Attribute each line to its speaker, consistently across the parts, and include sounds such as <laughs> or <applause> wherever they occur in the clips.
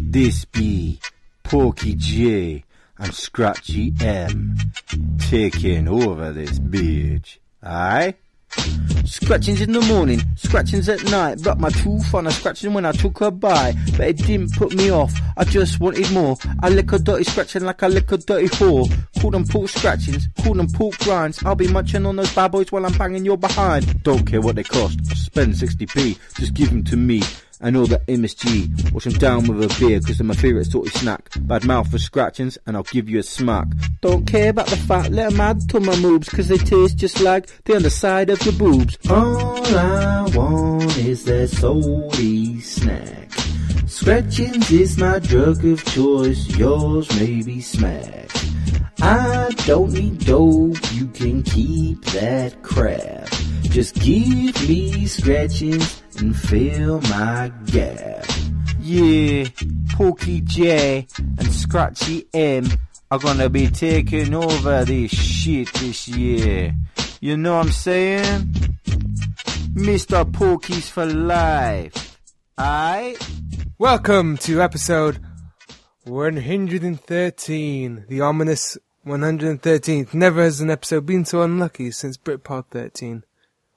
Speaker 1: This be Porky J and Scratchy M taking over this bitch. Aye? Scratchings in the morning, scratchings at night. But my tooth on a scratching when I took a bite. But it didn't put me off, I just wanted more. I lick a dirty scratching like I lick a dirty whore. Call them pork scratchings, call them pork grinds. I'll be munching on those bad boys while I'm banging your behind. Don't care what they cost, spend 60p, just give them to me. And all the MSG, wash them down with a beer, cause they're my favourite sort of snack. Bad mouth for scratchings, and I'll give you a smack. Don't care about the fat, let 'em add to my moves, cause they taste just like the underside of your boobs. All I want is their salty snack. Scratchings is my drug of choice, yours may be smack. I don't need dope, you can keep that crap. Just give me scratchings and fill my gap. Yeah, Porky J and Scratchy M are gonna be taking over this shit this year. You know what I'm saying? Mr. Porky's for life. Aight?
Speaker 2: Welcome to episode 113, the ominous 113th. Never has an episode been so unlucky since Britpod 13,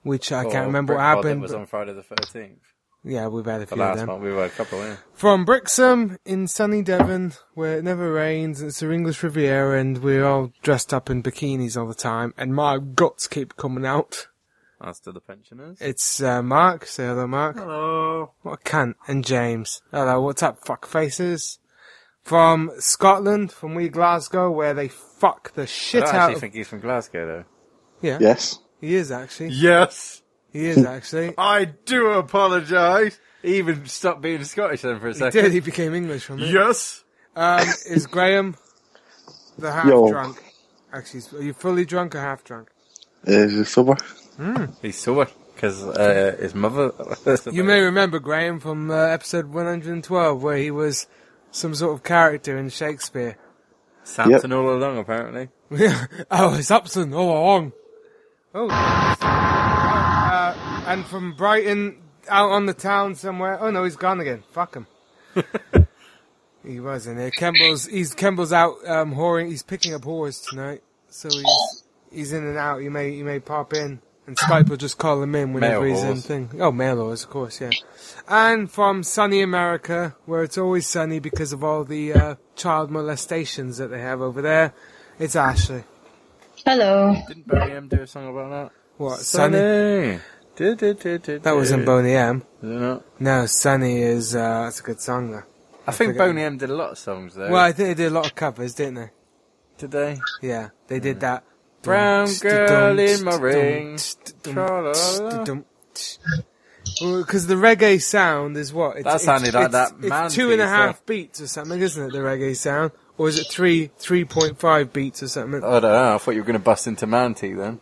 Speaker 2: which I can't remember what happened.
Speaker 3: was
Speaker 2: but-
Speaker 3: on Friday the 13th.
Speaker 2: yeah, we've had a
Speaker 3: The
Speaker 2: few of
Speaker 3: last
Speaker 2: them.
Speaker 3: one, we were a couple in.
Speaker 2: From Brixham in sunny Devon, where it never rains, it's the English Riviera, and we're all dressed up in bikinis all the time, and my guts keep coming out.
Speaker 3: As to the pensioners.
Speaker 2: It's uh, Mark, say hello, Mark.
Speaker 3: Hello.
Speaker 2: What a cunt. And James. Hello, what's up, fuck faces? From Scotland, from wee Glasgow, where they fuck the
Speaker 3: I
Speaker 2: shit
Speaker 3: don't
Speaker 2: out
Speaker 3: actually
Speaker 2: of...
Speaker 3: think he's from Glasgow, though.
Speaker 2: Yeah,
Speaker 4: Yes.
Speaker 2: he is
Speaker 3: <laughs>
Speaker 2: actually.
Speaker 3: Yes!
Speaker 2: He is
Speaker 3: <laughs>
Speaker 2: actually.
Speaker 3: I do apologise! He even stopped being Scottish then for a
Speaker 2: he
Speaker 3: second.
Speaker 2: did, he became English from it.
Speaker 3: Yes!
Speaker 2: Um, is Graham the half
Speaker 4: Yo.
Speaker 2: drunk? Actually, are you fully drunk or half drunk?
Speaker 4: Uh, sober.
Speaker 3: He's sore, because uh, his mother...
Speaker 2: You may remember Graham from uh, episode 112, where he was some sort of character in Shakespeare. <laughs>
Speaker 3: Samson all along, apparently.
Speaker 2: oh, it's Upson all along. Oh, uh, and from Brighton out on the town somewhere. Oh no, he's gone again. Fuck him. he was in there. Kemble's he's Kemble's out um, whoring. He's picking up whores tonight, so he's he's in and out. He may he may pop in, and Skype will just call him in whenever
Speaker 3: Male
Speaker 2: he's in
Speaker 3: whores.
Speaker 2: thing. Oh, mail whores, of course, yeah. And from sunny America, where it's always sunny because of all the uh, child molestations that they have over there. It's Ashley.
Speaker 5: Hello.
Speaker 3: Didn't Boney M do a song about
Speaker 2: What,
Speaker 3: that?
Speaker 2: Sunny? That wasn't Boney M. No, Sunny is, uh, that's a good song though.
Speaker 3: I think
Speaker 2: forgot.
Speaker 3: Boney M did a lot of songs, though.
Speaker 2: Well, I think they did a lot of covers, didn't they?
Speaker 3: Today.
Speaker 2: Yeah, they did that.
Speaker 3: Brown girl in my ring.
Speaker 2: Because the reggae sound is what? It's,
Speaker 3: That sounded like
Speaker 2: it's-
Speaker 3: that
Speaker 2: It's
Speaker 3: man
Speaker 2: two and a
Speaker 3: piece,
Speaker 2: half beats or something, isn't it? The reggae sound, or is it three, three point five beats or something?
Speaker 3: I don't know, I thought you were going to bust into Manti then.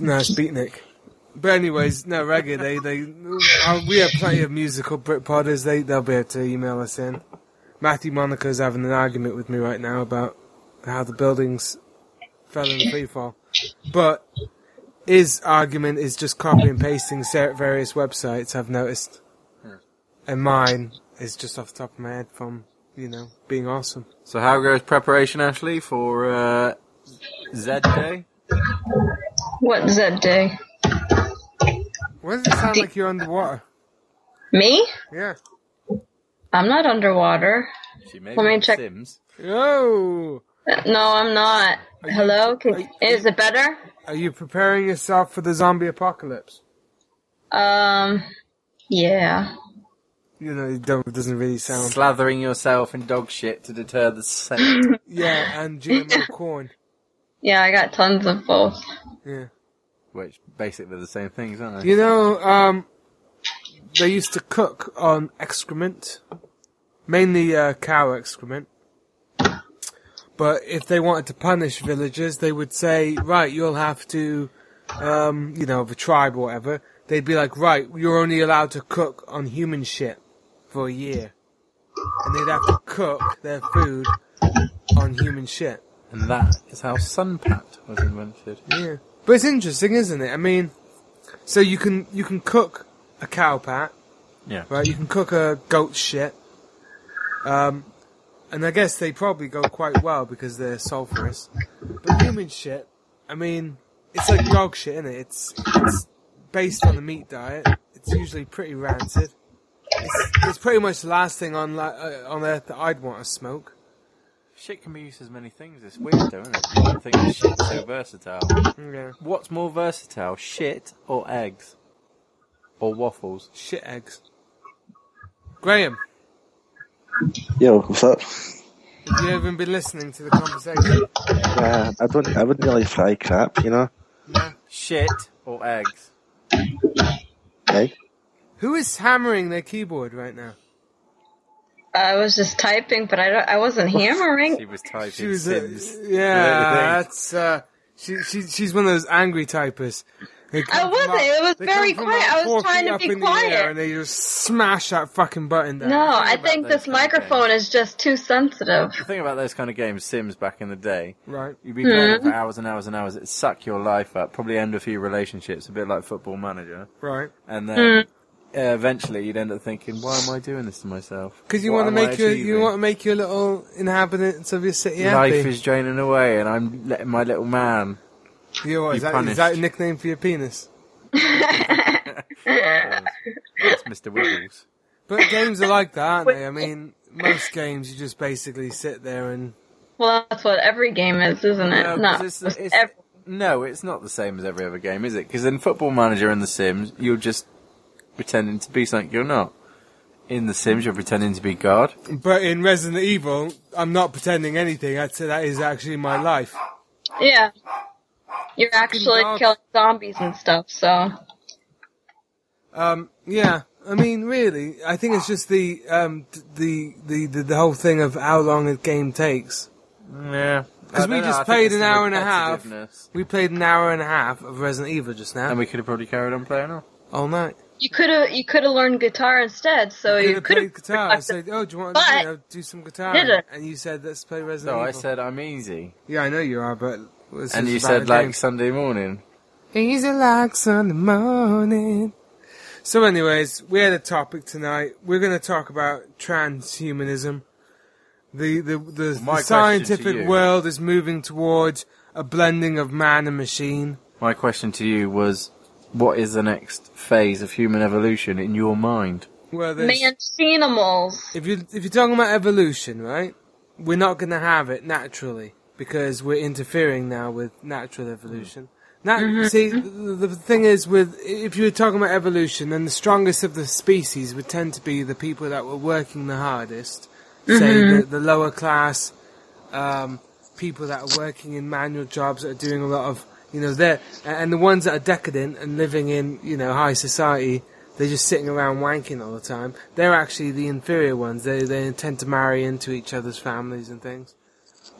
Speaker 2: No, it's beatnik. But anyways, no reggae. They they uh, we have plenty of musical Brit podders. They they'll be able to email us in. Matthew Monica's having an argument with me right now about how the buildings fell in free fall, but his argument is just copy and pasting ser- various websites. I've noticed, and mine is just off the top of my head from you know being awesome.
Speaker 3: So how goes preparation, Ashley, for uh, Z Day?
Speaker 5: What's that day?
Speaker 2: Why does it sound like you're underwater?
Speaker 5: Me?
Speaker 2: Yeah.
Speaker 5: I'm not underwater.
Speaker 3: She may
Speaker 5: Let
Speaker 3: be
Speaker 5: me
Speaker 3: in
Speaker 5: check.
Speaker 3: Sims.
Speaker 2: Oh.
Speaker 5: Uh, No, I'm not. Hello? Can, is it better?
Speaker 2: Are you preparing yourself for the zombie apocalypse?
Speaker 5: Um, yeah.
Speaker 2: You know, it don't, it doesn't really sound.
Speaker 3: Slathering yourself in dog shit to deter the
Speaker 5: <laughs>
Speaker 3: scent.
Speaker 2: <laughs> Yeah, and GMO corn.
Speaker 5: Yeah, I got tons of both.
Speaker 2: Yeah.
Speaker 3: Which basically the same things, aren't they?
Speaker 2: You know, um, they used to cook on excrement, mainly uh, cow excrement. But if they wanted to punish villagers, they would say, right, you'll have to, um, you know, of a tribe or whatever. They'd be like, right, you're only allowed to cook on human shit for a year. And they'd have to cook their food on human shit.
Speaker 3: And that is how Sunpat was invented.
Speaker 2: Yeah, but it's interesting, isn't it? I mean, so you can you can cook a cow pat,
Speaker 3: Yeah.
Speaker 2: right? You can cook a goat shit, Um, and I guess they probably go quite well because they're sulfurous. But human shit, I mean, it's like dog shit, innit? It's, it's based on the meat diet. It's usually pretty rancid. It's, it's pretty much the last thing on li- uh, on earth that I'd want to smoke.
Speaker 3: Shit can be used as many things. It's weird, though, isn't it? You don't think of shit's so versatile.
Speaker 2: Yeah.
Speaker 3: What's more versatile, shit or eggs? Or waffles?
Speaker 2: Shit eggs. Graham,
Speaker 4: Yo, what's up?
Speaker 2: have you even been listening to the conversation?
Speaker 4: Uh, I don't. I wouldn't really fry crap, you know.
Speaker 3: Shit or eggs?
Speaker 4: Egg.
Speaker 2: Who is hammering their keyboard right now?
Speaker 5: I was just typing, but I, don't, I wasn't hammering.
Speaker 3: She was typing
Speaker 2: She was uh, a,
Speaker 3: Sims.
Speaker 2: yeah.
Speaker 3: Really?
Speaker 2: That's uh, she, she. She's one of those angry typists. They
Speaker 5: I
Speaker 2: come from
Speaker 5: wasn't. It was
Speaker 2: they
Speaker 5: very
Speaker 2: come from
Speaker 5: quiet.
Speaker 2: about
Speaker 5: I was
Speaker 2: four
Speaker 5: trying
Speaker 2: feet
Speaker 5: to
Speaker 2: up
Speaker 5: be
Speaker 2: in the air
Speaker 5: quiet.
Speaker 2: and they just smash that fucking button down.
Speaker 5: No, I
Speaker 3: about
Speaker 5: think
Speaker 3: those
Speaker 5: this
Speaker 3: kind of
Speaker 5: microphone is just too sensitive.
Speaker 3: The thing about those kind of games, Sims back in the day,
Speaker 2: Right.
Speaker 3: you'd be playing it for hours and hours and hours. It'd suck your life up, probably end a few relationships, a bit like Football Manager.
Speaker 2: Right.
Speaker 3: And then uh, eventually you'd end up thinking, why am I doing this to myself?
Speaker 2: Because you
Speaker 3: What
Speaker 2: want to
Speaker 3: am I
Speaker 2: make your you
Speaker 3: achieving?
Speaker 2: want to make your little inhabitants of your city happy.
Speaker 3: Life is draining away, and I'm letting my little man.
Speaker 2: You know what,
Speaker 3: be
Speaker 2: is, that, is
Speaker 3: punished.
Speaker 2: that a nickname for your penis?
Speaker 3: That's Mr. Wiggles.
Speaker 2: But games are like that, aren't they? I mean, most games you just basically sit there and
Speaker 5: Well, that's what every game is, isn't it?
Speaker 3: No, 'cause
Speaker 5: Not
Speaker 3: it's- it's-
Speaker 5: every-
Speaker 3: No, it's not the same as every other game, is it? Because in Football Manager and The Sims, you're just pretending to be something you're not. In The Sims, you're pretending to be God.
Speaker 2: But in Resident Evil, I'm not pretending anything. I'd say that is actually my life.
Speaker 5: yeah. You're actually
Speaker 2: dogs.
Speaker 5: killing zombies and stuff, so.
Speaker 2: Um, yeah. I mean, really, I think it's just the um, t- the, the the the whole thing of how long a game takes.
Speaker 3: Yeah.
Speaker 2: 'Cause we just played an hour and a half. We played an hour and a half of Resident Evil just now,
Speaker 3: And we could have probably carried on playing on.
Speaker 2: all night.
Speaker 5: You could have you could have learned guitar instead, so
Speaker 2: Could
Speaker 5: you
Speaker 2: have
Speaker 5: could
Speaker 2: played
Speaker 5: have
Speaker 2: guitar. I said, "Oh, do you want to
Speaker 5: But-
Speaker 2: you know, do some guitar?"
Speaker 5: Did it?
Speaker 2: And you said, "Let's play Resident
Speaker 3: No, I
Speaker 2: Evil."
Speaker 3: said I'm easy.
Speaker 2: "Yeah, I know you are, but." this
Speaker 3: and
Speaker 2: is
Speaker 3: you
Speaker 2: about a
Speaker 3: said like
Speaker 2: game.
Speaker 3: Sunday morning.
Speaker 2: Easy like Sunday morning. So, anyways, we had a topic tonight. We're going to talk about transhumanism. The the the,
Speaker 3: My
Speaker 2: the
Speaker 3: question to
Speaker 2: scientific
Speaker 3: you-
Speaker 2: world is moving towards a blending of man and machine.
Speaker 3: My question to you was, what is the next phase of human evolution in your mind?
Speaker 2: Well, there's,
Speaker 5: man animals.
Speaker 2: if you if you're talking about evolution, right? We're not going to have it naturally because we're interfering now with natural evolution. Nat- See, the, the thing is, with if you were talking about evolution, then the strongest of the species would tend to be the people that were working the hardest. Say the, the lower class um, people that are working in manual jobs that are doing a lot of you know they're and the ones that are decadent and living in you know high society they're just sitting around wanking all the time they're actually the inferior ones they they tend to marry into each other's families and things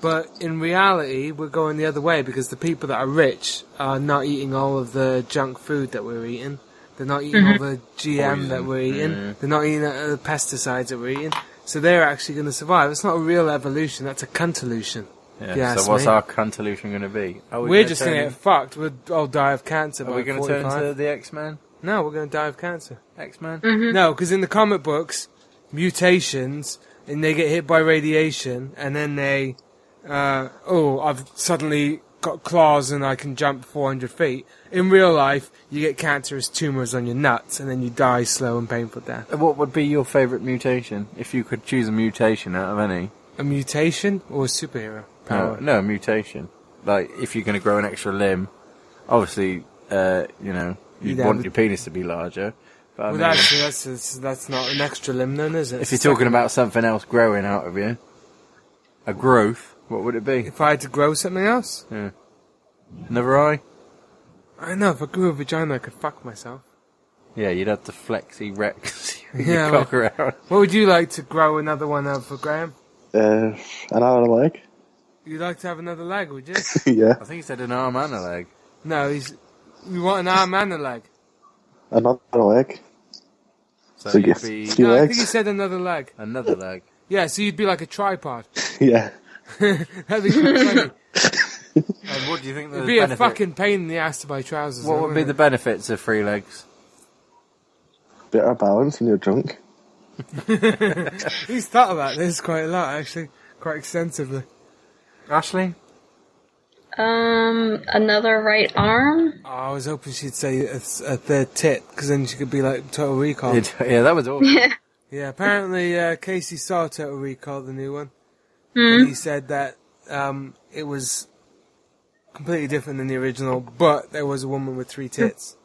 Speaker 2: but in reality we're going the other way because the people that are rich are not eating all of the junk food that we're eating they're not eating all the GM that we're eating. They're not eating uh, the pesticides that we're eating. So they're actually going to survive. It's not a real evolution. That's a cuntolution.
Speaker 3: Yeah.
Speaker 2: Yes,
Speaker 3: so what's
Speaker 2: mate.
Speaker 3: our convolution going to be? Are we
Speaker 2: We're
Speaker 3: gonna
Speaker 2: just
Speaker 3: turn
Speaker 2: going to get
Speaker 3: in-
Speaker 2: fucked. We'll all die of cancer.
Speaker 3: Are we
Speaker 2: going to
Speaker 3: turn into the X Men?
Speaker 2: No, we're going to die of cancer.
Speaker 3: X Men.
Speaker 2: No, because in the comic books, mutations and they get hit by radiation, and then they, uh, oh, I've suddenly got claws and I can jump 400 feet. In real life, you get cancerous tumors on your nuts, and then you die slow and painful death.
Speaker 3: Uh, What would be your favourite mutation if you could choose a mutation out of any?
Speaker 2: A mutation or a superhero
Speaker 3: No,
Speaker 2: power?
Speaker 3: no, a mutation. Like if you're going to grow an extra limb, obviously, uh, you know, you
Speaker 2: You'd have
Speaker 3: want
Speaker 2: a-
Speaker 3: your penis to be larger. But I
Speaker 2: Well,
Speaker 3: mean,
Speaker 2: that's, that's, that's, that's not an extra limb, then, is it?
Speaker 3: if you're talking about something else growing out of you, a growth, what would it be?
Speaker 2: If I had to grow something else?
Speaker 3: Another eye?
Speaker 2: I know, if I grew a vagina, I could fuck myself.
Speaker 3: Yeah, you'd have to flexi rex <laughs> your
Speaker 2: Yeah,
Speaker 3: cock around.
Speaker 2: What would you like to grow another one of for Graham?
Speaker 4: Uh, an hour a leg.
Speaker 2: You'd like to have another leg, <laughs> would you?
Speaker 4: <laughs> yeah.
Speaker 3: I think he said an arm and a leg.
Speaker 2: no, he's. You want an arm and a leg?
Speaker 4: Another leg.
Speaker 3: So,
Speaker 4: So
Speaker 3: you'd
Speaker 4: yes.
Speaker 3: be
Speaker 4: Two
Speaker 2: no, I
Speaker 4: legs.
Speaker 2: think he said another leg.
Speaker 3: another leg.
Speaker 2: Yeah, so you'd be like a <laughs> tripod.
Speaker 4: <laughs> Yeah.
Speaker 2: That'd be quite funny.
Speaker 3: And what do you think the
Speaker 2: It'd be a
Speaker 3: benefit-
Speaker 2: fucking pain in the ass to buy trousers.
Speaker 3: What
Speaker 2: though,
Speaker 3: would be the
Speaker 2: wouldn't
Speaker 3: benefits of three legs?
Speaker 4: Better balance when you're drunk.
Speaker 2: it? He's thought about this quite a lot, actually, quite extensively.
Speaker 3: Ashley?
Speaker 5: Um, another right arm?
Speaker 2: Oh, I was hoping she'd say a, th- a third tit, because then she could be like Total Recall.
Speaker 3: <laughs> It- yeah, that was awful.
Speaker 4: <laughs>
Speaker 2: Yeah, apparently uh, Casey saw Total Recall, the new one,
Speaker 5: Hmm.
Speaker 2: and he said that um, it was completely different than the original, but there was a woman with three tits.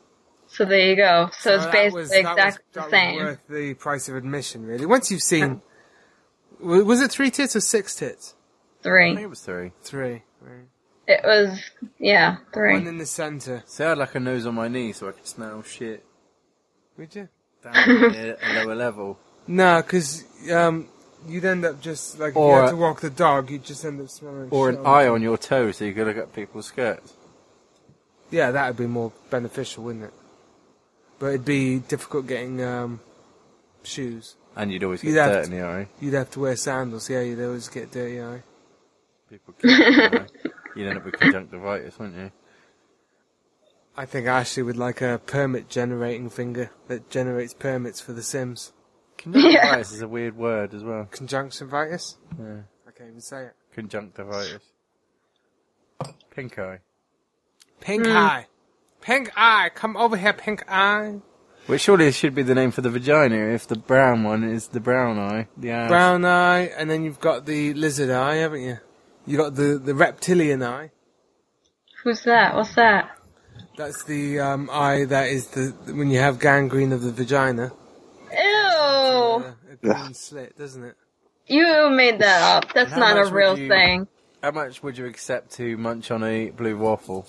Speaker 5: So there you go. <laughs> So it's
Speaker 2: Uh, that
Speaker 5: basically
Speaker 2: was- that was-
Speaker 5: exactly
Speaker 2: that was
Speaker 5: the same.
Speaker 2: worth the price of admission, really. Once you've seen, wa- was it three tits or six tits?
Speaker 3: I think
Speaker 5: Three.
Speaker 3: it was three.
Speaker 2: Three. Right.
Speaker 5: It was, yeah,
Speaker 2: One
Speaker 5: three.
Speaker 2: in the center.
Speaker 3: Say I had like a nose on my knee so I could smell shit
Speaker 2: Would you?
Speaker 3: down
Speaker 4: <laughs>
Speaker 3: at a lower level.
Speaker 2: No, because um, you'd end up just like if
Speaker 3: Or-
Speaker 2: you had to walk the dog, you'd just end up smelling.
Speaker 3: Or
Speaker 2: shit
Speaker 3: an
Speaker 2: all the
Speaker 3: eye
Speaker 2: time.
Speaker 3: on your toe so you could look at people's skirts.
Speaker 2: Yeah, that would be more beneficial, wouldn't it? But it'd be difficult getting um, shoes.
Speaker 3: And you'd always get
Speaker 2: You'd have
Speaker 3: dirt in
Speaker 2: to-
Speaker 3: the eye.
Speaker 2: You'd have to wear sandals. Yeah, you'd always get dirty eye.
Speaker 3: People get it in the eye. <laughs> You'd end up with conjunctivitis, wouldn't you?
Speaker 2: I think Ashley would like a permit generating finger that generates permits for The Sims.
Speaker 3: Conjunctivitis is a weird word as well.
Speaker 2: Conjunctivitis?
Speaker 3: Yeah.
Speaker 2: I can't even say it.
Speaker 3: Conjunctivitis. Pink eye.
Speaker 2: Pink eye. Pink eye. Come over here, pink eye.
Speaker 3: Which surely should be the name for the vagina if the brown one is the brown eye. The ass.
Speaker 2: Brown eye, and then you've got the lizard eye, haven't you? You got the, the reptilian eye.
Speaker 5: Who's that? What's that?
Speaker 2: That's the um, eye that is the when you have gangrene of the vagina.
Speaker 5: Ew!
Speaker 2: Uh, a green slit, doesn't it?
Speaker 5: You made that up. That's
Speaker 3: How
Speaker 5: not
Speaker 3: much would
Speaker 5: a real
Speaker 3: you-
Speaker 5: thing.
Speaker 3: How much would you accept to munch on a blue waffle?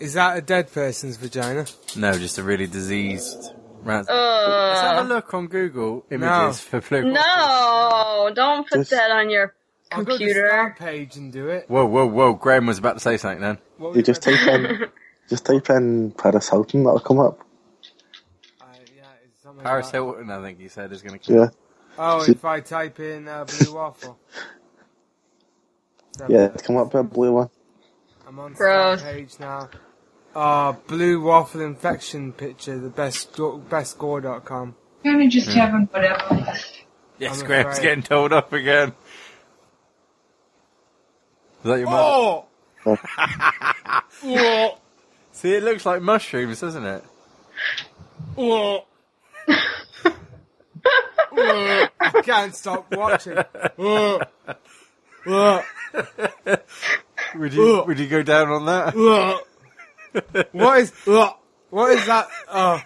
Speaker 2: Is that a dead person's vagina?
Speaker 3: No, just a really diseased rat. Let's Oh. have a
Speaker 5: Ugh.
Speaker 3: look on Google images
Speaker 2: No.
Speaker 3: for blue waffles.
Speaker 5: No! Don't put
Speaker 4: Just-
Speaker 5: that on your
Speaker 2: I'll go to the
Speaker 5: computer.
Speaker 2: start page and do it.
Speaker 3: Whoa, whoa, whoa. Graham was about to say something then.
Speaker 2: What
Speaker 4: You
Speaker 2: was
Speaker 4: just
Speaker 2: that?
Speaker 4: type
Speaker 5: <laughs>
Speaker 4: in, just type in Paris Hilton. That'll come up.
Speaker 2: Uh, yeah, it's something
Speaker 3: Paris
Speaker 2: about-
Speaker 3: Hilton, I think he said, is going to
Speaker 4: Yeah,
Speaker 2: Oh, if I type in uh, blue waffle.
Speaker 4: yeah, it'll come up with a blue one.
Speaker 2: I'm on
Speaker 5: Gross.
Speaker 2: the page now. Ah, blue waffle infection picture, the best
Speaker 5: <laughs>
Speaker 2: bestscore.com.
Speaker 6: Kind of just having whatever.
Speaker 3: Yes,
Speaker 2: I'm
Speaker 3: Graham's
Speaker 2: afraid.
Speaker 3: getting told off again. Is that your mother?
Speaker 2: Oh! oh!
Speaker 3: See, it looks like mushrooms, doesn't it?
Speaker 2: Oh! Oh, I can't stop watching.
Speaker 5: <laughs>
Speaker 2: Oh. Oh.
Speaker 3: Would you
Speaker 2: Ugh.
Speaker 3: would you go down on that?
Speaker 2: Oh. <laughs> What is oh, what is that? Oh,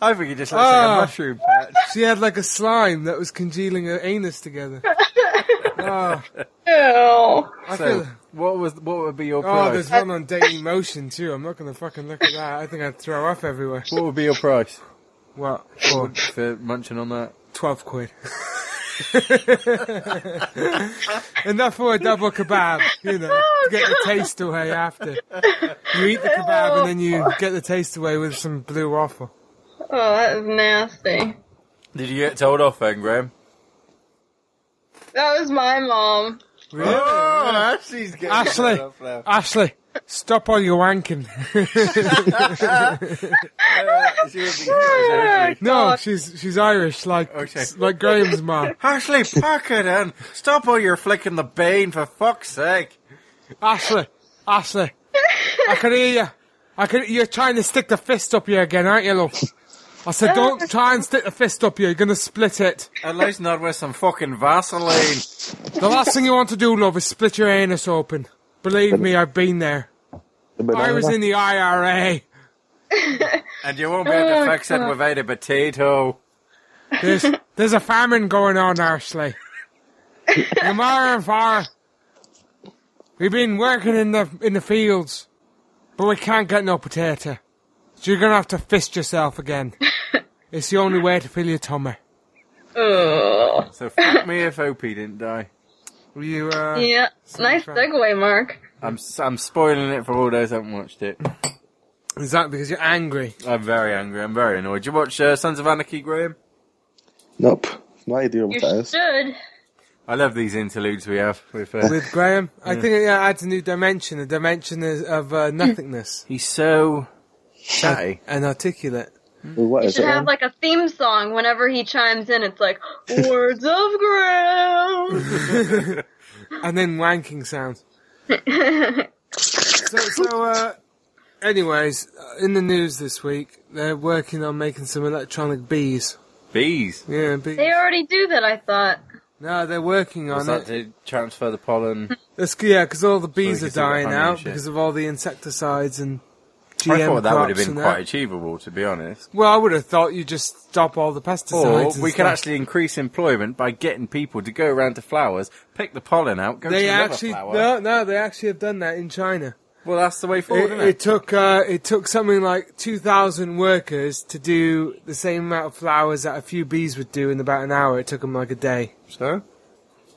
Speaker 3: I think it just looks like
Speaker 2: Ah.
Speaker 3: a mushroom patch.
Speaker 2: she had like a slime that was congealing her anus together. Oh,
Speaker 5: Ew. Oh,
Speaker 2: I
Speaker 3: So,
Speaker 2: <laughs> feel.
Speaker 3: what was what would be your
Speaker 2: Oh,
Speaker 3: price?
Speaker 2: there's one on Daily Motion too. I'm not gonna fucking look at that. I think I'd throw up everywhere.
Speaker 3: What would be your price
Speaker 2: What?
Speaker 3: for, for munching on that?
Speaker 2: Twelve quid. <laughs> Enough for a double kebab, you know.
Speaker 3: Oh,
Speaker 2: to Get the taste away after. You eat the kebab and then
Speaker 3: Oh.
Speaker 2: you get the taste away with some blue waffle.
Speaker 5: Oh, that is nasty.
Speaker 3: Did you get told off then, Graham?
Speaker 5: That was my mom.
Speaker 3: Oh, Ashley's getting
Speaker 2: Ashley.
Speaker 3: told
Speaker 2: <laughs>
Speaker 3: off now.
Speaker 2: Ashley, stop all your wanking.
Speaker 3: Uh, she would be Ashley.
Speaker 2: no, she's she's Irish, like
Speaker 3: Okay.
Speaker 2: like Graham's mom.
Speaker 3: Ashley, pack it in. Stop all your flicking the bane for fuck's sake.
Speaker 2: Ashley, Ashley, I can hear you. I can. You're trying to stick the fist up here again, aren't you, love? I said, don't try and stick the fist up here. You're gonna split it.
Speaker 3: At least not with some fucking Vaseline.
Speaker 2: The last thing you want to do, love, is split your anus open. Believe me, I've been there.
Speaker 4: The banana.
Speaker 2: I was in the IRA.
Speaker 3: And you won't be able to fix it without a potato.
Speaker 2: There's there's a famine going on, Ashley. Tomorrow and far, we've been working in the in the fields, but we can't get no potato. So you're gonna have to fist yourself again. It's the only way to fill your tummy.
Speaker 5: Ugh.
Speaker 3: So fuck me if OP didn't die.
Speaker 2: Were you? Uh,
Speaker 5: Yeah. Nice
Speaker 2: try.
Speaker 5: segue, Mark.
Speaker 3: I'm s- I'm spoiling it for all those who haven't watched it.
Speaker 2: Is that because you're angry?
Speaker 3: I'm very angry. I'm very annoyed. Did you watch uh, Sons of Anarchy, Graham?
Speaker 4: Nope, no idea
Speaker 5: You
Speaker 4: what that is.
Speaker 5: should.
Speaker 3: I love these interludes we have. With, uh,
Speaker 2: With Graham, I think it uh, adds a new dimension, <clears throat> a dimension is- of uh, nothingness
Speaker 3: he's so chatty.
Speaker 2: and articulate.
Speaker 4: Well, what
Speaker 5: You
Speaker 4: is
Speaker 5: should
Speaker 4: it?
Speaker 5: have
Speaker 4: then?
Speaker 5: like a theme song whenever he chimes in. It's like words of ground.
Speaker 2: and then wanking sounds. so, so uh, anyways, uh, in the news this week, they're working on making some electronic bees.
Speaker 3: Bees.
Speaker 2: Yeah, bees.
Speaker 5: They already do that, I thought.
Speaker 2: no, they're working
Speaker 3: Was
Speaker 2: on
Speaker 3: that
Speaker 2: it.
Speaker 3: to transfer the pollen?
Speaker 2: That's, yeah, because all the bees are
Speaker 3: So you can see what
Speaker 2: dying
Speaker 3: honey and
Speaker 2: out
Speaker 3: shit.
Speaker 2: because of all the insecticides and GM
Speaker 3: I thought that would have
Speaker 2: crops
Speaker 3: been
Speaker 2: and that.
Speaker 3: quite achievable, to be honest.
Speaker 2: Well, I would have thought you just stop all the
Speaker 3: Or
Speaker 2: pesticides. and
Speaker 3: we can
Speaker 2: stuff.
Speaker 3: actually increase employment by getting people to go around to flowers, pick the pollen out, go
Speaker 2: They
Speaker 3: to another
Speaker 2: actually
Speaker 3: flower.
Speaker 2: no, no, they actually have done that in China.
Speaker 3: Well, that's the way forward,
Speaker 2: It,
Speaker 3: isn't
Speaker 2: it
Speaker 3: it?
Speaker 2: took uh, it took something like two thousand workers to do the same amount of flowers that a few bees would do in about an hour. It took them like a day,
Speaker 3: So?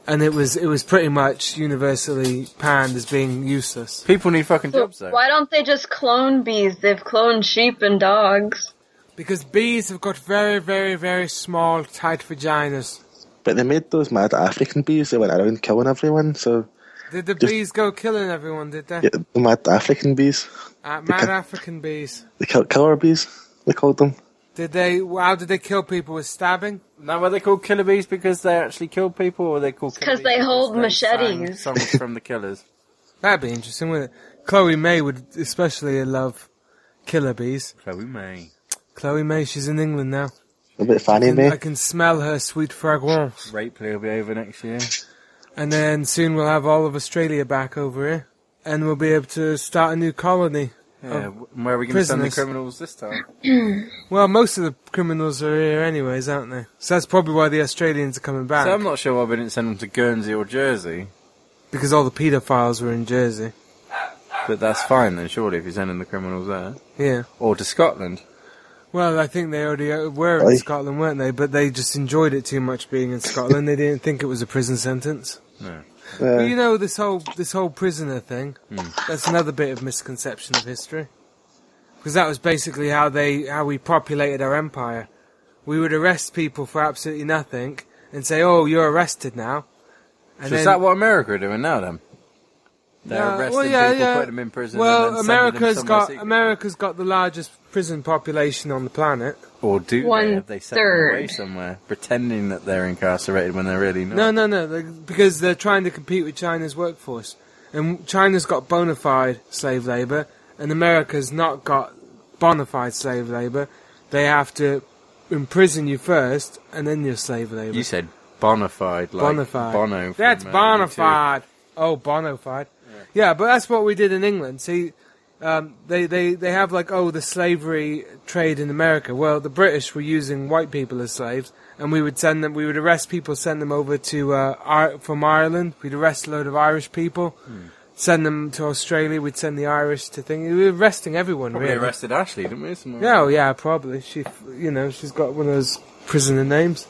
Speaker 2: and it was it was pretty much universally panned as being useless.
Speaker 3: People need fucking
Speaker 5: So
Speaker 3: jobs, though.
Speaker 5: why don't they just clone bees? They've cloned sheep and dogs.
Speaker 2: Because bees have got very, very, very small, tight vaginas.
Speaker 4: But they made those mad African bees that went around killing everyone. So
Speaker 2: Did the
Speaker 4: Just-
Speaker 2: bees go killing everyone? Did they?
Speaker 4: yeah, the mad African bees,
Speaker 2: Uh, mad African bees.
Speaker 4: the kill- killer bees, they called them.
Speaker 2: Did they? How did they kill people with stabbing?
Speaker 3: Now, are they called killer bees because they actually kill people, or are they called killer
Speaker 5: 'cause
Speaker 3: bees
Speaker 5: they hold
Speaker 3: sang <laughs>
Speaker 5: machetes.
Speaker 3: songs from the killers.
Speaker 2: That'd be interesting, wouldn't it? Chloe May would especially love killer bees.
Speaker 3: Chloe May.
Speaker 2: Chloe May, she's in England now.
Speaker 4: A bit Fanny
Speaker 2: And
Speaker 4: Mae.
Speaker 2: I can smell her sweet fragrance.
Speaker 3: Rape play will be over next year.
Speaker 2: And then soon we'll have all of Australia back over here. And we'll be able to start a new colony.
Speaker 3: Yeah, wh- where are we going to send the
Speaker 2: prisoners.
Speaker 3: criminals this time?
Speaker 2: Well, most of the criminals are here anyways, aren't they? So that's probably why the Australians are coming back.
Speaker 3: <laughs> So I'm not sure why we didn't send them to Guernsey or Jersey,
Speaker 2: Because all the paedophiles were in Jersey.
Speaker 3: but that's fine then, surely, if you're sending the criminals there.
Speaker 2: Yeah.
Speaker 3: Or to Scotland.
Speaker 2: Well, I think they already uh, were in
Speaker 4: Aye.
Speaker 2: Scotland, weren't they? But they just enjoyed it too much being in Scotland. they didn't think it was a prison sentence. But
Speaker 4: Uh,
Speaker 2: you know this whole this whole prisoner thing.
Speaker 3: Hmm.
Speaker 2: That's another bit of misconception of history, because that was basically how they how we populated our empire. We would arrest people for absolutely nothing and say, "Oh, you're arrested now." And
Speaker 3: So is that what America are doing now then? They're
Speaker 2: Yeah,
Speaker 3: arresting
Speaker 2: well, yeah,
Speaker 3: people,
Speaker 2: yeah.
Speaker 3: putting them in prison. and
Speaker 2: Well,
Speaker 3: then sending them
Speaker 2: America's
Speaker 3: somewhere
Speaker 2: got
Speaker 3: secret.
Speaker 2: America's got the largest prison population on the planet.
Speaker 3: Or do
Speaker 5: One
Speaker 3: they? Have they sent them away
Speaker 5: third.
Speaker 3: somewhere, pretending that they're incarcerated when they're really not?
Speaker 2: No, no, no, they- because they're trying to compete with China's workforce, and China's got bona fide slave labor, and America's not got bona fide slave labor. They have to imprison you first, and then you're slave labor.
Speaker 3: You said bona fide, like
Speaker 2: bona fide.
Speaker 3: Bono. from,
Speaker 2: that's
Speaker 3: uh,
Speaker 2: bona
Speaker 3: U2.
Speaker 2: fide. Oh, bona fide. Yeah. but that's what we did in England. See, um, they, they, they have like, oh, the slavery trade in America. Well, the British were using white people as slaves, and we would send them, we would arrest people, send them over to, uh, Ir from Ireland. We'd arrest a load of Irish people,
Speaker 3: Hmm.
Speaker 2: send them to Australia. We'd send the Irish to things. We were arresting everyone,
Speaker 3: We
Speaker 2: really.
Speaker 3: arrested Ashley, didn't we? Somewhere.
Speaker 2: Yeah, oh, yeah, probably. She, you know, she's got one of those prisoner names.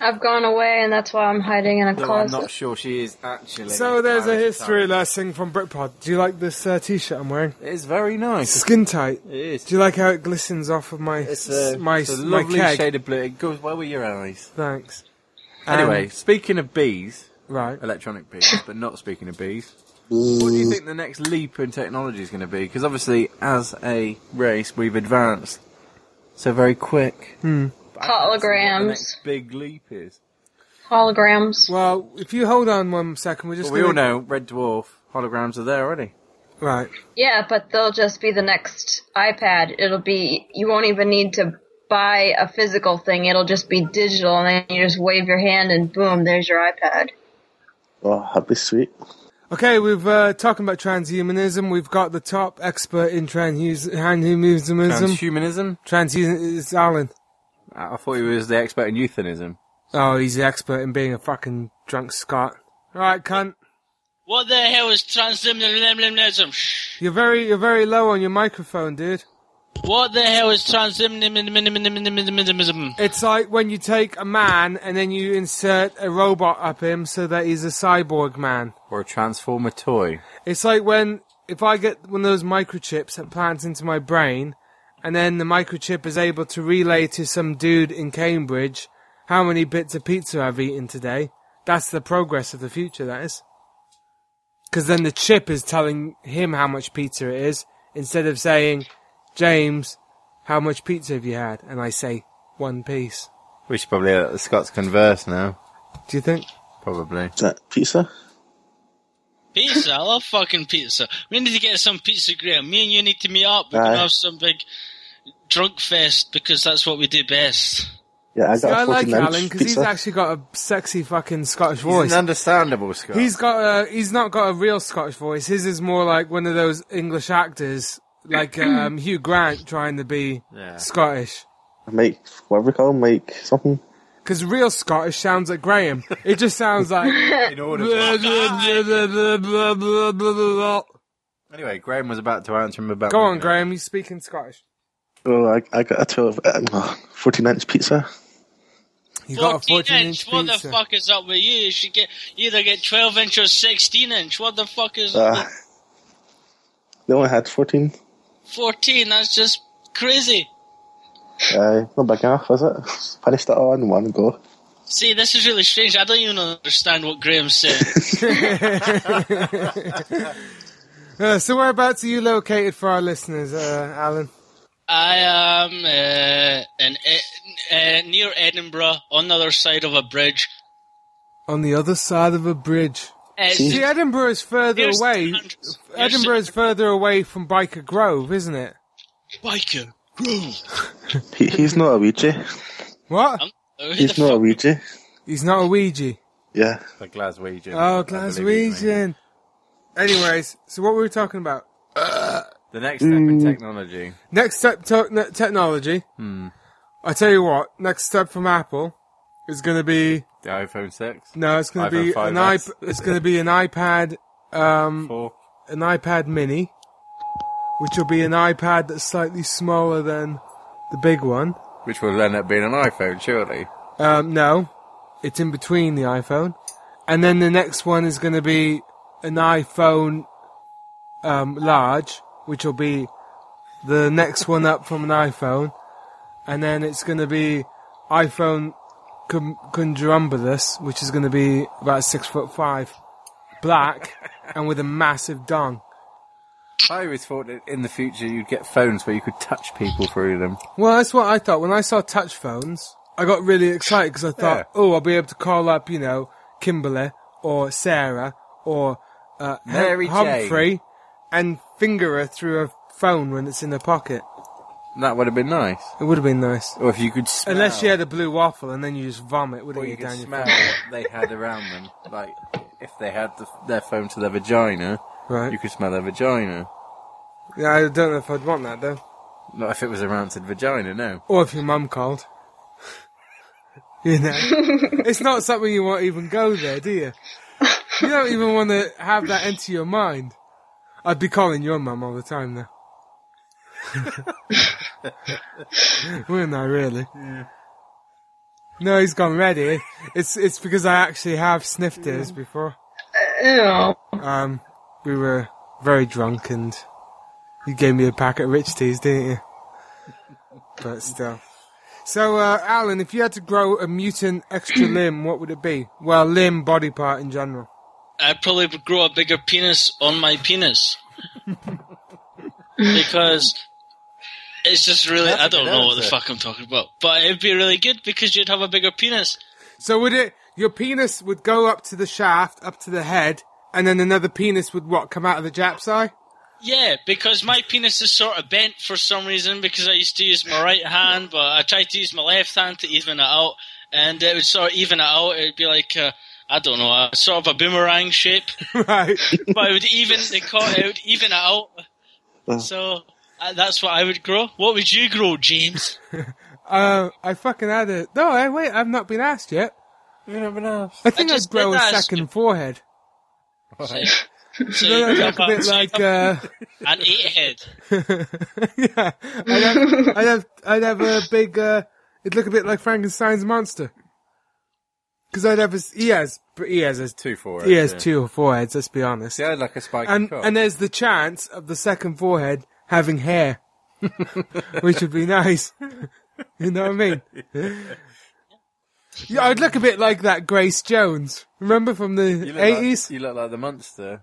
Speaker 5: I've gone away, and that's why I'm hiding in a
Speaker 3: Though I'm
Speaker 5: closet.
Speaker 3: not sure she is actually.
Speaker 2: So there's a
Speaker 3: Irish
Speaker 2: history
Speaker 3: Italian.
Speaker 2: lesson from Britpod. Do you like this uh, t-shirt I'm wearing?
Speaker 3: It is very
Speaker 2: It's
Speaker 3: nice.
Speaker 2: skin tight.
Speaker 3: It is.
Speaker 2: Do you like how it glistens off of my
Speaker 3: It's
Speaker 2: s-
Speaker 3: a,
Speaker 2: my
Speaker 3: it's a
Speaker 2: s- my
Speaker 3: lovely
Speaker 2: keg?
Speaker 3: shade of blue. It goes well with your eyes.
Speaker 2: Thanks.
Speaker 3: Anyway,
Speaker 2: Um,
Speaker 3: speaking of bees,
Speaker 2: right.
Speaker 3: electronic bees, <coughs> but not speaking of bees. What do you think the next leap in technology is going to be? Because obviously, as a race, we've advanced so very quick.
Speaker 2: Hmm.
Speaker 3: But I can't see what the
Speaker 5: Holograms.
Speaker 3: next big leap is.
Speaker 5: Holograms.
Speaker 2: Well, if you hold on one second, we're just
Speaker 3: Well, we all
Speaker 2: gonna-
Speaker 3: know Red Dwarf holograms are there already.
Speaker 2: Right.
Speaker 5: Yeah, but they'll just be the next iPad. It'll be you won't even need to buy a physical thing. It'll just be digital, and then you just wave your hand, and boom, there's your iPad.
Speaker 4: oh, that'd be sweet.
Speaker 2: Okay, we've uh, talking about transhumanism. We've got the top expert in transhus- transhumanism.
Speaker 3: Transhumanism?
Speaker 2: Transhumanism is Alan.
Speaker 3: I I thought he was the expert in euthanism.
Speaker 2: Oh, he's the expert in being a fucking drunk Scot. All right, cunt.
Speaker 7: What the hell is transhumanism? Shh.
Speaker 2: You're very you're very low on your microphone, dude.
Speaker 7: What the hell is transhumanism?
Speaker 2: It's like when you take a man and then you insert a robot up him so that he's a cyborg man.
Speaker 3: Or a transformer toy.
Speaker 2: It's like when if I get one of those microchips that plants into my brain, and then the microchip is able to relay to some dude in Cambridge how many bits of pizza I've eaten today. That's the progress of the future. That is. Because then the chip is telling him how much pizza it is instead of saying, James, how much pizza have you had? And I say, one piece.
Speaker 3: We should probably let the Scots converse now.
Speaker 2: Do you think?
Speaker 3: Probably.
Speaker 4: Is that uh, pizza?
Speaker 7: Pizza, I love fucking pizza. We need to get some pizza, Graham. Me and you need to meet up. We can
Speaker 4: Aye.
Speaker 7: have some big drunk fest because that's what we do best.
Speaker 4: Yeah, I
Speaker 2: See, I
Speaker 4: got a
Speaker 2: like
Speaker 4: 14
Speaker 2: Alan
Speaker 4: ounce
Speaker 2: because he's
Speaker 4: pizza.
Speaker 2: actually got a sexy fucking Scottish
Speaker 3: He's
Speaker 2: voice.
Speaker 3: an understandable Scot.
Speaker 2: He's got a, he's not got a real Scottish voice. His is more like one of those English actors, like um, Hugh Grant trying to be
Speaker 3: Yeah.
Speaker 2: Scottish.
Speaker 4: Mike, whatever we call him, Mike something.
Speaker 2: Because real Scottish sounds like Graham. It just sounds like.
Speaker 3: in order.
Speaker 2: blah, blah, blah, blah, blah, blah, blah, blah.
Speaker 3: Anyway, Graham was about to answer him about. uh,
Speaker 2: Go on, Graham. You speak in Scottish.
Speaker 4: Oh, I, I got a 12, um, oh, 14 inch pizza.
Speaker 2: You got a
Speaker 7: 14
Speaker 2: 14 inch
Speaker 7: inch, what the
Speaker 2: pizza.
Speaker 7: fuck is up with you? You should get you either get 12 inch or 16 inch. What the fuck is up
Speaker 4: Uh,
Speaker 7: with
Speaker 4: they only had 14.
Speaker 7: 14? That's just crazy.
Speaker 4: Uh, not big enough, is it? Finished it all in one go.
Speaker 7: See, this is really strange. I don't even understand what Graham's saying.
Speaker 2: Uh, so whereabouts are you located for our listeners, uh, Alan?
Speaker 7: I am uh, in, uh, near Edinburgh, on the other side of a bridge.
Speaker 2: On the other side of a bridge.
Speaker 7: It's
Speaker 2: See, Edinburgh is further
Speaker 7: Here's
Speaker 2: away.
Speaker 7: the hundreds. Here's
Speaker 2: Edinburgh is further away from Biker Grove, isn't it?
Speaker 7: biker. Grove.
Speaker 4: He, he's not a Ouija.
Speaker 2: What?
Speaker 3: Um,
Speaker 7: I'm- Who the
Speaker 4: He's not a
Speaker 7: fuck-
Speaker 4: Ouija.
Speaker 2: He's not a Ouija.
Speaker 4: Yeah.
Speaker 3: The Glaswegian.
Speaker 2: Oh,
Speaker 3: I believe he's
Speaker 2: Glaswegian. Anyways, so what were we talking about?
Speaker 3: The next step in technology.
Speaker 2: Next step to- ne- technology. Hmm. I tell you what, next step from Apple is going to be
Speaker 3: The iPhone 6.
Speaker 2: no, it's going to
Speaker 3: iPhone
Speaker 2: be
Speaker 3: 5S.
Speaker 2: an iP- it's going to be an iPad, um,
Speaker 3: 4.
Speaker 2: an iPad Mini, which will be an iPad that's slightly smaller than the big one.
Speaker 3: Which will end up being an iPhone, surely.
Speaker 2: Um, no, it's in between the iPhone, and then the next one is going to be an iPhone um, large, which will be the next one up from an iPhone, and then it's going to be iPhone cum- Cundrumbulus, which is going to be about six foot five, black, and with a massive dong.
Speaker 3: I always thought that in the future you'd get phones where you could touch people through them.
Speaker 2: Well, that's what I thought when I saw touch phones. I got really excited because I thought,
Speaker 3: Yeah.
Speaker 2: oh, I'll be able to call up, you know, Kimberly or Sarah or uh, Hum-
Speaker 3: Mary Jane.
Speaker 2: Humphrey and finger her through a phone when it's in her pocket.
Speaker 3: That would have been nice.
Speaker 2: It would have been nice.
Speaker 3: Or if you could smell.
Speaker 2: Unless you had a blue waffle and then you just vomit,
Speaker 3: Or
Speaker 2: wouldn't
Speaker 3: you
Speaker 2: you,
Speaker 3: could
Speaker 2: Daniel?
Speaker 3: smell what they had around them. Like, if they had the, their phone to their vagina,
Speaker 2: Right.
Speaker 3: you could smell their vagina.
Speaker 2: Yeah, I don't know if I'd want that though.
Speaker 3: Not if it was a rancid vagina, no.
Speaker 2: Or if your mum called. <laughs> you know, it's not something you want to even go there, do you? You don't even want to have that enter your mind. I'd be calling your mum all the time now. Wouldn't I really? No, he's gone ready. It's it's because I actually have sniffed his before.
Speaker 5: Ew. <laughs>
Speaker 2: Um, we were very drunk and you gave me a packet of rich teas, didn't you? But still. So, uh, Alan, if you had to grow a mutant extra limb, what would it be? Well, limb, body part in general.
Speaker 7: I'd probably grow a bigger penis on my penis. because it's just really, I don't know what the fuck I'm talking about. But it'd be really good because you'd have a bigger penis.
Speaker 2: So would it, your penis would go up to the shaft, up to the head, and then another penis would what, come out of the Jap's eye? <laughs>
Speaker 7: Yeah, because my penis is sort of bent for some reason because I used to use my right hand, but I tried to use my left hand to even it out, and it would sort of even it out. It would be like, uh, I don't know, a, sort of a boomerang shape, <laughs>
Speaker 2: right.
Speaker 7: but it would even they call it, it would even it out. So uh, that's what I would grow. What would you grow, James?
Speaker 2: Uh, I fucking had a, no, I, wait, I've not been asked yet. I think I would
Speaker 7: just
Speaker 2: grow
Speaker 7: did
Speaker 2: a
Speaker 7: ask
Speaker 2: second
Speaker 7: you. <laughs>
Speaker 2: forehead.
Speaker 7: so,
Speaker 2: <laughs> No,
Speaker 7: you'd
Speaker 2: no, like
Speaker 7: have
Speaker 2: a bit like, uh,
Speaker 7: an eight head.
Speaker 2: <laughs> yeah, I'd have, I'd have, I'd have a big. Uh, it'd look a bit like Frankenstein's monster. Because I'd have his, he has, but he has, a,
Speaker 3: Two for
Speaker 2: he has two or four heads. Let's be honest.
Speaker 3: Yeah, like a spike
Speaker 2: and and there's the chance of the second forehead having hair, <laughs> which would be nice. <laughs> you know what I mean? Yeah, I'd look a bit like that Grace Jones. Remember from the eighties?
Speaker 3: you look like the monster.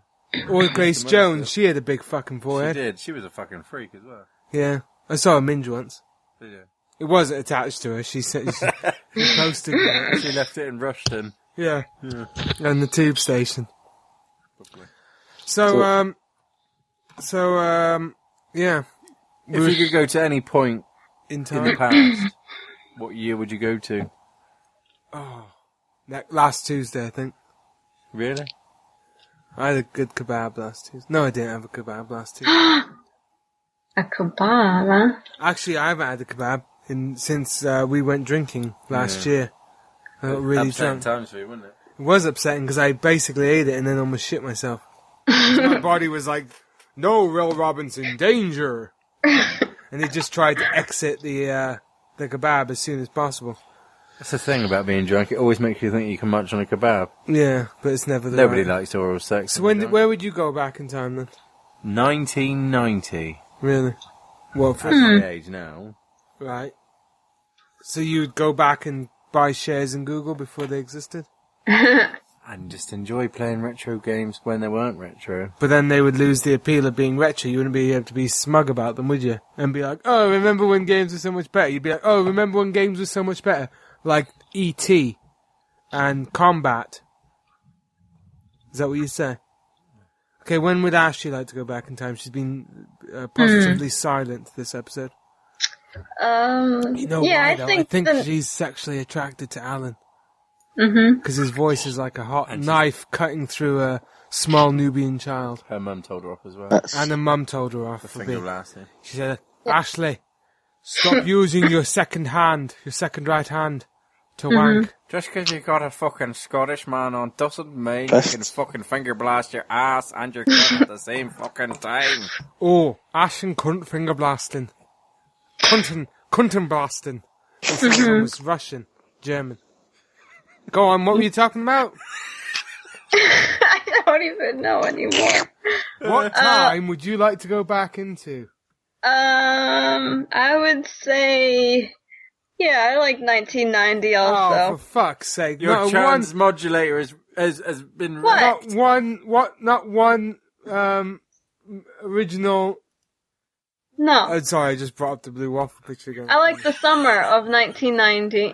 Speaker 2: or Grace
Speaker 3: monster.
Speaker 2: Jones? She had a big fucking
Speaker 3: She
Speaker 2: forehead.
Speaker 3: did. She was a fucking freak as well.
Speaker 2: Yeah, I saw a minge once.
Speaker 3: Did
Speaker 2: It wasn't attached to her. She said she,
Speaker 5: <laughs>
Speaker 2: she posted
Speaker 3: you?
Speaker 2: it.
Speaker 3: She left it in Rushton.
Speaker 2: Yeah. And the tube station.
Speaker 3: Probably.
Speaker 2: So, um, so, um, yeah.
Speaker 3: If you could go to any point
Speaker 2: In
Speaker 3: in the
Speaker 2: time.
Speaker 3: past, what year would you go to?
Speaker 2: Oh, that last Tuesday, I think.
Speaker 3: Really?
Speaker 2: I had a good kebab last Tuesday. No, I didn't have a kebab last Tuesday.
Speaker 5: <gasps> A kebab, huh?
Speaker 2: Actually, I haven't had a kebab in, since uh, we went drinking last year. I got really
Speaker 3: Upsetting
Speaker 2: drunk.
Speaker 3: times for you, wouldn't it?
Speaker 2: It was upsetting because I basically ate it and then almost shit myself. My body was like, "No, Will Robinson, danger!" and he just tried to exit the uh, the kebab as soon as possible.
Speaker 3: That's the thing about being drunk. It always makes you think you can munch on a kebab.
Speaker 2: Yeah, but it's never the
Speaker 3: Nobody
Speaker 2: right-
Speaker 3: likes oral sex.
Speaker 2: So when did, where would you go back in time then?
Speaker 3: 1990.
Speaker 2: Really? Well,
Speaker 3: Hmm. That's my age now.
Speaker 2: right. So you would go back and buy shares in Google before they existed,
Speaker 3: And just enjoy playing retro games when they weren't retro.
Speaker 2: but then they would lose the appeal of being retro. You wouldn't be able to be smug about them, would you? And be like, "Oh, remember when games were so much better?" You'd be like, "Oh, remember when games were so much better?" Like E.T. and Combat. Is that what you say? Okay, when would Ashley like to go back in time? She's been
Speaker 5: Hmm.
Speaker 2: uh, positively silent this episode.
Speaker 5: Um,
Speaker 2: You know
Speaker 5: yeah,
Speaker 2: why,
Speaker 5: I
Speaker 2: though?
Speaker 5: think,
Speaker 2: I think
Speaker 5: the,
Speaker 2: she's sexually attracted to Alan
Speaker 5: hmm
Speaker 2: because his voice is like a hot
Speaker 3: And she's-
Speaker 2: knife cutting through a small Nubian child.
Speaker 3: Her mum told her off as well.
Speaker 4: That's
Speaker 2: And the mum told her off
Speaker 3: the
Speaker 2: for
Speaker 3: thing of
Speaker 2: being.
Speaker 3: lasting.
Speaker 2: She said, "Ashley, <laughs> stop using your second hand, your second right hand, to wank."
Speaker 3: Just because you got a fucking Scottish man on doesn't mean
Speaker 4: Best.
Speaker 3: you can fucking finger blast your ass and your cunt at the same fucking time.
Speaker 2: Oh, Ash and cunt finger blasting, cuntin, cuntin blasting. This is almost Russian, German. Go on, what were you talking about?
Speaker 5: I don't even know anymore.
Speaker 2: What time would you like to go back into?
Speaker 5: Um, I would say, yeah, I like 1990
Speaker 2: Oh, for
Speaker 5: also.
Speaker 2: fuck's sake!
Speaker 3: Your
Speaker 2: not one,
Speaker 3: transmodulator has, has, has been...
Speaker 5: What?
Speaker 2: not one, what? Not one. Um, original.
Speaker 5: no,
Speaker 2: Oh, sorry, I just brought up the blue waffle picture again.
Speaker 5: I like the summer of 1990.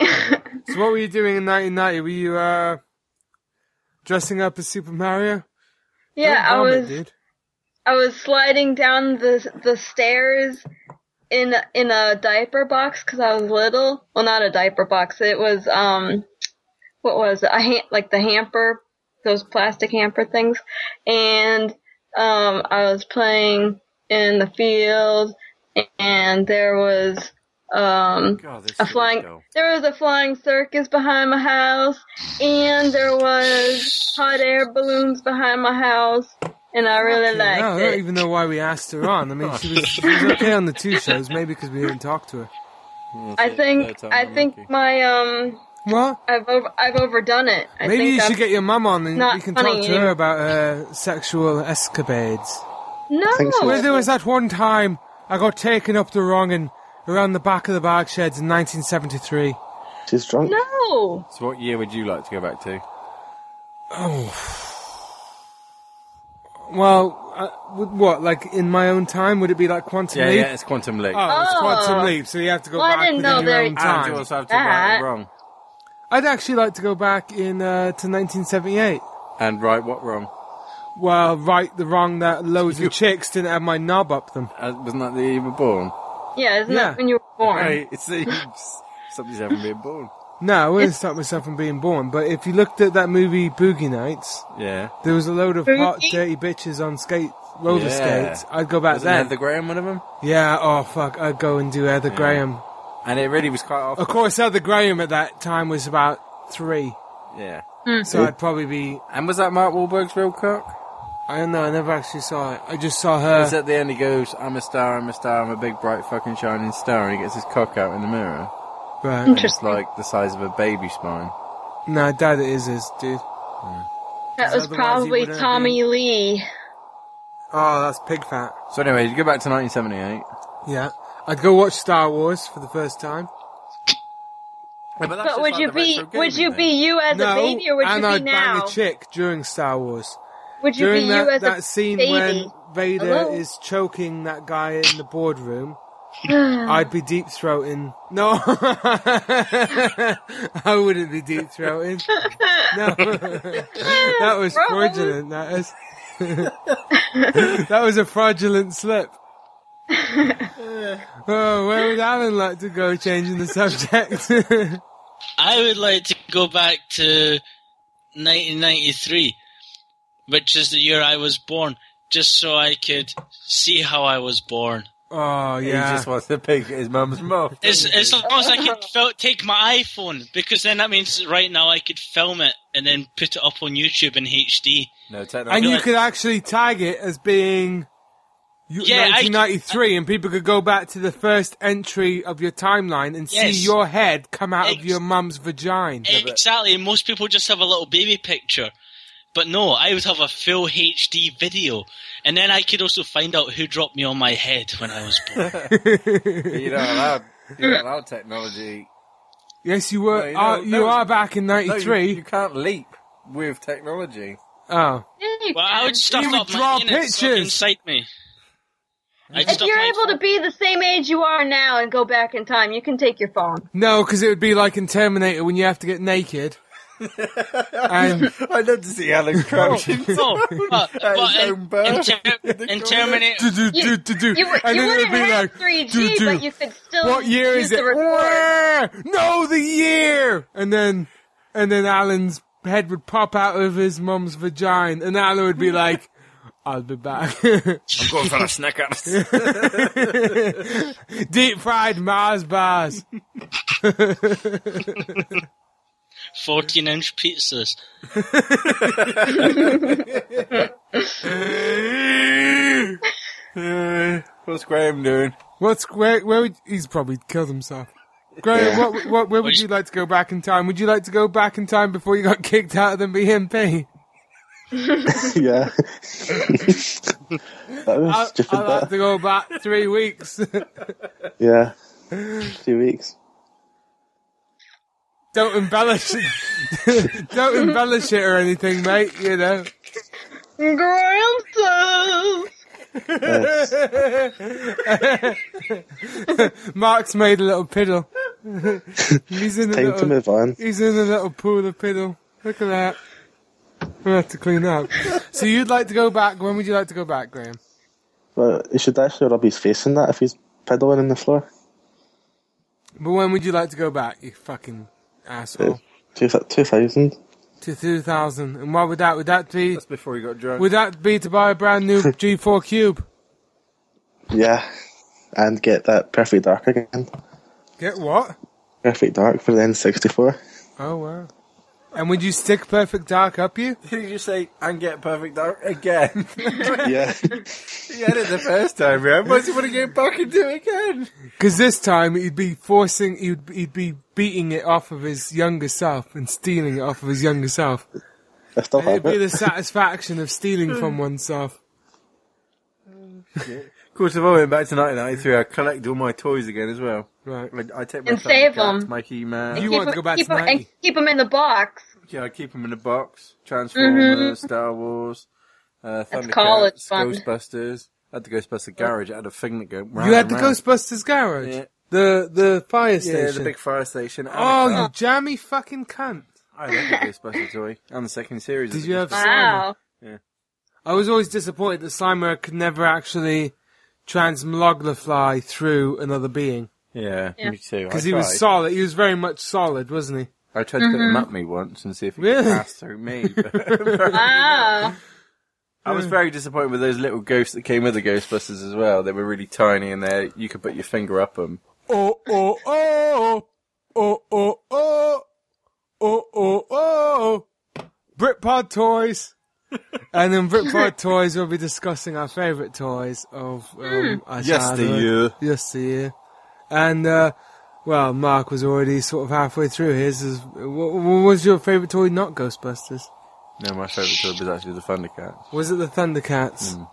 Speaker 2: So, what were you doing in 1990? Were you uh dressing up as Super Mario?
Speaker 5: <laughs> yeah,
Speaker 2: Don't
Speaker 5: I
Speaker 2: bomb it,
Speaker 5: was I was sliding down the the stairs in in a diaper box because I was little. Well, not a diaper box. It was um, what was it? A ha- like the hamper, those plastic hamper things, and um, I was playing in the field, and there was um.
Speaker 3: God, this
Speaker 5: A
Speaker 3: is
Speaker 5: flying,
Speaker 3: go.
Speaker 5: there was a flying circus behind my house, and there was hot air balloons behind my house, and I
Speaker 2: Yeah,
Speaker 5: really
Speaker 2: no, I
Speaker 5: liked
Speaker 2: don't
Speaker 5: it.
Speaker 2: even know why we asked her on. I mean, she
Speaker 5: <laughs>
Speaker 2: was, she was okay on the two shows, maybe because we didn't talk to her.
Speaker 5: I think
Speaker 3: Third time
Speaker 5: I
Speaker 3: I'm
Speaker 5: think
Speaker 3: lucky.
Speaker 5: my um
Speaker 2: What?
Speaker 5: I've over, I've overdone it. I
Speaker 2: Maybe
Speaker 5: think
Speaker 2: you
Speaker 5: I'm-
Speaker 2: should get your mum on and
Speaker 5: not
Speaker 2: we can
Speaker 5: funny
Speaker 2: talk to her
Speaker 5: anymore.
Speaker 2: about her sexual escapades.
Speaker 5: no.
Speaker 4: think so.
Speaker 2: Well, there was that one time I got taken up the wrong and around the back of the bag sheds in 1973.
Speaker 4: she's drunk.
Speaker 5: No.
Speaker 3: So what year would you like to go back to?
Speaker 5: Oh.
Speaker 2: Well, uh, w- what, like in my own time? Would it be like Quantum
Speaker 3: Yeah,
Speaker 2: Leap?
Speaker 3: yeah, it's Quantum Leap.
Speaker 2: Oh, it's
Speaker 5: Oh.
Speaker 2: Quantum Leap, so you have to go
Speaker 5: Well, I
Speaker 2: back
Speaker 5: didn't
Speaker 2: within
Speaker 5: know
Speaker 2: your
Speaker 5: there-
Speaker 2: own
Speaker 5: Ah,
Speaker 3: and
Speaker 2: time.
Speaker 3: you also have to write
Speaker 5: That-
Speaker 3: it wrong.
Speaker 2: I'd actually like to go back in uh, to 1978.
Speaker 3: And right what wrong?
Speaker 2: Well, right the wrong that loads of chicks didn't have my knob up them.
Speaker 3: Uh, wasn't that the year you were born?
Speaker 5: Yeah, isn't
Speaker 2: Yeah.
Speaker 5: that when you were
Speaker 3: <laughs>
Speaker 5: born?
Speaker 3: Hey, it's the somebody's having been born.
Speaker 2: No, I wouldn't stop myself from being born, but if you looked at that movie Boogie Nights,
Speaker 3: Yeah.
Speaker 2: There was a load of hot,
Speaker 5: Boogie?
Speaker 2: dirty bitches on skate roller
Speaker 3: Yeah.
Speaker 2: skates. I'd go back
Speaker 3: Wasn't
Speaker 2: there.
Speaker 3: Heather Graham one of them?
Speaker 2: Yeah. Oh fuck! I'd go and do Heather Graham.
Speaker 3: And it really was quite off.
Speaker 2: Of course, Heather Graham at that time was about three,
Speaker 3: Yeah.
Speaker 2: so
Speaker 3: Mm.
Speaker 2: I'd probably be.
Speaker 3: And was that Mark Wahlberg's real cock?
Speaker 2: I don't know. I never actually saw it. I just saw
Speaker 3: Because
Speaker 2: her.
Speaker 3: at the end he goes, I'm a star, I'm a star, I'm a big bright fucking shining star, and he gets his cock out in the mirror.
Speaker 2: Right.
Speaker 3: Just like the size of a baby spine.
Speaker 2: No, I doubt it is his dude.
Speaker 5: that was
Speaker 2: Otherwise you
Speaker 5: probably
Speaker 2: wouldn't
Speaker 5: Tommy Lee.
Speaker 2: Oh, that's pig fat.
Speaker 3: So anyway, you go back to 1978.
Speaker 2: Yeah. I'd go watch Star Wars for the first time.
Speaker 3: But, that's
Speaker 5: But
Speaker 3: just
Speaker 5: would
Speaker 3: like
Speaker 5: you
Speaker 3: the
Speaker 5: be
Speaker 3: retro
Speaker 5: would
Speaker 3: gaming
Speaker 5: you
Speaker 3: thing.
Speaker 5: be you as
Speaker 2: no,
Speaker 5: a baby or would
Speaker 2: and
Speaker 5: you
Speaker 2: I'd
Speaker 5: be
Speaker 2: bang
Speaker 5: now?
Speaker 2: a chick during Star Wars.
Speaker 5: Would you be
Speaker 2: during
Speaker 5: you
Speaker 2: that,
Speaker 5: as
Speaker 2: that
Speaker 5: a
Speaker 2: scene
Speaker 5: baby?
Speaker 2: when Vader
Speaker 5: Hello? <sighs>
Speaker 2: is choking that guy in the boardroom, I'd be deep throating. No, <laughs> I wouldn't be deep throating. No, <laughs> that was
Speaker 5: Gross.
Speaker 2: fraudulent. That is. <laughs> that was a fraudulent
Speaker 5: <laughs>
Speaker 2: slip. oh, where would Alan like to go? Changing the subject. <laughs>
Speaker 7: I would like to go back to 1993, which is the year I was born, just so I could see how I was born.
Speaker 2: oh
Speaker 3: He
Speaker 2: yeah.
Speaker 3: just wants to pick his mum's mouth.
Speaker 7: As, as long as I could fil- take my iPhone, because then that means right now I could film it and then put it up on YouTube in HD.
Speaker 3: <laughs> No, technology.
Speaker 2: And you could actually tag it as being you-
Speaker 7: Yeah, I-
Speaker 2: 1993, and people could go back to the first entry of your timeline and
Speaker 7: Yes.
Speaker 2: see your head come out of
Speaker 7: Ex-
Speaker 2: your mum's vagina.
Speaker 7: Exactly. Most people just have a little baby picture. But no, I would have a full HD video. And then I could also find out who dropped me on my head when I was born.
Speaker 3: You're not allowed. You're not allowed technology.
Speaker 2: Yes, you were.
Speaker 3: No, you
Speaker 2: are-
Speaker 3: know-
Speaker 2: you
Speaker 3: no,
Speaker 2: are back in
Speaker 3: No, you-
Speaker 2: '93.
Speaker 3: You, can't leap with <laughs> technology.
Speaker 2: Oh,
Speaker 5: Yeah, you
Speaker 7: Well, I
Speaker 5: can.
Speaker 7: would stuff
Speaker 2: You would
Speaker 7: up
Speaker 2: draw
Speaker 7: my penis so it
Speaker 2: pictures.
Speaker 7: can sight me. I'd
Speaker 5: If
Speaker 7: stuff
Speaker 5: you're
Speaker 7: my- <laughs>
Speaker 5: able to be the same age you are now and go back in time, you can take your phone.
Speaker 2: no, because it would be like in Terminator when you have to get naked.
Speaker 3: <laughs>
Speaker 2: and
Speaker 3: I'd love to see <laughs> Alan crouching.
Speaker 7: No,
Speaker 2: Oh,
Speaker 7: but, but
Speaker 3: his
Speaker 7: in,
Speaker 3: own
Speaker 2: <laughs>
Speaker 3: birth.
Speaker 7: in, ter- in Terminator,
Speaker 2: do, do,
Speaker 5: You,
Speaker 2: do, do, do.
Speaker 5: you,
Speaker 2: and
Speaker 5: you
Speaker 2: then it would
Speaker 5: wouldn't
Speaker 2: be
Speaker 5: have
Speaker 2: like,
Speaker 5: 3G,
Speaker 2: do, do.
Speaker 5: but you could still.
Speaker 2: what year
Speaker 5: use
Speaker 2: is
Speaker 5: the
Speaker 2: it?
Speaker 5: record.
Speaker 2: Wah! No, the year. And then, and then Alan's head would pop out of his mum's vagina, and Alan would be
Speaker 5: <laughs>
Speaker 2: like, "I'll be back." <laughs>
Speaker 3: I'm going for a Snickers.
Speaker 2: Deep fried Mars bars.
Speaker 7: 14 inch pizzas.
Speaker 3: <laughs> What's Graham doing?
Speaker 2: What's where? Where would he's probably killed himself? Graham, what, what, where would you like to go back in time? Would you like to go back in time before you got <laughs> kicked out of the BMP?
Speaker 4: <laughs>
Speaker 2: <laughs>
Speaker 4: yeah. that was
Speaker 2: I,
Speaker 4: stupid,
Speaker 2: I'd like
Speaker 4: that.
Speaker 2: to go back three weeks. <laughs>
Speaker 4: Yeah. Three weeks.
Speaker 2: Don't embellish. <laughs> Don't embellish it or anything, mate. You know.
Speaker 5: Grandson!
Speaker 4: Yes.
Speaker 2: Mark's made a little
Speaker 4: <laughs>
Speaker 2: piddle. he's in a
Speaker 4: Time to
Speaker 2: little,
Speaker 4: move on.
Speaker 2: he's in a little pool of piddle. Look at that. We have to clean up. So you'd like to go back? When would you like to go back, Graham?
Speaker 4: Well, he should actually rub his face in that if he's peddling on the floor.
Speaker 2: But when would you like to go back? You fucking asshole.
Speaker 4: Two, 2000.
Speaker 2: To 2000. And what would that? Would that be?
Speaker 3: That's before he got drunk.
Speaker 2: Would that be to buy a brand new
Speaker 4: <laughs>
Speaker 2: G4 Cube?
Speaker 4: Yeah. And get that Perfect Dark again.
Speaker 2: Get what?
Speaker 4: Perfect Dark for the N64.
Speaker 2: Oh wow. And would you stick Perfect Dark up you?
Speaker 3: Did you just say and get perfect dark again?
Speaker 4: Yeah.
Speaker 3: <laughs> he had <laughs> it the first time, man. What's he want to go back and do again?
Speaker 2: Because this time he'd be forcing, he'd, he'd be beating it off of his younger self and stealing it off of his younger self.
Speaker 4: I still
Speaker 2: And it'd
Speaker 4: have
Speaker 2: be
Speaker 4: it.
Speaker 2: the satisfaction of stealing from oneself.
Speaker 3: Of course, if I went back to 1993, I'd collect all my toys again as well.
Speaker 2: Right.
Speaker 3: I take my
Speaker 5: And save
Speaker 3: cats,
Speaker 5: them.
Speaker 3: my He-Man.
Speaker 2: You want to go back
Speaker 5: keep
Speaker 2: to
Speaker 5: 'em- and
Speaker 2: 90.
Speaker 5: keep them in the box.
Speaker 3: Yeah, I keep them in a box. Transformers, Star Wars, uh,
Speaker 5: Mm-hmm. That's
Speaker 3: Thundercats,
Speaker 5: college fund.
Speaker 3: Ghostbusters. I had the Ghostbuster garage. I had a thing that go round
Speaker 2: You had
Speaker 3: and
Speaker 2: the
Speaker 3: round.
Speaker 2: Ghostbusters garage?
Speaker 3: Yeah.
Speaker 2: The, the fire
Speaker 3: Yeah,
Speaker 2: station?
Speaker 3: the big fire station. I had a
Speaker 2: oh,
Speaker 3: car.
Speaker 2: you jammy fucking cunt.
Speaker 3: I love the Ghostbuster toy. And the second series.
Speaker 2: Did
Speaker 3: of
Speaker 2: you
Speaker 3: the
Speaker 2: have Slimer?
Speaker 5: Wow.
Speaker 2: I was always disappointed that Slimer could never actually transmogrify through another being.
Speaker 3: Yeah,
Speaker 5: Yeah.
Speaker 3: me too. I
Speaker 2: Because he was
Speaker 3: tried.
Speaker 2: solid. He was very much solid, wasn't he?
Speaker 3: I tried to put
Speaker 2: Mm-hmm.
Speaker 3: him at me once and see if he
Speaker 2: Really?
Speaker 3: could pass through me. but-
Speaker 5: Wow.
Speaker 3: I was very disappointed with those little ghosts that came with the Ghostbusters as well. They were really tiny and they you could put your finger up them.
Speaker 2: Oh, oh, oh, oh, oh, oh, oh, oh, oh, Britpod toys. and in Britpod toys, we'll be discussing our favourite toys of um, our childhood. Yesteryear. And, uh, well, Mark was already sort of halfway through his. Is- wh- What was your favourite toy, not Ghostbusters?
Speaker 3: No, my favourite toy was actually the Thundercats.
Speaker 2: Was it the Thundercats?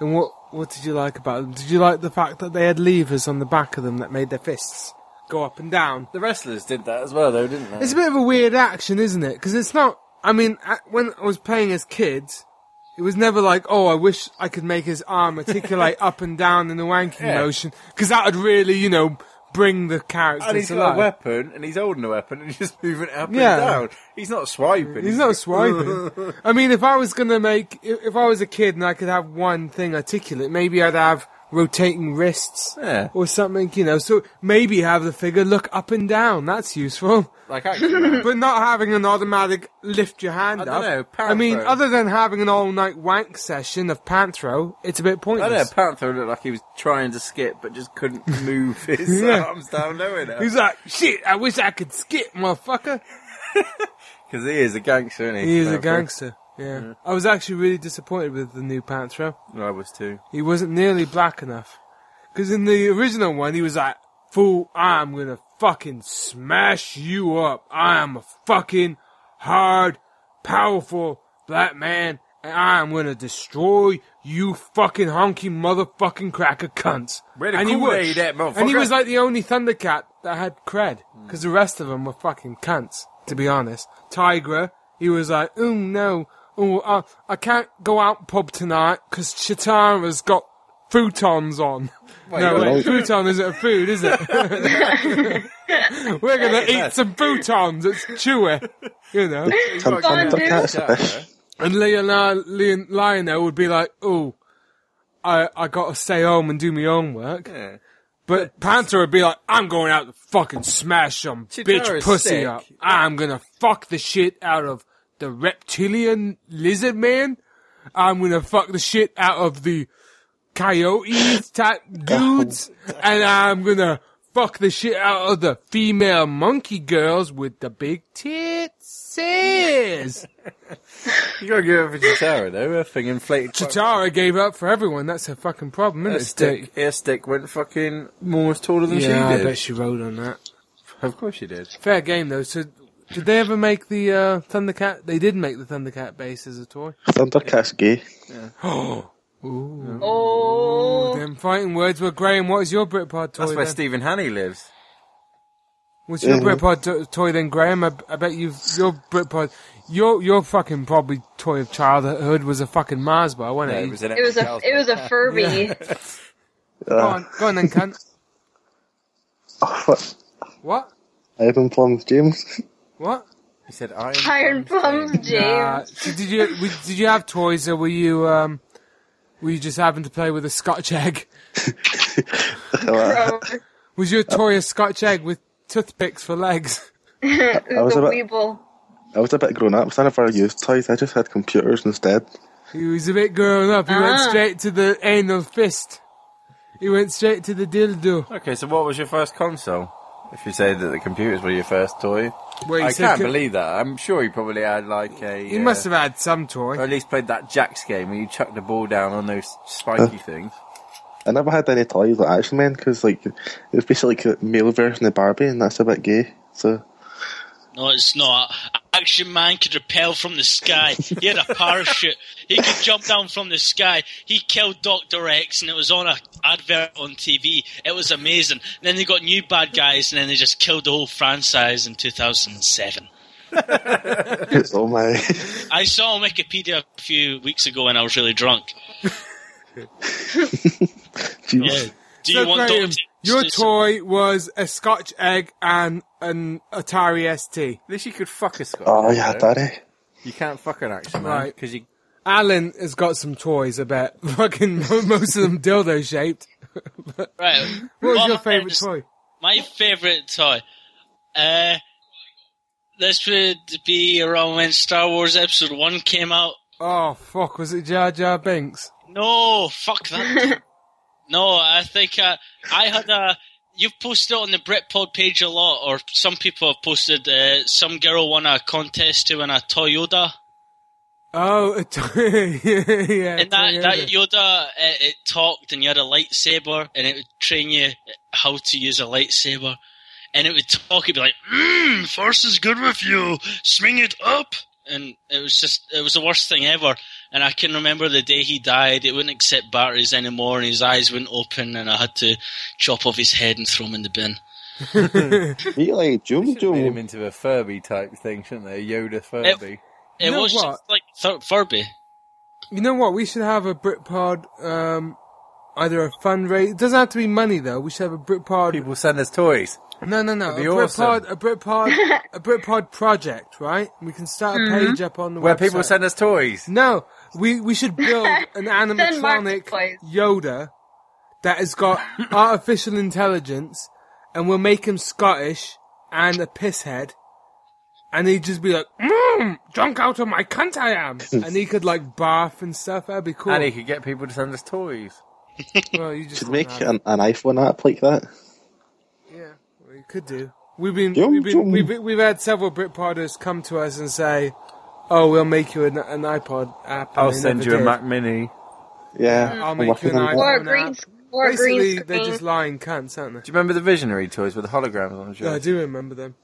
Speaker 2: And what what did you like about them? Did you like the fact that they had levers on the back of them that made their fists go up and down?
Speaker 3: The wrestlers did that as well, though, didn't they?
Speaker 2: It's a bit of a weird action, isn't it? Because it's not. I mean, I- when I was playing as kids, It was never like, oh, I wish I could make his arm
Speaker 3: <laughs>
Speaker 2: articulate up and down in a wanking
Speaker 3: Yeah.
Speaker 2: motion, because that would really, you know, bring the character
Speaker 3: And he's
Speaker 2: to life.
Speaker 3: got a weapon, and he's holding a weapon, and he's just moving it up
Speaker 2: Yeah.
Speaker 3: and down. He's not swiping.
Speaker 2: He's not
Speaker 3: <laughs>
Speaker 2: swiping. I mean, if I was gonna make, if if I was a kid and I could have one thing articulate, maybe I'd have rotating wrists
Speaker 3: Yeah.
Speaker 2: or something, you know. So maybe have the figure look up and down. That's useful.
Speaker 3: Like, actually,
Speaker 2: But not having an automatic lift your hand
Speaker 3: I
Speaker 2: up.
Speaker 3: dunno,
Speaker 2: I mean,
Speaker 3: Panthro.
Speaker 2: other than having an all night wank session of panthro, it's a bit
Speaker 3: I know
Speaker 2: pointless.
Speaker 3: Panther looked like he was trying to skip, but just couldn't move
Speaker 2: <laughs>
Speaker 3: his
Speaker 2: Yeah.
Speaker 3: arms down low enough.
Speaker 2: He's like, shit, I wish I could skip, motherfucker.
Speaker 3: Because he is a gangster, isn't he?
Speaker 2: He is a
Speaker 3: Panther?
Speaker 2: gangster. Yeah. I was actually really disappointed with the new panthro.
Speaker 3: I was too.
Speaker 2: He wasn't nearly black enough. Because in the original one, he was like, fool, I'm gonna fucking smash you up. I am a fucking hard, powerful black man, and I am gonna destroy you fucking honky motherfucking cracker cunts.
Speaker 3: Where the
Speaker 2: and, he was,
Speaker 3: Kool-Aid at, motherfucker?
Speaker 2: and he was like the only Thundercat that had cred. Because the rest of them were fucking cunts, to be honest. Tigra, he was like, oh no, oh, uh, I can't go out pub tonight because Chitara's got futons on. no, wait, futon isn't a food, is it? We're gonna eat some futons. It's chewy, you know.
Speaker 4: Some
Speaker 5: Fun, dude.
Speaker 4: Thundercats are fish.
Speaker 2: And Leonard, Leon, Lionel would be like, "Oh, I I gotta stay home and do my own work."
Speaker 3: Yeah.
Speaker 2: But Panther would be like, "I'm going out to fucking smash some bitch
Speaker 3: Chitara's
Speaker 2: pussy
Speaker 3: sick.
Speaker 2: up. I'm gonna fuck the shit out of the reptilian lizard man. I'm gonna fuck the shit out of the
Speaker 3: <laughs>
Speaker 2: coyotes type dudes, and I'm gonna." Fuck the shit out of the female monkey girls with the big tits.
Speaker 3: You gotta give it to Chitara, though. Her thing inflated. quite-
Speaker 2: Chitara gave up for everyone. That's her fucking problem,
Speaker 3: Her
Speaker 2: isn't it?
Speaker 3: stick, her stick went fucking more taller than
Speaker 2: Yeah,
Speaker 3: she
Speaker 2: I
Speaker 3: did.
Speaker 2: bet she rode on that.
Speaker 3: Of course she did.
Speaker 2: Fair game though. So, did they ever make the uh, Thundercat? They did make the Thundercat base as a toy.
Speaker 4: Thundercats gay.
Speaker 2: <gasps> Oh,
Speaker 5: Oh,
Speaker 2: them fighting words were Graham. What is your Britpod toy?
Speaker 3: That's where
Speaker 2: then?
Speaker 3: Stephen Hannay lives.
Speaker 2: What's your
Speaker 4: Mhm.
Speaker 2: Britpod to- toy then, Graham? I, I bet you your Britpod, your your fucking probably toy of childhood was a fucking Mars bar, wasn't
Speaker 3: No,
Speaker 2: it?
Speaker 3: it was an
Speaker 5: it was a it was a Furby. <laughs>
Speaker 2: Go
Speaker 4: Uh,
Speaker 2: on, go on then,
Speaker 3: <laughs>
Speaker 2: cunt.
Speaker 4: oh, what?
Speaker 2: What?
Speaker 4: Iron Plums James. <laughs>
Speaker 2: What?
Speaker 3: He said, Iron,
Speaker 5: Iron Plums James.
Speaker 2: Nah. So did you we- did you have toys or were you um were you just having to play with a Scotch egg?
Speaker 4: I
Speaker 5: Gross.
Speaker 2: Was your toy a Scotch egg with toothpicks for legs?
Speaker 5: It was
Speaker 4: was
Speaker 5: a
Speaker 4: about-
Speaker 5: Weeble.
Speaker 4: was a bit grown up, so I never used toys. I just had computers instead.
Speaker 2: He was a bit grown up. He went
Speaker 5: Ah.
Speaker 2: straight to the anal fist. He went straight to the dildo.
Speaker 3: Okay, so what was your first console? If you say that the computers were your first toy,
Speaker 2: Where he
Speaker 3: I
Speaker 2: said
Speaker 3: can't
Speaker 2: co-
Speaker 3: believe that. I'm sure he probably had like a. uh,
Speaker 2: He must have had some
Speaker 3: Or
Speaker 2: toy.
Speaker 3: at least played that Jacks game where you chuck the ball down on those spiky things.
Speaker 4: I never had any toys like Action Men because like it was basically like a male version of Barbie, and that's a bit gay. So
Speaker 7: No, it's not. Action Man could repel from the sky. He had a parachute. He could jump down from the sky. He killed Doctor X, and it was on a advert on TV. It was amazing. then they got new bad guys, and then they just killed the whole franchise in 2007.
Speaker 4: oh my,
Speaker 7: I saw on Wikipedia a few weeks ago when I was really drunk.
Speaker 4: jeez.
Speaker 7: Do you
Speaker 2: So
Speaker 7: want
Speaker 2: Graham,
Speaker 7: Doctor?
Speaker 2: your
Speaker 7: to-
Speaker 2: toy was a Scotch egg and an Atari ST.
Speaker 3: At least you could fuck a Scott.
Speaker 4: Oh yeah, Daddy.
Speaker 3: You can't fuck an action man
Speaker 2: Right.
Speaker 3: because you.
Speaker 2: Alan has got some toys, I bet. <laughs> Fucking most of them dildo shaped.
Speaker 7: Right.
Speaker 2: What was
Speaker 7: Well,
Speaker 2: your
Speaker 7: my
Speaker 2: favourite
Speaker 7: friends-
Speaker 2: toy?
Speaker 7: My favourite toy. Uh, this would be around when Star Wars Episode 1 came out.
Speaker 2: Oh fuck, was it Jar Jar Binks?
Speaker 7: No, fuck that. no, I think uh, I had a. You've posted it on the Britpod page a lot, or some people have posted. Uh, some girl won a contest to win a Toyota,
Speaker 2: Oh, a toy. <laughs> yeah, yeah,
Speaker 7: and that
Speaker 2: toy,
Speaker 7: that
Speaker 2: yeah.
Speaker 7: Yoda eh, it, it talked, and you had a lightsaber, and it would train you how to use a lightsaber, and it would talk. It'd be like, mm, "Force is good with you. Swing it up." And it was just, it was the worst thing ever. And I can remember the day he died. It wouldn't accept batteries anymore, and his eyes wouldn't open, and I had to chop off his head and throw him in the bin.
Speaker 4: Really, Joom
Speaker 3: Made him
Speaker 4: Joom.
Speaker 3: into a Furby type thing, shouldn't they? Yoda Furby.
Speaker 7: It
Speaker 2: know
Speaker 7: was
Speaker 2: what?
Speaker 7: just like Fur- Furby.
Speaker 2: You know what? We should have a Britpod, um, either a fundraiser. It doesn't have to be money though. We should have a Britpod.
Speaker 3: People send us toys.
Speaker 2: No, no, no. A
Speaker 3: It'd be
Speaker 2: Britpod,
Speaker 3: awesome.
Speaker 2: a Britpod, a Britpod project, right? We can start a page up on the
Speaker 3: Where
Speaker 2: website.
Speaker 3: people send us toys.
Speaker 2: No, we we should build an animatronic
Speaker 5: Marketplace.
Speaker 2: Yoda that has got artificial intelligence, and we'll make him Scottish and a piss head, and he'd just be like, mm, "Drunk out of my cunt, I
Speaker 3: <laughs>
Speaker 2: am," and he could like barf and stuff. That'd be cool.
Speaker 3: And he could get people to send us toys.
Speaker 2: well, you just
Speaker 4: Should
Speaker 2: wouldn't
Speaker 4: make
Speaker 2: have it.
Speaker 4: an, an iPhone app like that.
Speaker 2: Yeah, we could do. We've been,
Speaker 4: Yum,
Speaker 2: we've, been
Speaker 4: yum.
Speaker 2: we've been- we've had several Brit Podders come to us and say, "Oh, we'll make you an, an iPod app." and
Speaker 3: I'll
Speaker 2: they
Speaker 3: send
Speaker 2: never
Speaker 3: you a
Speaker 2: did.
Speaker 3: Mac Mini.
Speaker 4: Yeah,
Speaker 2: Mm. I'll
Speaker 4: I'm
Speaker 2: make
Speaker 4: working
Speaker 2: you an
Speaker 4: on
Speaker 2: iPhone.
Speaker 4: that.
Speaker 5: Or a
Speaker 2: Nah.
Speaker 5: green, s- or a green
Speaker 2: Basically,
Speaker 5: screen.
Speaker 2: they're just lying cunts, aren't
Speaker 3: Do you remember the visionary toys with the holograms on the
Speaker 2: they? No, I
Speaker 3: show?
Speaker 2: do remember them.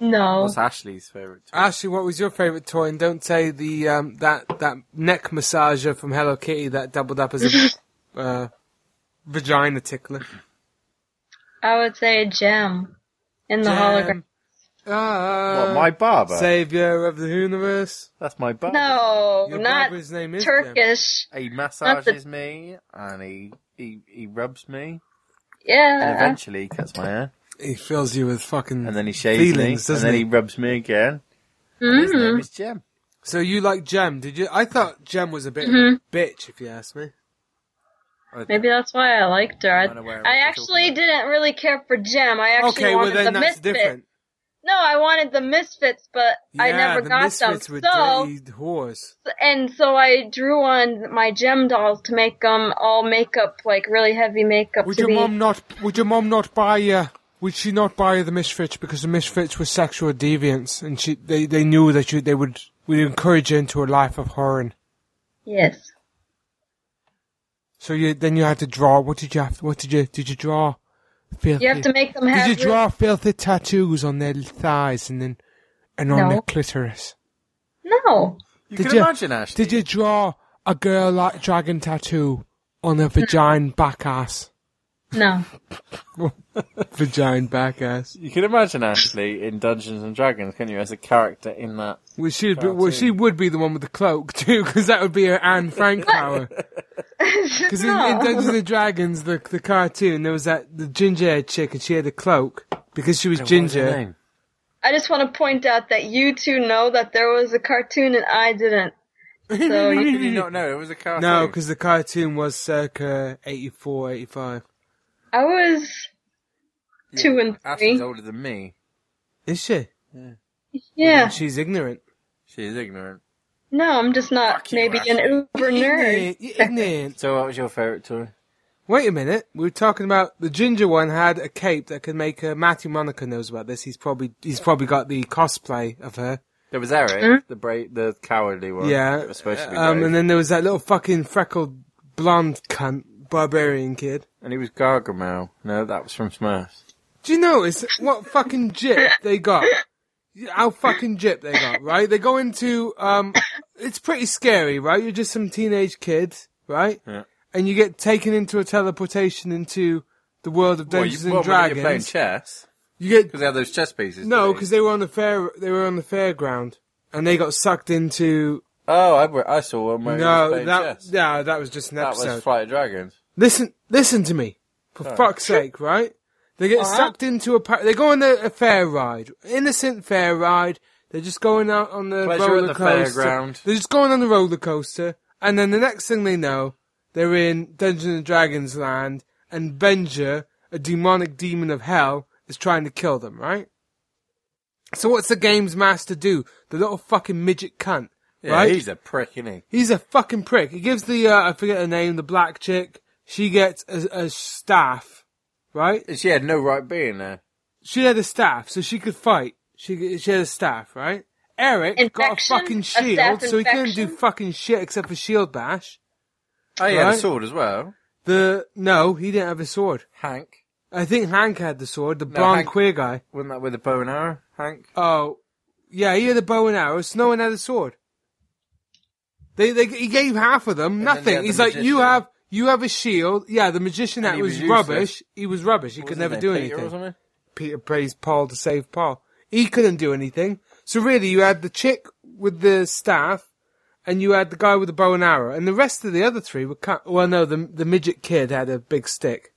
Speaker 5: no.
Speaker 3: That's Ashley's favourite toy.
Speaker 2: Ashley, what was your favourite toy? And don't say the um, that that neck massager from Hello Kitty that doubled up as
Speaker 5: <laughs>
Speaker 2: a uh, vagina tickler.
Speaker 5: I would say a gem in the hologram.
Speaker 2: Ah,
Speaker 3: What, my barber?
Speaker 2: savior of the universe.
Speaker 3: That's my barber.
Speaker 5: No,
Speaker 2: Your
Speaker 5: not
Speaker 2: barber's name is Gem.
Speaker 5: Turkish.
Speaker 3: He massages me and he, he he rubs me and
Speaker 5: Yeah.
Speaker 3: eventually he cuts my hair
Speaker 2: He fills you with fucking.
Speaker 3: and then he shaves
Speaker 2: Feelings,
Speaker 3: me and
Speaker 2: doesn't
Speaker 3: then
Speaker 2: he?
Speaker 3: he rubs me again. And His
Speaker 5: Mm.
Speaker 3: name is Jim.
Speaker 2: So you like Jem? Did you? I thought Jem was a bit of
Speaker 5: Mm-hmm.
Speaker 2: a bitch, if you ask me.
Speaker 5: Maybe that's why I liked her. I,
Speaker 3: I'm unaware of
Speaker 5: I
Speaker 3: what you're
Speaker 5: actually
Speaker 3: talking
Speaker 5: didn't really care for Gem. I actually
Speaker 2: okay, well
Speaker 5: wanted
Speaker 2: then
Speaker 5: the
Speaker 2: that's
Speaker 5: misfits.
Speaker 2: different.
Speaker 5: No, I wanted the misfits, but I
Speaker 2: Yeah,
Speaker 5: never
Speaker 2: the
Speaker 5: got
Speaker 2: misfits
Speaker 5: them.
Speaker 2: were
Speaker 5: so
Speaker 2: dirty whores.
Speaker 5: and so I drew on my Gem dolls to make them all makeup, like really heavy makeup.
Speaker 2: Would
Speaker 5: to
Speaker 2: your
Speaker 5: be-
Speaker 2: mom not? Would your mom not buy you? Would she not buy you the misfits because the misfits were sexual deviants, and she they, they knew that you they would would encourage you into a life of horror.
Speaker 5: Yes.
Speaker 2: So you then you had to draw. What did you have? What did you did you draw? Filthy.
Speaker 5: You have to make them
Speaker 2: Did
Speaker 5: have.
Speaker 2: you
Speaker 5: re-
Speaker 2: draw filthy tattoos on their thighs and then and on
Speaker 5: No.
Speaker 2: their clitoris?
Speaker 5: No.
Speaker 3: You
Speaker 2: Did
Speaker 3: can
Speaker 2: you-
Speaker 3: imagine Ashley.
Speaker 2: Did you draw a girl like dragon tattoo on her vagina back ass?
Speaker 5: No.
Speaker 2: vagina back ass.
Speaker 3: You can imagine Ashley in Dungeons and Dragons, can you? As a character in that.
Speaker 2: Well, she'd be, well, she would be the one with the cloak <laughs> too, because that would be her Anne Frank
Speaker 5: <laughs>
Speaker 2: power. Because in, in Dungeons and Dragons, the the cartoon, there was that the ginger haired chick, and she had a cloak because she was ginger.
Speaker 5: I just want to point out that you two know that there was a cartoon and I didn't. So you-
Speaker 3: Did
Speaker 2: <laughs>
Speaker 3: you not know it was a character?
Speaker 5: <laughs>
Speaker 2: No, because the cartoon was circa 84, 85.
Speaker 5: I was two and
Speaker 3: Ashley's
Speaker 5: three.
Speaker 3: older than me.
Speaker 2: Is she?
Speaker 5: Yeah.
Speaker 2: She's ignorant.
Speaker 3: She is ignorant.
Speaker 5: No, I'm just not maybe an uber nerd.
Speaker 2: Ignorant. You're ignorant.
Speaker 3: <laughs> So, what was your favourite toy?
Speaker 2: Wait a minute. We were talking about the ginger one had a cape that could make her. Matthew Monica knows about this. He's probably he's probably got the cosplay of her.
Speaker 3: There was Eric, the bra- the cowardly one.
Speaker 2: yeah.
Speaker 3: It was supposed to be
Speaker 2: um,
Speaker 3: brave.
Speaker 2: and then there was that little fucking freckled blonde cunt barbarian kid.
Speaker 3: And he was Gargamel. No, that was from Smurfs.
Speaker 2: Do you notice what fucking jip they got? How fucking jip they got, right? They go into um, it's pretty scary, right? You're just some teenage kid, right?
Speaker 3: Yeah.
Speaker 2: And you get taken into a teleportation into the world of
Speaker 3: Well,
Speaker 2: Dungeons
Speaker 3: you,
Speaker 2: and
Speaker 3: what, were
Speaker 2: Dragons.
Speaker 3: they playing chess
Speaker 2: you get
Speaker 3: because they had those chess pieces.
Speaker 2: No,
Speaker 3: didn't they?
Speaker 2: because they were on the fair. They were on the fairground, and they got sucked into.
Speaker 3: oh, I, w- I saw one where no,
Speaker 2: no,
Speaker 3: playing
Speaker 2: that
Speaker 3: chess.
Speaker 2: no, that was just an
Speaker 3: that
Speaker 2: episode.
Speaker 3: was Flight of Dragons.
Speaker 2: listen, listen to me, for fuck's sake, right? They get sucked into a. Pa- they go on a, a fair ride, innocent fair ride. They're just going out on the
Speaker 3: Pleasure at
Speaker 2: roller
Speaker 3: the
Speaker 2: coaster.
Speaker 3: fairground.
Speaker 2: They're just going on the roller coaster, and then the next thing they know, they're in Dungeons and Dragons land, and Benja, a demonic demon of hell, is trying to kill them, right? So what's the game's master do? The little fucking midget cunt,
Speaker 3: Yeah,
Speaker 2: right?
Speaker 3: he's a prick, isn't he?
Speaker 2: He's a fucking prick. He gives the uh, I forget her name, the black chick. She gets a, a staff, right?
Speaker 3: And She had no right being there.
Speaker 2: She had a staff, so she could fight. She she had a staff, right? Eric got a
Speaker 5: Infection?
Speaker 2: fucking
Speaker 5: A staff
Speaker 2: shield, so he couldn't do
Speaker 5: infection?
Speaker 2: fucking shit except for shield bash.
Speaker 3: Oh, he had a
Speaker 2: Right.
Speaker 3: sword as well.
Speaker 2: The no, he didn't have a sword.
Speaker 3: Hank
Speaker 2: I think Hank had the sword, the blonde
Speaker 3: Hank-
Speaker 2: queer guy.
Speaker 3: wasn't that with a bow and arrow? Hank.
Speaker 2: Oh, yeah, he had a bow and arrow. Snow and had a sword. They, they, he gave half of them
Speaker 3: And then
Speaker 2: nothing.
Speaker 3: they had the
Speaker 2: He's like, you
Speaker 3: magician.
Speaker 2: have, you have a shield. Yeah, the magician
Speaker 3: And
Speaker 2: that
Speaker 3: he
Speaker 2: was,
Speaker 3: was useless.
Speaker 2: rubbish. He was rubbish. He could
Speaker 3: Wasn't
Speaker 2: never
Speaker 3: there
Speaker 2: do
Speaker 3: Peter Or
Speaker 2: anything.
Speaker 3: something?
Speaker 2: Peter praised Paul to save Paul. He couldn't do anything. So really, you had the chick with the staff, and you had the guy with the bow and arrow, and the rest of the other three were cut. Well, no, the the midget kid had a big stick.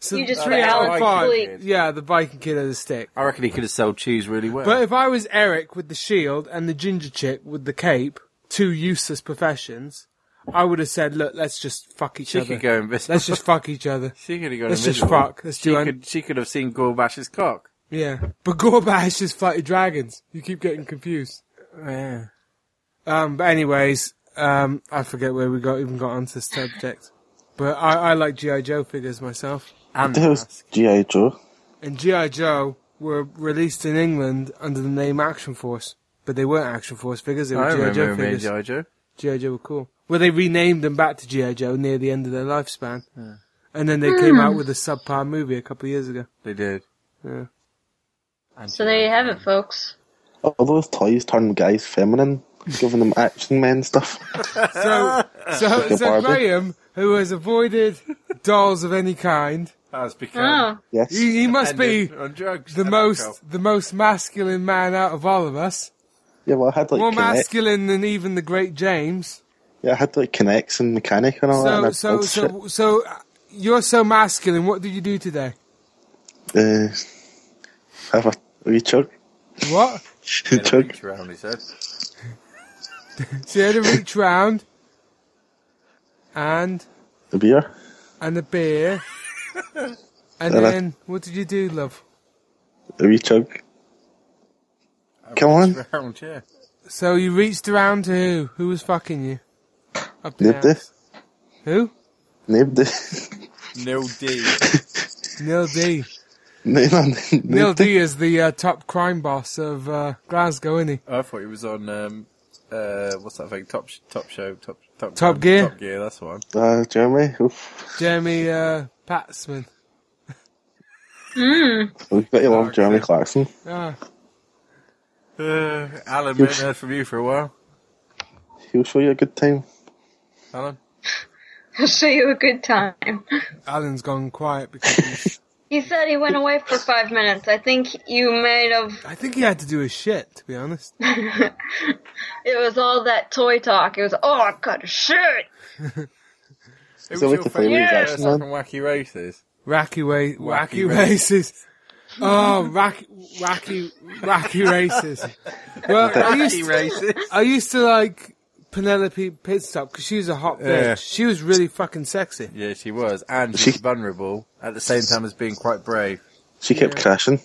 Speaker 2: So
Speaker 5: You just
Speaker 2: three
Speaker 5: put
Speaker 2: out of
Speaker 5: Alan
Speaker 2: five.
Speaker 5: Sleek.
Speaker 2: Yeah, the Viking kid had a stick.
Speaker 3: I reckon he could have sold cheese really well.
Speaker 2: But if I was Eric with the shield and the ginger chick with the cape, two useless professions, I would have said, "Look, let's just fuck each
Speaker 3: she
Speaker 2: other.
Speaker 3: could go
Speaker 2: <laughs>
Speaker 3: invisible. <laughs>
Speaker 2: Let's just fuck each other."
Speaker 3: she could have gone
Speaker 2: let's just
Speaker 3: invisible.
Speaker 2: fuck. Let's
Speaker 3: she
Speaker 2: do un-
Speaker 3: could, she could have seen Gorbash's cock.
Speaker 2: Yeah, but Gorbash is fighting dragons. You keep getting confused.
Speaker 3: Yeah.
Speaker 2: Um, but anyways, um, I forget where we got even got onto this subject. But I, I like GI Joe figures myself,
Speaker 3: And
Speaker 4: That was G.I. Joe.
Speaker 2: and GI Joe were released in England under the name Action Force, but they weren't Action Force figures. They
Speaker 3: I
Speaker 2: were GI Joe
Speaker 3: remember me
Speaker 2: figures.
Speaker 3: and G.I. Joe.
Speaker 2: GI Joe were cool. Well, they renamed them back to GI Joe near the end of their lifespan, and then they came out with a subpar movie a couple of years ago.
Speaker 3: They did.
Speaker 2: Yeah.
Speaker 5: So there you have it, folks.
Speaker 4: All those toys turn guys feminine, giving them action men stuff.
Speaker 2: <laughs> So, so,
Speaker 4: Like a
Speaker 2: so
Speaker 4: Barbie.
Speaker 2: Graham, who has avoided dolls of any kind,
Speaker 3: That's because
Speaker 5: Oh,
Speaker 4: Yes.
Speaker 2: he, he must be
Speaker 3: on drugs
Speaker 2: the
Speaker 3: and
Speaker 2: most
Speaker 3: alcohol.
Speaker 2: the most masculine man out of all of us.
Speaker 4: Yeah, well, I had like
Speaker 2: More
Speaker 4: connect,
Speaker 2: masculine than even the great James.
Speaker 4: yeah, I had like connects and mechanic and all that. And
Speaker 2: So,
Speaker 4: I
Speaker 2: so,
Speaker 4: built
Speaker 2: so, so, uh, you're so masculine. What did you do today?
Speaker 4: shit. Uh, have a wee chug.
Speaker 2: What?
Speaker 3: He had a
Speaker 4: <laughs> chug.
Speaker 3: reach around, he said.
Speaker 2: So you had a reach round and
Speaker 4: The beer.
Speaker 2: and a <laughs> beer, and
Speaker 4: Hello.
Speaker 2: then what did you do, love?
Speaker 4: A wee chug. Come on.
Speaker 3: <laughs> Round, yeah.
Speaker 2: So you reached around to who? Who was fucking you? Up the
Speaker 4: Nibdy.
Speaker 2: ass. Who?
Speaker 4: <laughs> Nibdy.
Speaker 3: No D.
Speaker 2: Neil <laughs> D. Neil
Speaker 4: Nibdy.
Speaker 2: D is the uh, top crime boss of uh, Glasgow, isn't he?
Speaker 3: I thought he was on, um, uh, what's that thing? Top, sh- top show, top, top,
Speaker 2: Top Gear?
Speaker 3: Top Gear, that's the one.
Speaker 4: Uh, Jeremy. Oof.
Speaker 2: Jeremy uh, Patsman.
Speaker 4: We bet you love Jeremy Clarkson.
Speaker 2: Ah,
Speaker 3: Uh, Alan, we haven't heard from you for a while.
Speaker 4: He'll show you a good time.
Speaker 3: Alan?
Speaker 5: Oh. <laughs> I'll show you a good time.
Speaker 2: Alan's gone quiet because he's,
Speaker 5: He said he went away for five minutes. I think you might have.
Speaker 2: I think he had to do his shit, to be honest.
Speaker 5: It was all that toy talk. It was, oh, I've got a shirt.
Speaker 3: Who
Speaker 4: So
Speaker 3: was
Speaker 4: we
Speaker 3: your
Speaker 4: can play
Speaker 3: favourite
Speaker 5: with
Speaker 3: character
Speaker 4: Jackson, man.
Speaker 3: from Wacky Races?
Speaker 2: Racky way, wacky,
Speaker 3: Wacky
Speaker 2: races. Oh, racky, wacky, wacky races. <laughs> Well, I used, to,
Speaker 3: Races?
Speaker 2: I used to like Penelope Pitstop because she was a hot bitch.
Speaker 3: Yeah.
Speaker 2: She was really fucking sexy.
Speaker 3: Yeah, she was. And she's
Speaker 4: She-
Speaker 3: vulnerable at the same time as being quite brave.
Speaker 4: She kept crashing.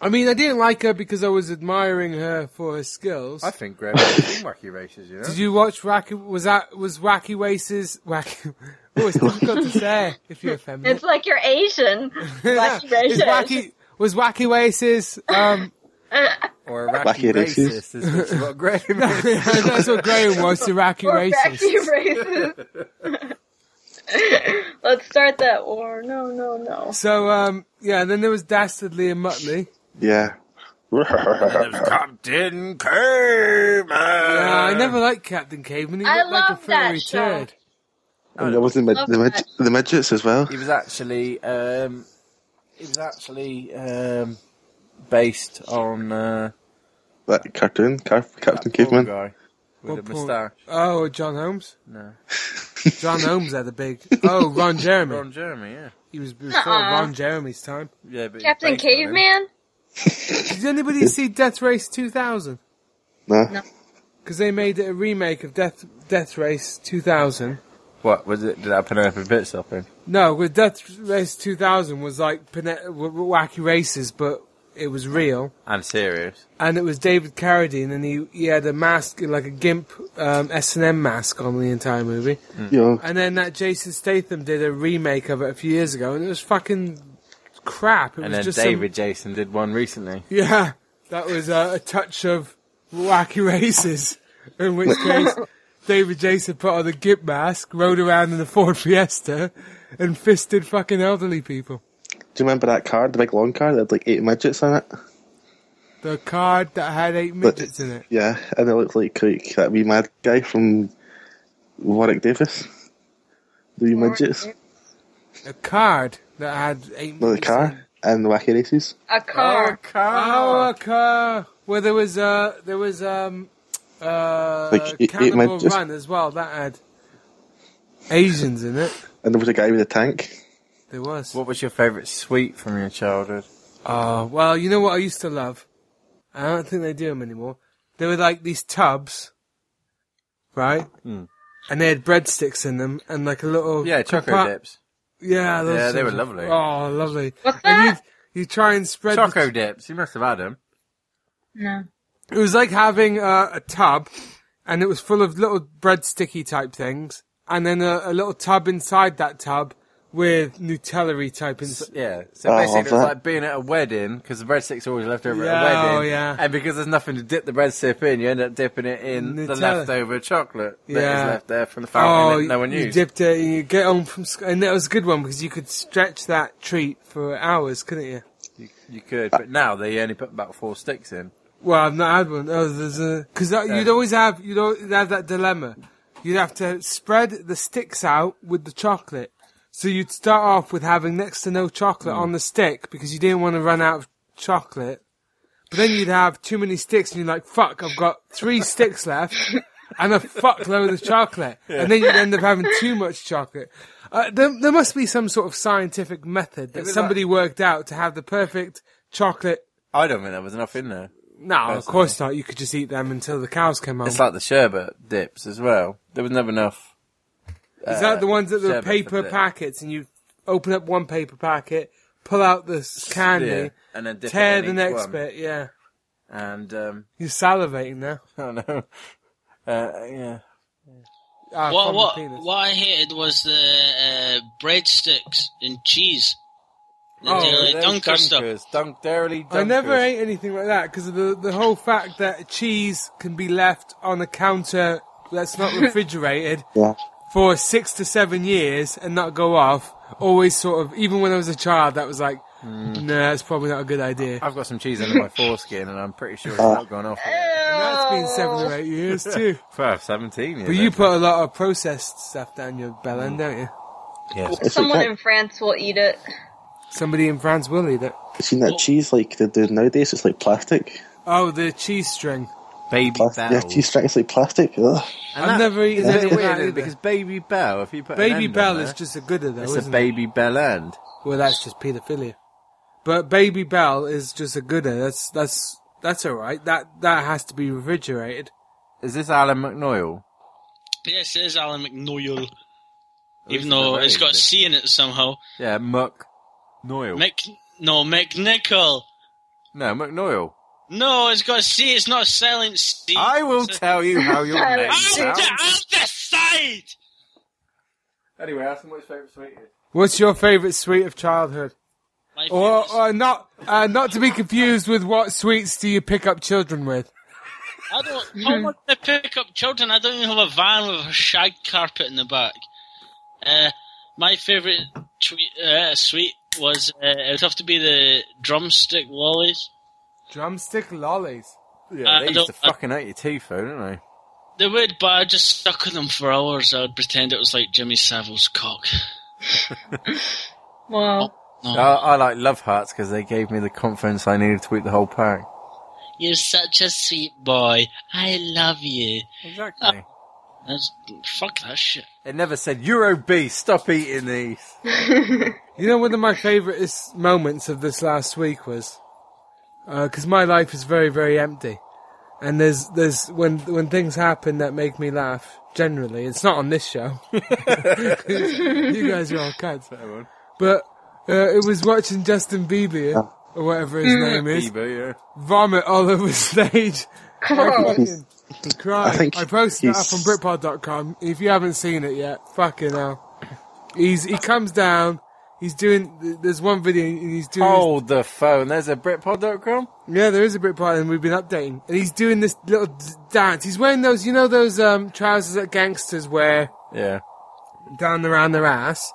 Speaker 2: I mean, I didn't like her because I was admiring her for her skills.
Speaker 3: I think Graham was in Wacky Races, you know?
Speaker 2: Did you watch Wacky? Was that was Wacky Races? Wacky. <laughs> Oh, it's difficult to say if
Speaker 5: <laughs>
Speaker 2: you're a feminist.
Speaker 5: It's like you're <laughs> Asian.
Speaker 2: <laughs>
Speaker 5: Wacky
Speaker 2: Is
Speaker 5: Races. <laughs>
Speaker 2: Wacky was Wacky Races?
Speaker 3: <laughs>
Speaker 2: Um,
Speaker 3: Or a Wacky
Speaker 4: Wacky
Speaker 3: Racist
Speaker 4: Races.
Speaker 3: is which is what Graham <laughs> is.
Speaker 2: that's what Graham was to Wacky
Speaker 5: Or
Speaker 2: Races.
Speaker 5: Wacky Races. <laughs> Let's start that war. No, no, no.
Speaker 2: So um, yeah. Then there was Dastardly and Muttley.
Speaker 4: Yeah.
Speaker 2: <laughs>
Speaker 3: Captain Kerman!
Speaker 2: Uh, I never liked Captain Caveman. He
Speaker 5: I
Speaker 2: looked like a
Speaker 5: love that
Speaker 2: furry
Speaker 5: show.
Speaker 2: turd.
Speaker 4: And there was the, mid-
Speaker 5: Love
Speaker 4: the, mid-
Speaker 5: that.
Speaker 4: the midgets as well.
Speaker 3: He was actually um, he was actually um, based on uh,
Speaker 4: That cartoon, Car- Captain
Speaker 3: that bald
Speaker 4: Caveman.
Speaker 3: guy with
Speaker 2: What
Speaker 3: a
Speaker 2: porn-
Speaker 3: moustache.
Speaker 2: Oh, John Holmes.
Speaker 3: No,
Speaker 2: <laughs> John Holmes had a big. Oh, Ron Jeremy.
Speaker 3: Ron Jeremy, yeah,
Speaker 2: He was before
Speaker 5: Nuh-uh.
Speaker 2: Ron Jeremy's time.
Speaker 3: yeah. But he's
Speaker 5: Captain
Speaker 3: based on him.
Speaker 5: Caveman?
Speaker 2: Did anybody see Death Race 2000?
Speaker 4: No.
Speaker 5: No.
Speaker 2: Because they made it a remake of Death Death Race 2000.
Speaker 3: What was it? Did that Penelope bits up in?
Speaker 2: No, with Death Race 2000 was like Pene- w- w- Wacky Races, but it was real.
Speaker 3: I'm serious.
Speaker 2: And it was David Carradine, and he, he had a mask, like a gimp um, S&M mask on the entire movie.
Speaker 4: Yo,
Speaker 2: And then that Jason Statham did a remake of it a few years ago, and it was fucking crap. It
Speaker 3: And
Speaker 2: was
Speaker 3: then
Speaker 2: just some-
Speaker 3: David Jason did one recently.
Speaker 2: <laughs> Yeah, that was uh, a touch of wacky races. In which
Speaker 3: <laughs>
Speaker 2: case, David Jason put on a gimp mask, rode around in a Ford Fiesta, and fisted fucking elderly people.
Speaker 4: do you remember that card, the big long card that had like eight midgets on it?
Speaker 2: The card that had eight midgets in it.
Speaker 4: Yeah, and it looked like, like that wee mad guy from Warwick Davis. The wee midgets.
Speaker 2: A card that had eight
Speaker 4: No, the
Speaker 2: midgets in it.
Speaker 4: car and the wacky races.
Speaker 5: A car.
Speaker 2: Oh, a car. Well, there was uh, there was um, Uh,
Speaker 4: Like, it- it
Speaker 2: Cannibal
Speaker 4: might just-
Speaker 2: Run as well. That had Asians in it.
Speaker 4: And there was a guy with a tank.
Speaker 2: There was.
Speaker 3: What was your favourite sweet from your childhood?
Speaker 2: Oh, well, you know what I used to love? I don't think they do them anymore. They were like these tubs, right?
Speaker 4: Hmm.
Speaker 3: Mm.
Speaker 2: And they had breadsticks in them and like a little.
Speaker 3: Yeah, choco
Speaker 2: compart-
Speaker 3: dips.
Speaker 2: Yeah, those
Speaker 3: Yeah, they were
Speaker 2: things.
Speaker 3: lovely.
Speaker 2: Oh, lovely.
Speaker 5: What's
Speaker 2: And
Speaker 5: that?
Speaker 2: you, you try and spread. the-
Speaker 3: Choco dips. You must have had them.
Speaker 5: No.
Speaker 2: it was like having a, a tub and it was full of little breadsticky type things and then a, a little tub inside that tub with Nutella type ins-
Speaker 3: Yeah. So
Speaker 4: Oh,
Speaker 3: basically, it was
Speaker 4: that-
Speaker 3: like being at a wedding because the breadsticks are always left over
Speaker 2: Yeah,
Speaker 3: at a
Speaker 2: oh,
Speaker 3: wedding.
Speaker 2: yeah.
Speaker 3: And because there's nothing to dip the breadstick in, you end up dipping it in the
Speaker 2: Nutella.
Speaker 3: leftover chocolate that is
Speaker 2: Yeah.
Speaker 3: left there from the fountain that no one
Speaker 2: Oh, you
Speaker 3: used.
Speaker 2: dipped it and you get home from school. And that was a good one because you could stretch that treat for hours, couldn't you?
Speaker 3: You, you could, but now they only put about four sticks in.
Speaker 2: Well, I've not had one. Oh, there's a because you'd always have you'd always have that dilemma. You'd have to spread the sticks out with the chocolate, so you'd start off with having next to no chocolate on the stick because you didn't want to run out of chocolate. But then you'd have too many sticks, and you're like, "Fuck, I've got three sticks left and a fuckload of chocolate," and then you'd end up having too much chocolate. Uh, there, there must be some sort of scientific method that
Speaker 3: was
Speaker 2: somebody worked out to have the perfect chocolate
Speaker 3: I don't think there was enough in there.
Speaker 2: no, of
Speaker 3: Personally.
Speaker 2: course not. You could just eat them until the cows came home.
Speaker 3: It's like the sherbet dips as well. There was never enough.
Speaker 2: Is that the ones that are
Speaker 3: uh, sherbet for
Speaker 2: paper
Speaker 3: the-
Speaker 2: packets and you open up one paper packet, pull out the s- candy,
Speaker 3: Yeah, and then dip it
Speaker 2: tear
Speaker 3: in
Speaker 2: the
Speaker 3: each
Speaker 2: next
Speaker 3: one.
Speaker 2: bit? Yeah.
Speaker 3: And um,
Speaker 2: You're salivating now.
Speaker 3: <laughs> I don't know. Uh, yeah.
Speaker 2: Ah,
Speaker 7: What
Speaker 2: from the
Speaker 7: what
Speaker 2: penis.
Speaker 7: what I hated was the uh, breadsticks and cheese.
Speaker 2: Oh,
Speaker 7: Oh, like
Speaker 3: Those
Speaker 7: dunker stuff.
Speaker 3: dunkers, Dunk, they're really
Speaker 2: I never
Speaker 3: dunkers.
Speaker 2: ate anything like that because of the, the whole fact that cheese can be left on a counter that's
Speaker 3: <laughs>
Speaker 2: not refrigerated
Speaker 4: Yeah.
Speaker 2: for six to seven years and not go off. Always sort of, even when I was a child, that was like, no,
Speaker 3: Mm.
Speaker 2: that's probably not a good idea.
Speaker 3: I've got some cheese under my foreskin, and I'm pretty sure it's not
Speaker 2: <laughs>
Speaker 3: gone off. yet.
Speaker 2: And that's been seven or eight
Speaker 3: <laughs>
Speaker 2: years too.
Speaker 3: Well, 17 years.
Speaker 2: But you put a lot of processed stuff down your bell
Speaker 3: Mm.
Speaker 2: end, don't you?
Speaker 3: Yes.
Speaker 5: Someone
Speaker 4: like that-
Speaker 5: in France will eat it.
Speaker 2: Somebody in France will eat it.
Speaker 4: Seen that cheese like they do nowadays? It's like plastic.
Speaker 2: Oh, the cheese string.
Speaker 3: Baby
Speaker 4: Plas-
Speaker 3: Bell.
Speaker 4: yeah, cheese strings like plastic. Ugh.
Speaker 3: And
Speaker 2: I've
Speaker 3: that
Speaker 2: never eaten
Speaker 3: is a
Speaker 2: any
Speaker 3: bit
Speaker 2: of
Speaker 3: weird,
Speaker 2: that
Speaker 3: isn't it?
Speaker 2: either.
Speaker 3: Because Baby Bell, if you put an
Speaker 2: Baby
Speaker 3: end on
Speaker 2: Bell
Speaker 3: there,
Speaker 2: is just a good though,
Speaker 3: It's a
Speaker 2: isn't
Speaker 3: Baby Bell end.
Speaker 2: it? Well, that's just paedophilia. But Baby Bell is just a good That's that's that's all right. That that has to be refrigerated.
Speaker 3: Is this Alan McNoyle?
Speaker 7: Yes, it is Alan McNoyle. Even
Speaker 3: not
Speaker 7: though
Speaker 3: very
Speaker 7: it's got a
Speaker 3: good.
Speaker 7: C in it somehow.
Speaker 3: Yeah, McNoyle.
Speaker 7: Mc no McNichol.
Speaker 3: no, McNoyle.
Speaker 7: No, it's got a C. It's not a silent C.
Speaker 3: I will
Speaker 7: It's a-
Speaker 3: tell you how
Speaker 7: <laughs>
Speaker 3: your
Speaker 5: Silent
Speaker 3: name
Speaker 7: I'll, de-
Speaker 3: sounds.
Speaker 7: I'll decide.
Speaker 3: Anyway, ask him what his favourite sweet is.
Speaker 2: What's your favourite sweet of childhood?
Speaker 7: My
Speaker 2: Or,
Speaker 7: favourite-
Speaker 2: or not? Uh, not to be confused with what sweets do you pick up children with?
Speaker 7: I don't. I want to pick up children. I don't even have a van with a shag carpet in the back. Uh, my favourite tweet, uh, sweet was uh, it would have to be the drumstick lollies.
Speaker 2: Drumstick lollies.
Speaker 3: Yeah,
Speaker 7: Uh,
Speaker 3: they
Speaker 7: I
Speaker 3: used
Speaker 7: don't-
Speaker 3: to fucking hate your teeth, though, didn't they?
Speaker 7: They would, but I just stuck on them for hours. I would pretend it was like Jimmy Savile's cock.
Speaker 5: Wow.
Speaker 7: No,
Speaker 3: I, I like Love Hearts because they gave me the confidence I needed to eat the whole pack.
Speaker 7: you're such a sweet boy. I love you. Uh,
Speaker 3: Exactly.
Speaker 7: That's fuck that shit.
Speaker 3: It never said, you're obese, stop eating these.
Speaker 2: You know, one of my favourite moments of this last week was because my life is very, very empty, and there's there's when when things happen that make me laugh. Generally, it's not on this show. <laughs> you guys are all cats,
Speaker 3: on.
Speaker 2: but uh, it was watching Justin Bieber or whatever his name is
Speaker 3: Bieber,
Speaker 2: vomit all over <laughs> stage.
Speaker 5: Oh.
Speaker 2: I fucking cried. I,
Speaker 4: I think
Speaker 2: posted that
Speaker 4: he's-
Speaker 2: up on Britpod.com. If you haven't seen it yet, fucking hell. He's he comes down. He's doing. th- There's one video and he's doing.
Speaker 4: Oh.
Speaker 3: Hold the phone. There's a Britpod.com.
Speaker 2: This, yeah, there is a Britpod and we've been updating. And he's doing this little d- dance. He's wearing those, you know, those um trousers that gangsters wear
Speaker 3: Yeah.
Speaker 2: down around their ass,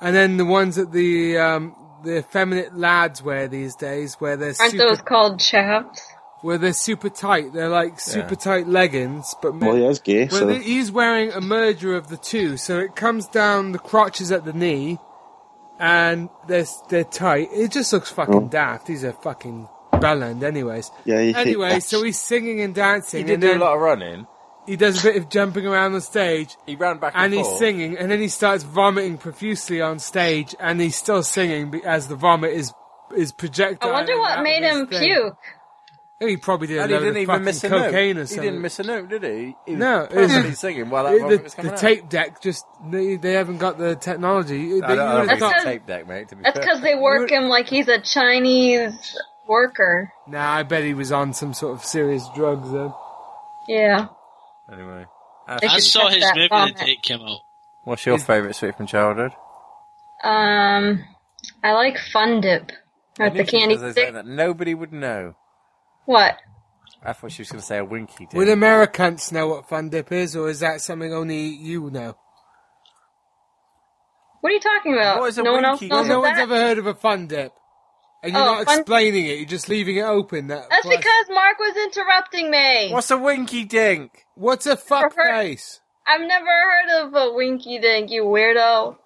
Speaker 2: and then the ones that the um the effeminate lads wear these days, where they're
Speaker 5: Aren't
Speaker 2: super,
Speaker 5: those called chaps?
Speaker 2: where they're super tight. They're like super tight leggings, but
Speaker 4: Well, he is gay,
Speaker 2: Well,
Speaker 4: so
Speaker 2: the- he's wearing a merger of the two, so it comes down, the crotch is at the knee, and they're, they're tight. It just looks fucking daft. He's a fucking Bellend, anyways.
Speaker 4: Yeah, Oh. he-
Speaker 2: Anyway, so he's singing and dancing,
Speaker 3: He did
Speaker 2: and
Speaker 3: do a
Speaker 2: then
Speaker 3: lot of running.
Speaker 2: he does a bit of jumping around on stage,
Speaker 3: He ran back and,
Speaker 2: and he's
Speaker 3: forth.
Speaker 2: singing, and then he starts vomiting profusely on stage, and he's still singing be- as the vomit is is projected.
Speaker 5: I wonder what made him puke.
Speaker 2: He probably did. a
Speaker 3: And he
Speaker 2: load of
Speaker 3: didn't even
Speaker 2: fucking
Speaker 3: miss a note.
Speaker 2: cocaine or
Speaker 3: He
Speaker 2: something.
Speaker 3: didn't miss a note, did he? He was
Speaker 2: No, it was-
Speaker 3: perfectly singing while that
Speaker 2: It-
Speaker 3: vomit was
Speaker 2: the,
Speaker 3: coming
Speaker 2: the
Speaker 3: out.
Speaker 2: tape deck just they, they haven't got the technology.
Speaker 3: I
Speaker 2: They-
Speaker 3: don't, I
Speaker 2: you
Speaker 3: don't
Speaker 2: would've
Speaker 3: think
Speaker 5: That's
Speaker 3: it's
Speaker 2: thought-
Speaker 3: a
Speaker 5: because-
Speaker 3: tape deck, mate. To be
Speaker 5: That's
Speaker 3: fair.
Speaker 5: because they work him like he's a Chinese worker.
Speaker 2: nah, I bet he was on some sort of serious drugs then.
Speaker 5: Yeah.
Speaker 3: Anyway,
Speaker 7: I
Speaker 5: should
Speaker 7: saw
Speaker 5: check
Speaker 7: his
Speaker 5: that
Speaker 7: movie the
Speaker 5: vomit.
Speaker 7: day it came out.
Speaker 3: what's your favourite sweet from childhood?
Speaker 5: Um, I like Fun Dip. With the candy
Speaker 3: Because they say
Speaker 5: stick.
Speaker 3: that nobody would know.
Speaker 5: What?
Speaker 3: I thought she was going to say a winky. Dip.
Speaker 2: Would Americans know what fun dip is, or is that something only you know?
Speaker 5: What are you talking about?
Speaker 3: What is a
Speaker 5: no one else
Speaker 3: winky?
Speaker 5: knows
Speaker 2: no
Speaker 5: what
Speaker 2: one's
Speaker 5: that.
Speaker 2: ever heard of a fun dip, and you're
Speaker 5: Oh,
Speaker 2: not
Speaker 5: fun-
Speaker 2: explaining it. You're just leaving it open. That
Speaker 5: That's
Speaker 2: plus-
Speaker 5: because Mark was interrupting me.
Speaker 3: What's a winky dink?
Speaker 2: what's a fuck
Speaker 5: For her-
Speaker 2: face?
Speaker 5: I've never heard of a winky dink, you weirdo.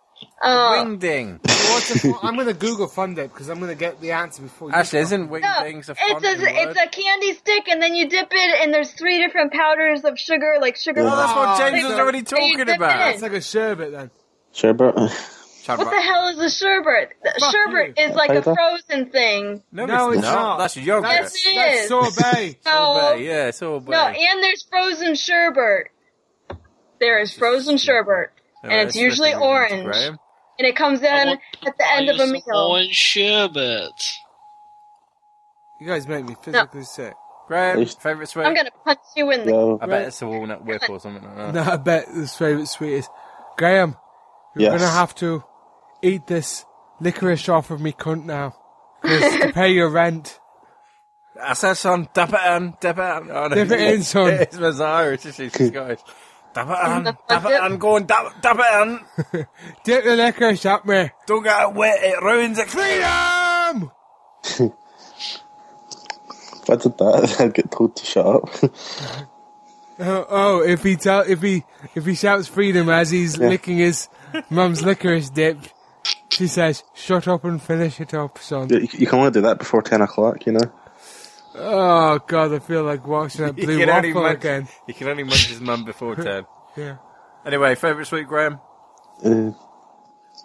Speaker 5: Uh,
Speaker 3: Wing ding.
Speaker 2: What's a fu- <laughs> I'm gonna Google fun dip because I'm gonna get the answer before you.
Speaker 3: Actually, isn't wing
Speaker 5: no,
Speaker 3: dings
Speaker 5: it's
Speaker 3: a
Speaker 5: a,
Speaker 3: fun word?
Speaker 5: it's a candy stick, and then you dip it, and there's three different powders of sugar, like sugar.
Speaker 4: Well,
Speaker 3: Well, that's
Speaker 5: lumps.
Speaker 3: what
Speaker 2: Oh,
Speaker 3: James was
Speaker 2: so-
Speaker 3: already
Speaker 5: so you
Speaker 3: talking
Speaker 5: dip
Speaker 3: about.
Speaker 5: it
Speaker 2: It's like a sherbet then.
Speaker 4: Sherbert.
Speaker 3: Chad
Speaker 5: What
Speaker 3: Ra-
Speaker 5: the hell is a sherbet? The
Speaker 2: Fuck
Speaker 5: sherbet is like a
Speaker 4: Paper?
Speaker 5: frozen thing.
Speaker 3: No,
Speaker 2: No,
Speaker 3: it's
Speaker 2: it's
Speaker 3: not.
Speaker 2: not.
Speaker 3: That's yogurt.
Speaker 2: That's,
Speaker 5: Yes, it
Speaker 2: that's
Speaker 5: is. <laughs>
Speaker 2: sorbet.
Speaker 5: No,
Speaker 3: Sorbet, yeah, it's all
Speaker 5: no,
Speaker 3: bad.
Speaker 5: and there's frozen sherbet. There is frozen sherbet, and it's usually orange, and it comes
Speaker 7: I
Speaker 5: in
Speaker 7: want
Speaker 5: at the end
Speaker 7: Buy
Speaker 5: of a
Speaker 7: us
Speaker 5: meal.
Speaker 7: some Orange sherbet.
Speaker 2: You guys make me physically sick.
Speaker 3: Graham,
Speaker 4: It's-
Speaker 3: favourite sweet?
Speaker 5: I'm gonna punch you in the.
Speaker 4: No.
Speaker 3: I bet it's a walnut whip or something like
Speaker 4: <laughs>
Speaker 3: that.
Speaker 2: No, I bet his favourite sweet is Graham. You're
Speaker 4: Yes.
Speaker 2: gonna have to eat this licorice off of me cunt now. 'Cause to pay your rent.
Speaker 3: I said, son, dip it in, dip it in. Oh, no.
Speaker 2: Dip it in, son.
Speaker 3: <laughs> It was Irish, she's Scottish. Dip it
Speaker 5: <laughs>
Speaker 3: in,
Speaker 5: the
Speaker 3: dip it
Speaker 5: bucket.
Speaker 3: in, go and dip, dip it in.
Speaker 2: Dip the licorice up me.
Speaker 3: Don't get it wet, it ruins it.
Speaker 2: Freedom!
Speaker 4: If uh, <laughs> I did that, I'd get told to shut up. <laughs>
Speaker 2: Oh, oh, if he tell, if he if he shouts freedom as he's licking his mum's licorice dip, she says, "Shut up and finish it up, son."
Speaker 4: you, you can only do that before 10 o'clock, you know?
Speaker 2: Oh God, I feel like watching
Speaker 4: <laughs>
Speaker 2: that
Speaker 3: You
Speaker 2: blue
Speaker 3: can only
Speaker 2: waffle
Speaker 3: munch-
Speaker 2: again.
Speaker 3: You can only munch his
Speaker 2: <laughs>
Speaker 3: mum before 10.
Speaker 2: Yeah.
Speaker 3: Anyway, favourite sweet,
Speaker 5: <coughs>
Speaker 3: Graham?
Speaker 4: Uh,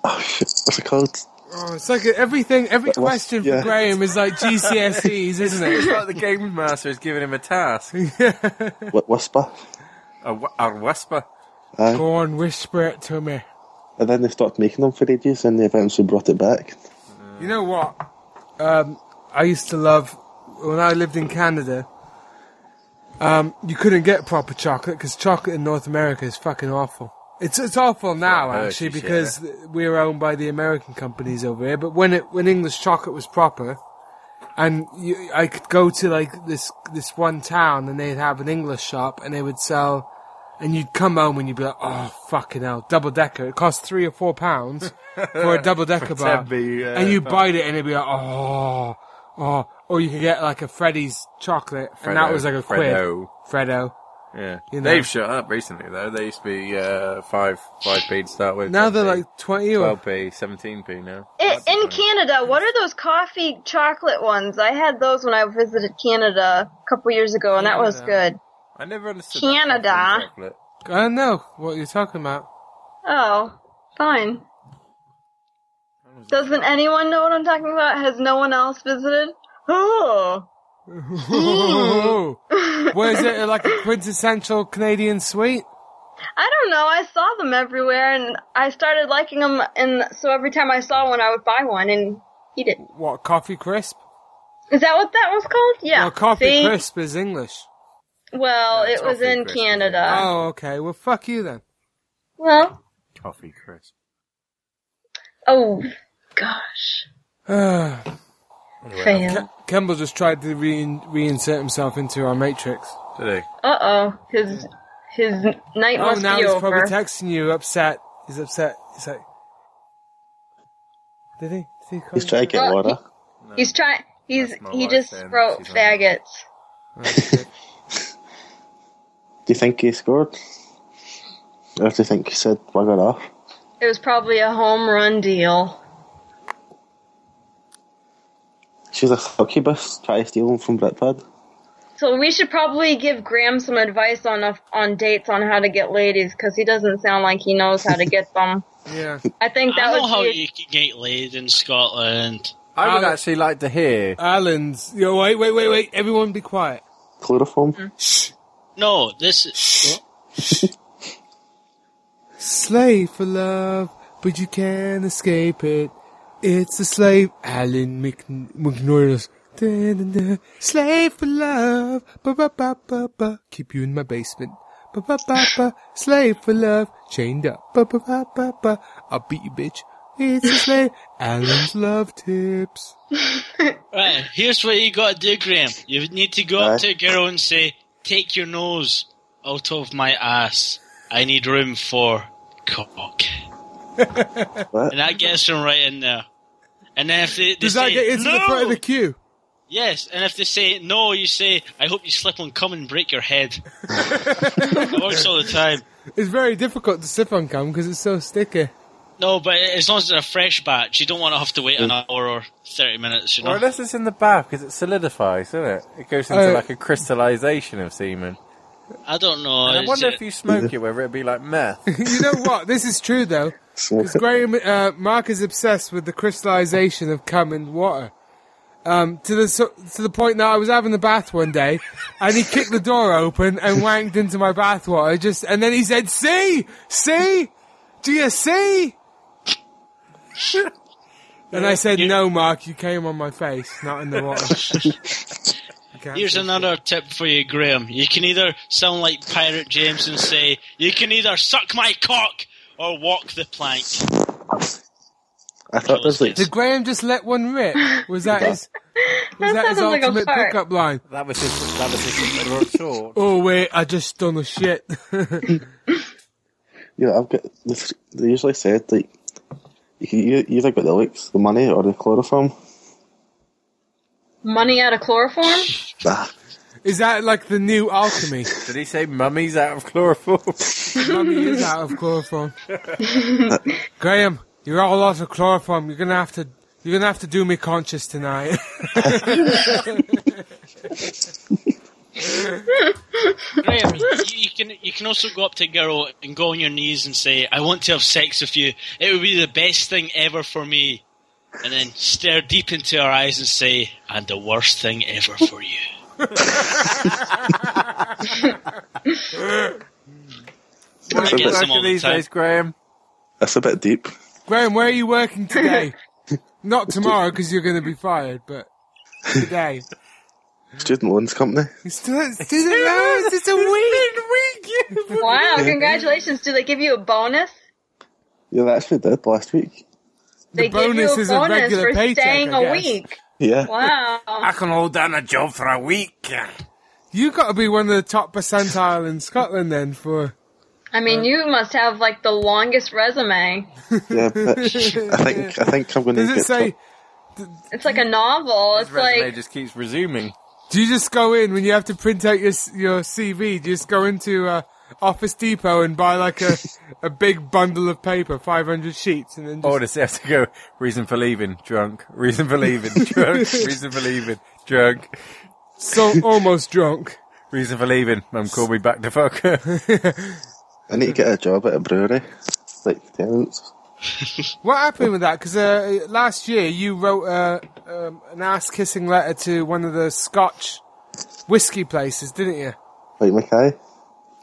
Speaker 4: oh, shit. What's it called?
Speaker 2: Oh, it's like everything. Every
Speaker 4: what's-
Speaker 2: question
Speaker 4: yeah.
Speaker 2: for Graham is like GCSEs, isn't it?
Speaker 3: It's like the game master is giving him a task.
Speaker 4: <laughs> Wh- Whisper.
Speaker 3: A, wh- a whisper.
Speaker 4: Aye.
Speaker 2: <laughs> Go on, whisper it to me.
Speaker 4: And then they stopped making them for ages and they eventually brought it back.
Speaker 2: You know what? Um, I used to love when I lived in Canada. Um, you couldn't get proper chocolate because chocolate in North America is fucking awful. It's it's awful now
Speaker 3: Hershey
Speaker 2: actually
Speaker 3: shit,
Speaker 2: because we're owned by the American companies over here. But when it when English chocolate was proper, and you, I could go to like this this one town and they'd have an English shop and they would sell, and you'd come home and you'd be like, oh fucking hell, double decker. It costs three or four pounds for a double decker bar,
Speaker 3: Tempe, uh,
Speaker 2: and you bite it and it'd be like, oh, oh. Or you could get like a Freddy's chocolate, and that
Speaker 3: Freddo,
Speaker 2: was like a quid.
Speaker 3: Freddo.
Speaker 2: Freddo.
Speaker 3: Yeah.
Speaker 2: You know.
Speaker 3: They've shut up recently, though. They used to be uh, 5, 5p to start with.
Speaker 2: Now they're
Speaker 3: 10p,
Speaker 2: like twenty or
Speaker 3: 12p, 17p now.
Speaker 5: I
Speaker 3: That's
Speaker 5: in
Speaker 3: annoying.
Speaker 5: Canada, what are those coffee chocolate ones? I had those when I visited Canada a couple years ago, and that was
Speaker 2: Canada.
Speaker 5: good.
Speaker 3: I never understood
Speaker 5: Canada.
Speaker 3: that chocolate.
Speaker 2: I don't know what you're talking about. <laughs>
Speaker 5: Oh, fine. Doesn't anyone know what I'm talking about? Has no one else visited? Oh,
Speaker 2: Was it like a quintessential Canadian sweet?
Speaker 5: I don't know. I saw them everywhere, and I started liking them, and so every time I saw one, I would buy one and eat it.
Speaker 2: What coffee crisp?
Speaker 5: Is that what that was called? Yeah.
Speaker 2: Well, coffee
Speaker 5: See?
Speaker 2: crisp is English.
Speaker 5: Well,
Speaker 3: No,
Speaker 5: it was
Speaker 3: toffee
Speaker 5: in
Speaker 3: crisp.
Speaker 5: Canada.
Speaker 2: Oh, okay. Well, fuck you then.
Speaker 5: Well,
Speaker 3: Coffee crisp.
Speaker 5: oh gosh, fail.
Speaker 2: Kemble just tried to rein reinsert himself into our matrix.
Speaker 3: Today.
Speaker 5: Uh oh, his his night
Speaker 2: Oh,
Speaker 5: must
Speaker 2: now
Speaker 5: be
Speaker 2: he's
Speaker 5: over.
Speaker 2: probably texting you, upset. He's upset. He's like, did he? Did he call
Speaker 4: He's
Speaker 2: you?
Speaker 4: trying to get
Speaker 5: Well,
Speaker 4: water.
Speaker 5: he's trying. He's
Speaker 3: That's my
Speaker 5: he
Speaker 3: wife
Speaker 5: just
Speaker 3: saying
Speaker 5: wrote
Speaker 3: she's on it.
Speaker 5: faggots.
Speaker 4: Do you think he scored? Or do you think he said bugger off?
Speaker 5: It was probably a home run deal.
Speaker 4: She's a succubus. Try to steal them from Britpad.
Speaker 5: So we should probably give Graham some advice on a, on dates on how to get ladies because he doesn't sound like he knows how to
Speaker 2: <laughs>
Speaker 5: get them.
Speaker 2: Yeah.
Speaker 5: I think that
Speaker 7: I know
Speaker 5: would
Speaker 7: how
Speaker 5: be
Speaker 7: you can get laid in Scotland.
Speaker 3: I would
Speaker 2: I-
Speaker 3: actually like to hear.
Speaker 2: Alan's. Yo, wait, wait, wait, wait. Everyone be quiet.
Speaker 4: Chloroform. <laughs>
Speaker 7: No, this
Speaker 2: Slave for love, but you can't escape it. It's a slave, Alan Mc- McNorris. Dun, dun, dun. Slave for love, ba ba ba ba ba. Keep you in my basement. Ba ba ba ba. Slave for love, chained up. Ba ba ba ba ba. I'll beat you, bitch. It's a slave. Alan's love tips.
Speaker 7: right. Here's what you got to do, Graham. You need to go
Speaker 4: Aye.
Speaker 7: up to a girl and say, "Take your nose out of my ass. I need room for cock."
Speaker 4: <laughs> What?
Speaker 7: And that gets them right in there. And then if they, they
Speaker 2: Does that
Speaker 7: say,
Speaker 2: get into
Speaker 7: no!
Speaker 2: the front of the queue?
Speaker 7: Yes, and if they say no, you say, I hope you slip on cum and break
Speaker 2: <laughs>
Speaker 7: your head. it works all the time.
Speaker 2: It's very difficult to sip on gum because it's so sticky. <laughs>
Speaker 7: No, but as long as it's a fresh batch, you don't want to have to wait an hour or 30 minutes, you know?
Speaker 3: Or unless it's in the bath because it solidifies, doesn't it? It goes into
Speaker 2: Oh.
Speaker 3: like a crystallization of semen.
Speaker 7: I don't know.
Speaker 3: And I
Speaker 7: is
Speaker 3: wonder
Speaker 7: it-
Speaker 3: if you smoke it, whether it'd be
Speaker 2: <laughs>
Speaker 3: like meth.
Speaker 2: you know what? This is true though.
Speaker 4: Smoke
Speaker 2: Because
Speaker 4: it.
Speaker 2: Graham, uh, Mark is obsessed with the crystallization of cum and water. Um, to the so, to the point that I was having a bath one day, and he kicked the door open and wanked into my bath water. Just and then he said, "See, see, do you see?" and I said, "No, Mark, you came on my face, not in the water." Can't
Speaker 7: Here's
Speaker 2: see.
Speaker 7: another tip for you, Graham. You can either sound like Pirate James and say, You can either suck my cock or walk the plank.
Speaker 4: I thought there's like
Speaker 2: Did Graham just let one rip? Was that his? Was
Speaker 5: That
Speaker 2: that his
Speaker 5: sounds like a
Speaker 2: ultimate
Speaker 5: fart.
Speaker 2: pickup line?
Speaker 3: That was just that was just a short.
Speaker 2: Oh wait, I just done a shit. <laughs>
Speaker 4: yeah. I've got. this- They usually said like you can e- either get the looks, the money, or the chloroform.
Speaker 5: money out of
Speaker 2: <laughs>
Speaker 5: chloroform.
Speaker 4: Ah,
Speaker 2: Is that like the new alchemy?
Speaker 3: Did he say mummies out of chloroform?
Speaker 2: Mummy is out of chloroform. Graham, you're all out of chloroform. You're gonna have to. You're gonna have to do me conscious tonight. <laughs>
Speaker 7: Graham, you, you, can, you can also go up to a girl and go on your knees and say, I want to have sex with you. It would be the best thing ever for me. And then stare deep into her eyes and say, And the worst thing ever for
Speaker 3: <laughs>
Speaker 7: you.
Speaker 4: that's,
Speaker 7: I
Speaker 3: <laughs>
Speaker 4: a
Speaker 7: guess
Speaker 4: bit,
Speaker 7: I'm all the
Speaker 3: these
Speaker 7: time.
Speaker 3: days, Graham.
Speaker 4: that's a bit deep.
Speaker 2: Graham, where are you working today? Not tomorrow because you're gonna be fired, but today.
Speaker 4: Student loans company.
Speaker 2: It's still, it's still loans. It's a week. week.
Speaker 5: Wow! Congratulations. Do they give you a bonus?
Speaker 4: Yeah, they actually did last week.
Speaker 5: They
Speaker 2: bonus
Speaker 5: give
Speaker 2: is
Speaker 5: you
Speaker 2: a
Speaker 5: a bonus
Speaker 2: regular
Speaker 5: for
Speaker 2: paycheck,
Speaker 5: staying
Speaker 2: I
Speaker 5: a
Speaker 2: guess.
Speaker 5: week.
Speaker 4: Yeah.
Speaker 2: <laughs>
Speaker 5: Wow!
Speaker 3: can hold down a job for a week.
Speaker 2: You got to be one of the top percentile in Scotland then for.
Speaker 5: I mean, you must have like the longest resume.
Speaker 4: Yeah,
Speaker 2: <laughs>
Speaker 4: but I think I think I'm going to
Speaker 2: Does it
Speaker 4: get.
Speaker 2: say?
Speaker 5: It's like a novel. It's
Speaker 3: His resume
Speaker 5: like
Speaker 3: just keeps resuming.
Speaker 2: Do you just go in when you have to print out your your CV? Do you just go into uh, Office Depot and buy like a, a big bundle of paper, five hundred sheets, and then just,
Speaker 3: Oh, does he have to go? Reason for leaving, drunk. Reason
Speaker 2: <laughs>
Speaker 3: for leaving, drunk. Reason for leaving, drunk.
Speaker 2: so <laughs> almost drunk? <laughs>
Speaker 3: Reason for leaving, mum called me back to fuck her.
Speaker 4: I need to get a job at a brewery, like tenants.
Speaker 2: What happened with that? Because uh, last year you wrote uh, um, an ass kissing letter to one of the Scotch whiskey places, didn't you?
Speaker 4: Like Mackay.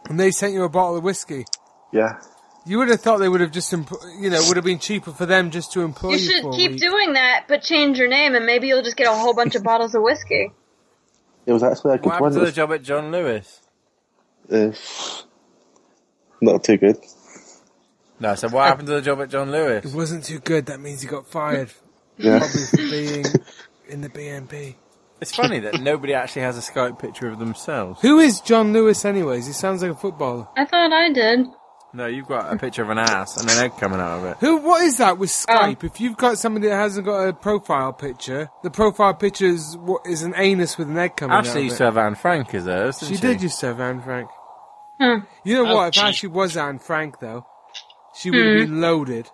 Speaker 2: And they sent you a bottle of whiskey.
Speaker 4: Yeah.
Speaker 2: You would have thought they would have just, empl- you know, would have been cheaper for them just to employ you.
Speaker 5: you should
Speaker 2: for a
Speaker 5: keep
Speaker 2: week.
Speaker 5: doing that, but change your name, and maybe you'll just get a whole bunch of bottles of whiskey.
Speaker 4: It was actually a
Speaker 3: What
Speaker 4: good
Speaker 3: happened
Speaker 4: one.
Speaker 3: to the
Speaker 4: It
Speaker 3: job at John Lewis?
Speaker 4: was, uh, not too good.
Speaker 3: No, so what happened to the job at John
Speaker 2: It
Speaker 3: Lewis?
Speaker 2: wasn't too good. That means you got fired.
Speaker 4: Yeah.
Speaker 2: Probably for
Speaker 4: <laughs>
Speaker 2: being in the BNP.
Speaker 3: It's funny that nobody actually has a Skype picture of themselves.
Speaker 2: Who is John Lewis, anyways? He sounds like a footballer.
Speaker 5: I thought I did.
Speaker 3: No, you've got a picture of an ass and an egg coming out of it.
Speaker 2: Who? What is that with Skype? if you've got somebody that hasn't got a profile picture, the profile picture is, what, is an anus with an egg coming out.
Speaker 3: Ashley
Speaker 2: of
Speaker 3: used
Speaker 2: it.
Speaker 3: to have Anne Frank as hers. Didn't
Speaker 2: She
Speaker 3: she,
Speaker 2: did used to have Anne Frank.
Speaker 5: Hmm.
Speaker 2: You know what?
Speaker 7: Oh,
Speaker 2: If
Speaker 7: gee.
Speaker 2: Ashley was Anne Frank, though, she would have been loaded,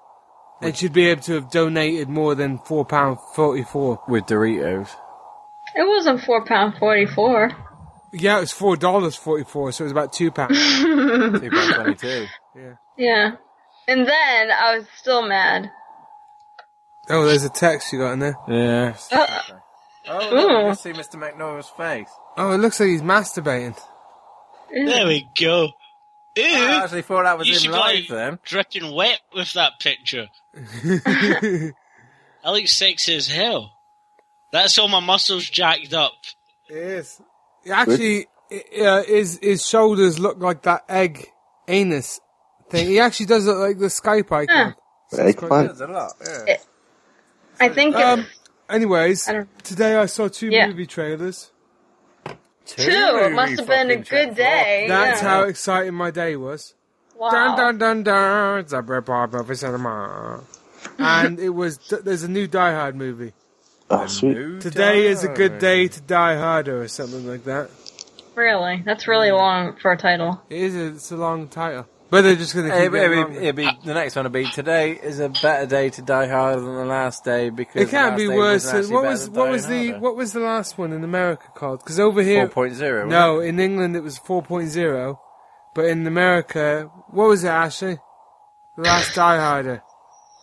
Speaker 2: and she'd be able to have donated more than four pound forty-four. <laughs>
Speaker 3: with Doritos.
Speaker 5: It wasn't four pound forty four.
Speaker 2: Yeah, it was four dollars forty four, so it was about two pounds.
Speaker 3: Two pound twenty-two.
Speaker 5: Yeah. And then I was still mad.
Speaker 2: oh, there's a text you got in there.
Speaker 3: Yeah.
Speaker 5: Uh,
Speaker 3: <laughs> Oh, look, you
Speaker 5: Ooh.
Speaker 3: can see Mr. McNora's face.
Speaker 2: Oh, it looks like he's masturbating.
Speaker 7: There we go. Ew.
Speaker 3: I actually thought that was
Speaker 7: you
Speaker 3: him
Speaker 7: should
Speaker 3: live
Speaker 7: go
Speaker 3: then.
Speaker 7: dripping wet with that
Speaker 5: <laughs>
Speaker 7: picture. I look sexy as hell. That's all my muscles jacked up.
Speaker 2: It is. Actually, i uh, his his shoulders look like that egg anus thing. He actually does look like the Skype icon.
Speaker 4: Eggplant.
Speaker 3: There's a lot. Yeah.
Speaker 5: Uh, I think
Speaker 2: Um,
Speaker 5: it's
Speaker 2: anyways,
Speaker 5: I don't-
Speaker 2: today I saw two
Speaker 5: Yeah.
Speaker 2: movie trailers.
Speaker 5: two. It must have been a
Speaker 3: fucking check
Speaker 5: good day.
Speaker 2: That's
Speaker 5: yeah.
Speaker 2: how exciting my day was.
Speaker 5: wow.
Speaker 2: Dun dun dun dun. Zebra Barbara for cinema. And it was there's a new Die Hard movie.
Speaker 4: Oh, sweet.
Speaker 3: New
Speaker 2: Today is a good
Speaker 3: time.
Speaker 2: day to die harder or something like that.
Speaker 5: Really? That's really long for a title.
Speaker 2: It is. A, it's a long title, but they're just going to
Speaker 3: Hey,
Speaker 2: keep
Speaker 3: It'd,
Speaker 2: it.
Speaker 3: be, it'd be- the next one would be today is a better day to die harder than the last day because
Speaker 2: It can't be
Speaker 3: the last day
Speaker 2: worse.
Speaker 3: wasn't
Speaker 2: than-
Speaker 3: actually
Speaker 2: What
Speaker 3: better
Speaker 2: was
Speaker 3: than
Speaker 2: what
Speaker 3: dying
Speaker 2: was the
Speaker 3: harder.
Speaker 2: what was the last one in America called? Because over here,
Speaker 3: 4.0?
Speaker 2: no, in England it was 4.0, but in America, what was it actually? The last Die Harder.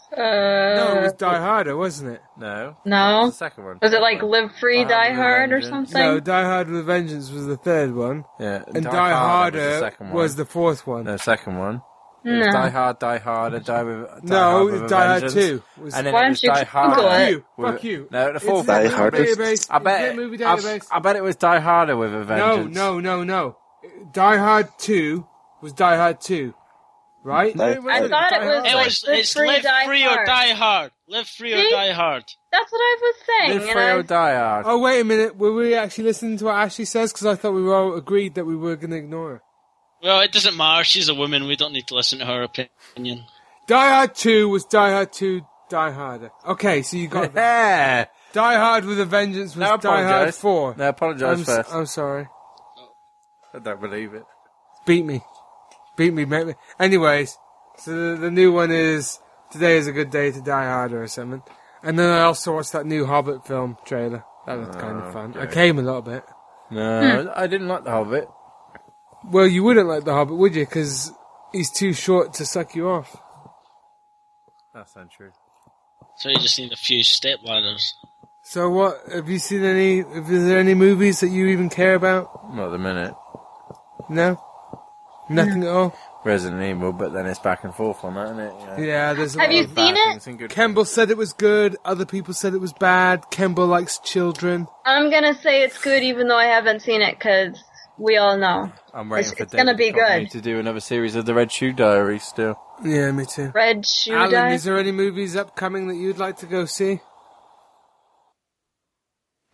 Speaker 5: Uh,
Speaker 2: No, it was Die Harder, wasn't it?
Speaker 3: no,
Speaker 5: no.
Speaker 3: the second one.
Speaker 5: Was it like Live Free,
Speaker 3: Die
Speaker 5: Die
Speaker 3: Hard
Speaker 5: Hard or
Speaker 3: Revenge.
Speaker 5: something?
Speaker 2: No, Die Hard with Vengeance was the third one,
Speaker 3: Yeah,
Speaker 2: and Die, Harder,
Speaker 3: was the
Speaker 2: was,
Speaker 3: second one.
Speaker 2: the fourth one.
Speaker 3: no second one. It was
Speaker 5: No.
Speaker 3: Die Hard, Die Harder, Die with Die
Speaker 2: No,
Speaker 3: Hard with a
Speaker 2: Die Hard
Speaker 3: Vengeance.
Speaker 2: 2 was-
Speaker 3: and then
Speaker 5: Why
Speaker 3: it was
Speaker 5: don't you
Speaker 3: Die
Speaker 5: Google
Speaker 3: Harder.
Speaker 5: it?
Speaker 2: Fuck you!
Speaker 3: with-
Speaker 2: Fuck you!
Speaker 3: No, the
Speaker 2: It's
Speaker 3: fourth
Speaker 2: in
Speaker 4: Die
Speaker 2: movie
Speaker 4: Hard is-
Speaker 2: database.
Speaker 3: I
Speaker 2: It's
Speaker 3: bet.
Speaker 2: in
Speaker 3: It,
Speaker 2: movie
Speaker 3: I,
Speaker 2: database.
Speaker 3: I bet it was Die Harder with a
Speaker 2: No,
Speaker 3: vengeance.
Speaker 2: no, no, no. Die Hard 2 was Die Hard 2, right?
Speaker 4: No, it
Speaker 5: I
Speaker 2: Die
Speaker 5: thought it was
Speaker 2: Hard.
Speaker 7: It
Speaker 5: like
Speaker 7: was,
Speaker 5: Live
Speaker 7: it's
Speaker 5: Free,
Speaker 7: live
Speaker 5: Die
Speaker 7: free or
Speaker 5: Hard.
Speaker 7: die hard. Live free or
Speaker 5: See?
Speaker 7: die hard.
Speaker 5: That's what I was saying.
Speaker 3: Live
Speaker 5: and
Speaker 3: free
Speaker 5: I
Speaker 3: or die hard.
Speaker 2: Oh, wait a minute. Were we actually listening to what Ashley says? Because I thought we were all agreed that we were going to ignore her.
Speaker 7: Well, it doesn't matter. She's a woman. We don't need to listen to her opinion.
Speaker 2: Die Hard 2 was Die Hard 2, Die Harder. Okay, so you got that.
Speaker 3: <laughs> Yeah.
Speaker 2: Die Hard with a Vengeance was
Speaker 3: No, I
Speaker 2: Die Hard
Speaker 3: apologise.
Speaker 2: 4.
Speaker 3: No, apologise
Speaker 2: I'm, s-
Speaker 3: first.
Speaker 2: I'm sorry.
Speaker 3: I don't believe it.
Speaker 2: Beat me. Beat me, make me. Anyways, so the, the new one is Today is a Good Day to Die Harder or something. And then I also watched that new Hobbit film trailer. That looked kind of fun. I came a little bit.
Speaker 3: No,
Speaker 5: Hmm.
Speaker 3: I didn't like The Hobbit.
Speaker 2: Well, you wouldn't like the Hobbit, would you? Because he's too short to suck you off.
Speaker 3: That's untrue.
Speaker 7: So you just need a few stepladders.
Speaker 2: So what? Have you seen any? Is there any movies that you even care about?
Speaker 3: Not at the minute.
Speaker 2: No, nothing at all.
Speaker 3: Resident Evil, but then it's back and forth on that, isn't it?
Speaker 2: Yeah, there's. a
Speaker 5: Have
Speaker 2: lot
Speaker 5: you
Speaker 2: of-
Speaker 5: seen it?
Speaker 2: Kemble said it was good. Other people said it was bad. Kemble likes children.
Speaker 5: I'm gonna say it's good, even though I haven't seen it, because we all know
Speaker 3: I'm waiting
Speaker 5: It's-
Speaker 3: for
Speaker 5: it's gonna
Speaker 3: David
Speaker 5: be
Speaker 3: Duchovny
Speaker 5: good.
Speaker 3: to do another series of the Red Shoe Diary still.
Speaker 2: Yeah, me too.
Speaker 5: Red Shoe
Speaker 2: Alan,
Speaker 5: Die.
Speaker 2: is there any movies upcoming that you'd like to go
Speaker 5: <sighs>
Speaker 2: see?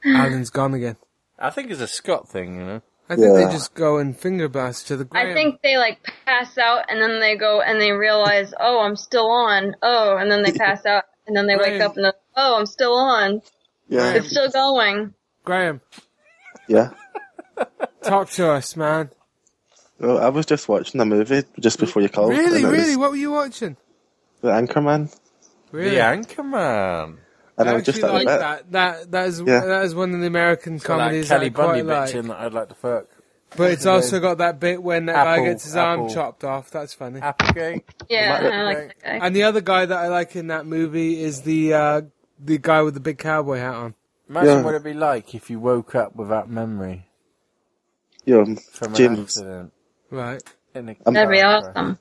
Speaker 2: Alan's gone again.
Speaker 3: I think it's a Scott thing, you know.
Speaker 2: I think
Speaker 4: Yeah.
Speaker 2: they just go and finger blast to the ground.
Speaker 5: I think they like pass out and then they go and they realize, oh, I'm still on. Oh, and then they pass out and then they wake
Speaker 2: Graham.
Speaker 5: up and they're, oh, I'm still on.
Speaker 4: Yeah,
Speaker 5: It's still going.
Speaker 2: Graham,
Speaker 4: yeah.
Speaker 2: talk to us, man.
Speaker 4: Well, I was just watching a movie just before you called.
Speaker 2: Really,
Speaker 4: and it was
Speaker 2: really, what were you watching?
Speaker 4: The Anchorman.
Speaker 2: Really?
Speaker 3: The Anchorman.
Speaker 4: And I,
Speaker 2: I
Speaker 4: was just
Speaker 2: actually
Speaker 4: at the
Speaker 2: like that.
Speaker 4: bit.
Speaker 2: That that is
Speaker 4: Yeah.
Speaker 2: that is one of the American
Speaker 3: Got that
Speaker 2: comedies
Speaker 3: Kelly
Speaker 2: that I
Speaker 3: Bundy
Speaker 2: quite
Speaker 3: bitch
Speaker 2: like.
Speaker 3: in that I'd like to fuck.
Speaker 2: But it's also got that bit when that guy
Speaker 3: Apple,
Speaker 2: gets his arm
Speaker 3: Apple.
Speaker 2: chopped off. That's funny.
Speaker 3: Applegate.
Speaker 5: Yeah,
Speaker 4: Might-
Speaker 5: I like that guy.
Speaker 2: And the other guy that I like in that movie is the uh, the guy with the big cowboy hat on.
Speaker 3: Imagine
Speaker 4: Yeah.
Speaker 3: what it'd be like if you woke up without memory
Speaker 4: You know,
Speaker 3: from an
Speaker 4: James,
Speaker 3: accident.
Speaker 2: Right.
Speaker 3: In a
Speaker 5: That'd be
Speaker 3: car crash,
Speaker 5: awesome.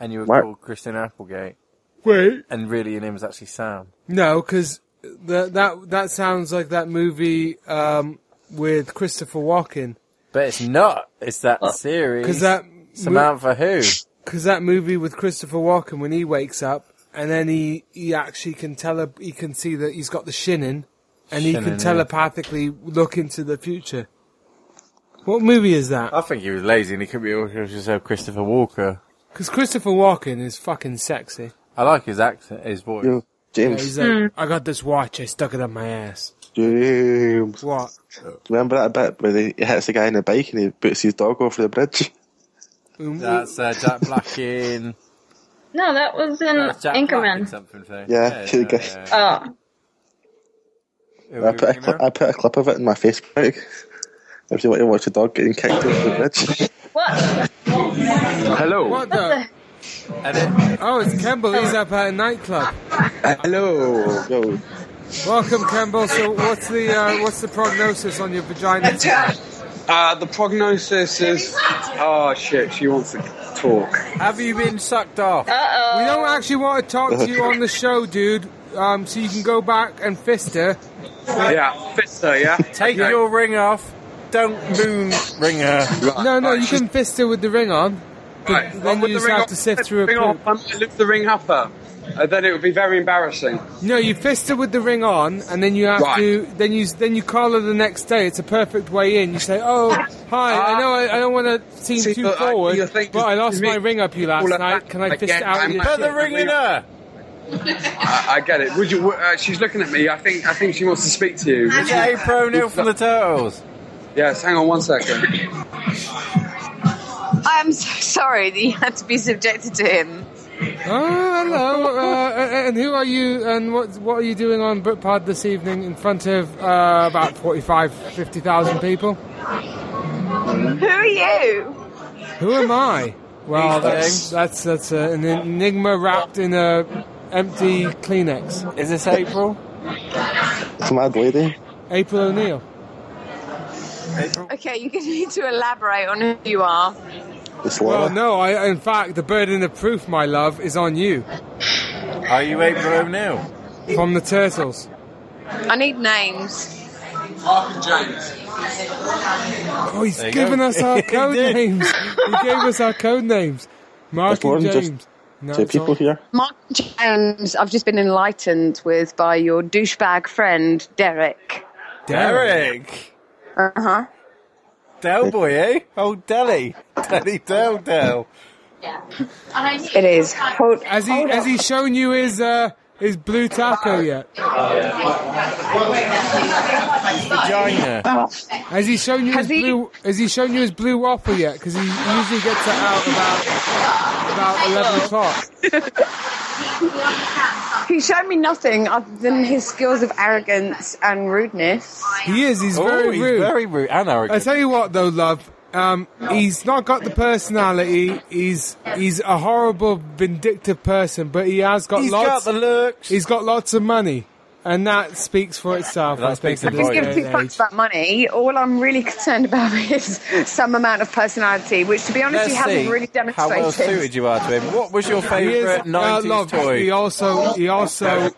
Speaker 3: And you were
Speaker 4: Mark.
Speaker 3: called Christian Applegate.
Speaker 2: Wait.
Speaker 3: And really your name was actually Sam.
Speaker 2: No, because that that that sounds like that movie um, with Christopher Walken.
Speaker 3: But it's not. It's that series.
Speaker 2: Because that
Speaker 3: Samantha who?
Speaker 2: because that movie with Christopher Walken when he wakes up and then he he actually can tele he can see that he's got the shin in, and he
Speaker 3: Shin in,
Speaker 2: can
Speaker 3: yeah.
Speaker 2: telepathically look into the future. What movie is that?
Speaker 3: I think he was lazy and he could be yourself Christopher Walker.
Speaker 2: Because Christopher Walken is fucking sexy.
Speaker 3: I like his accent, his voice.
Speaker 4: you know,
Speaker 2: Yeah,
Speaker 4: James,
Speaker 2: he's like, I got this watch, I stuck it up my ass.
Speaker 4: James.
Speaker 2: What?
Speaker 4: Remember that bit where he hits the guy on the bike and he boots his dog over the bridge?
Speaker 2: Um,
Speaker 3: That's uh, Jack Black in
Speaker 5: No, that was in Oh.
Speaker 3: that's Jack Black in
Speaker 5: Anchorman.
Speaker 3: something. so-
Speaker 4: Yeah, he-
Speaker 3: yeah, yeah, yeah.
Speaker 5: Oh,
Speaker 4: I put, a <laughs> cli- I put a clip of it in my Facebook. If you want to watch a dog getting kicked off the bridge,
Speaker 5: What?
Speaker 3: Hello.
Speaker 2: What the?
Speaker 3: Edit.
Speaker 2: Oh, it's Campbell. He's up at a nightclub.
Speaker 3: Hello.
Speaker 4: yo,
Speaker 2: Welcome, Campbell. So, what's the uh, what's the prognosis on your vagina? tonight?
Speaker 8: Uh, the prognosis is. Oh shit, she wants to talk.
Speaker 3: Have you been sucked off?
Speaker 2: We
Speaker 5: Uh oh.
Speaker 2: don't actually want to talk to you on the show, dude. Um, so you can go back and fist her.
Speaker 8: Yeah, fits her, yeah?
Speaker 3: Take your ring off. Don't moon ring her.
Speaker 2: No, no, you can fist her with the ring on. But
Speaker 8: Right,
Speaker 2: then
Speaker 8: on with
Speaker 2: you
Speaker 8: the
Speaker 2: just
Speaker 8: ring
Speaker 2: have
Speaker 8: off-
Speaker 2: to sift through a
Speaker 8: ring
Speaker 2: poop.
Speaker 8: off, I might lift the ring up her. Uh, then it would be very embarrassing.
Speaker 2: No, you fist her with the ring on, and then you have
Speaker 8: Right.
Speaker 2: to. Then you then you call her the next day. It's a perfect way in. You say, "Oh, hi. I
Speaker 3: Uh,
Speaker 2: know I, I don't want to seem
Speaker 8: See,
Speaker 2: too
Speaker 8: but I-
Speaker 2: forward,
Speaker 8: you think-
Speaker 2: but I lost
Speaker 8: me-
Speaker 2: my ring up you
Speaker 8: all
Speaker 2: last
Speaker 8: of
Speaker 2: night.
Speaker 8: that
Speaker 2: Can I fist
Speaker 8: again,
Speaker 2: it out?"
Speaker 8: I'm
Speaker 2: in your
Speaker 3: Put
Speaker 8: not-
Speaker 2: shit?
Speaker 3: the ring in her.
Speaker 8: I, I get it. Would you? Uh, she's looking at me. I think. I think she wants to speak to you.
Speaker 3: Is it April O'Neil from the Turtles?
Speaker 8: Yes. Hang on one second.
Speaker 9: I'm so sorry that you had to be subjected to him.
Speaker 2: Oh, hello. Uh, and who are you? And what what are you doing on Britpod this evening in front of uh, about 45, 50,000 people?
Speaker 9: Who are you?
Speaker 2: Who am I? Well, that's
Speaker 3: Thanks.
Speaker 2: that's that's uh, an enigma wrapped in a empty Kleenex.
Speaker 3: Is this April?
Speaker 4: it's a mad lady.
Speaker 2: April O'Neil.
Speaker 9: Okay, you're going to need to elaborate on who you are.
Speaker 4: It's
Speaker 2: Well,
Speaker 4: Laura.
Speaker 2: no. I in fact, the burden of proof, my love, is on you
Speaker 3: Are you April O'Neil?
Speaker 2: from the Turtles.
Speaker 9: I need names.
Speaker 8: Mark and James.
Speaker 2: Oh, he's
Speaker 3: There you
Speaker 2: given
Speaker 3: go.
Speaker 2: us our
Speaker 3: <laughs> He
Speaker 2: code
Speaker 3: did.
Speaker 2: names. He gave us our code names. Mark
Speaker 4: If
Speaker 2: and
Speaker 4: Warren just-
Speaker 2: James. No,
Speaker 4: Two
Speaker 2: it's all-
Speaker 4: people here.
Speaker 9: Mark Jones, I've just been enlightened with by your douchebag friend, Derek.
Speaker 3: Derek.
Speaker 9: Uh huh.
Speaker 3: Del boy, eh? Old Delly. Delly Del Del.
Speaker 9: It is. Hold,
Speaker 2: Has he has he shown you his uh, his blue taco yet?
Speaker 3: Vagina.
Speaker 2: Has he shown you
Speaker 9: Has
Speaker 2: his
Speaker 9: he-
Speaker 2: blue? Has he shown you his blue waffle yet? Because he usually gets it out about about eleven o'clock.
Speaker 9: He showed me nothing other than his skills of arrogance and rudeness.
Speaker 2: He is. He's
Speaker 3: Oh,
Speaker 2: very
Speaker 3: he's
Speaker 2: rude.
Speaker 3: very rude and
Speaker 2: I
Speaker 3: arrogant.
Speaker 2: tell you what, though, love. Um, he's not got the personality. He's he's a horrible, vindictive person, but he has got
Speaker 3: He's got
Speaker 2: lots.
Speaker 3: the looks.
Speaker 2: he's got lots of money, and that speaks for itself.
Speaker 3: That
Speaker 2: I think,
Speaker 3: speaks
Speaker 2: at
Speaker 3: for
Speaker 2: this
Speaker 9: Just
Speaker 3: Right,
Speaker 9: give
Speaker 2: day
Speaker 9: two
Speaker 2: and
Speaker 9: fucks
Speaker 2: age.
Speaker 9: about money. All I'm really concerned about <laughs> is some amount of personality, which, to be honest,
Speaker 3: Let's
Speaker 9: he hasn't
Speaker 3: see
Speaker 9: really
Speaker 3: how
Speaker 9: demonstrated.
Speaker 3: well suited you are to him. What was your
Speaker 2: He is
Speaker 3: favourite
Speaker 2: uh,
Speaker 3: 90s
Speaker 2: love.
Speaker 3: toy?
Speaker 2: He also he also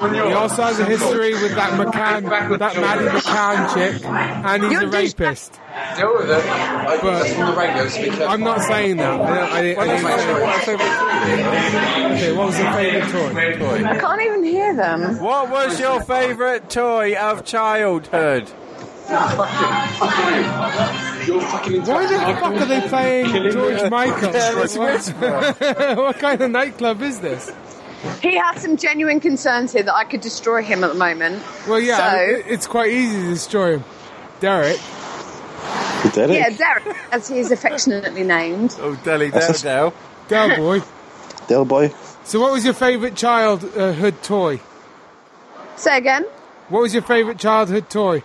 Speaker 2: he also has a history with that McCann with that Maddie McCann chick, and he's a
Speaker 9: You're just-
Speaker 2: rapist.
Speaker 8: Deal with it. I,
Speaker 2: But-
Speaker 8: that's on the radio. So be careful.
Speaker 2: I'm not saying that. I don't, I, didn't- I didn't say that. <laughs> Okay, what was your favourite toy?
Speaker 9: I can't even hear them.
Speaker 3: What was your favourite toy of childhood?
Speaker 2: Why the fuck are they playing George Michael?
Speaker 3: Careless
Speaker 2: What, <laughs> what kind of nightclub is this?
Speaker 9: He has some genuine concerns here that I could destroy him at the moment.
Speaker 2: Well, yeah,
Speaker 9: So-
Speaker 2: I mean, it- it's quite easy to destroy him. Derek,
Speaker 4: You did it.
Speaker 9: Yeah, Derek, as he is affectionately named.
Speaker 3: Oh, Delly
Speaker 4: That's
Speaker 3: Del
Speaker 4: just-
Speaker 3: Del.
Speaker 9: <laughs>
Speaker 2: Del boy.
Speaker 4: Del boy.
Speaker 2: So, what was your favourite childhood toy?
Speaker 9: Say again.
Speaker 2: What was your favourite childhood toy?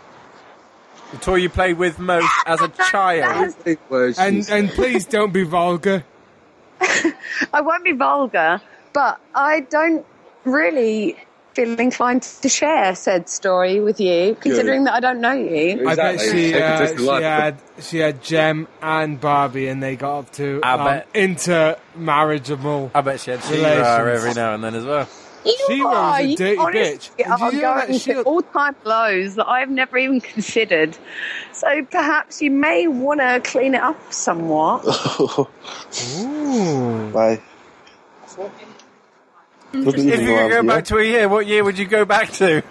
Speaker 3: The toy you played with most as a child.
Speaker 8: Big words.
Speaker 2: And and please don't be vulgar.
Speaker 9: I won't be vulgar, but I don't really feel inclined to share said story with you, considering that I don't know you.
Speaker 2: I bet
Speaker 8: Exactly.
Speaker 2: she uh,
Speaker 8: Just
Speaker 2: she
Speaker 8: like-
Speaker 2: had she had Jem and Barbie, and they got up to
Speaker 3: I
Speaker 2: um,
Speaker 3: bet.
Speaker 2: intermarriageable.
Speaker 3: I bet she had
Speaker 2: Relations.
Speaker 3: She-Ra every now and then as well.
Speaker 9: You
Speaker 2: She was
Speaker 9: are,
Speaker 2: a
Speaker 9: you
Speaker 2: dirty
Speaker 9: honestly
Speaker 2: bitch.
Speaker 9: are
Speaker 2: Did you know that
Speaker 9: going
Speaker 2: she-
Speaker 9: to all-time lows that I've never even considered. So perhaps you may want to clean it up somewhat.
Speaker 4: Bye. What do you
Speaker 3: If
Speaker 4: do
Speaker 3: you could
Speaker 4: over
Speaker 3: go back
Speaker 4: here?
Speaker 3: to a year, what year would you go back to?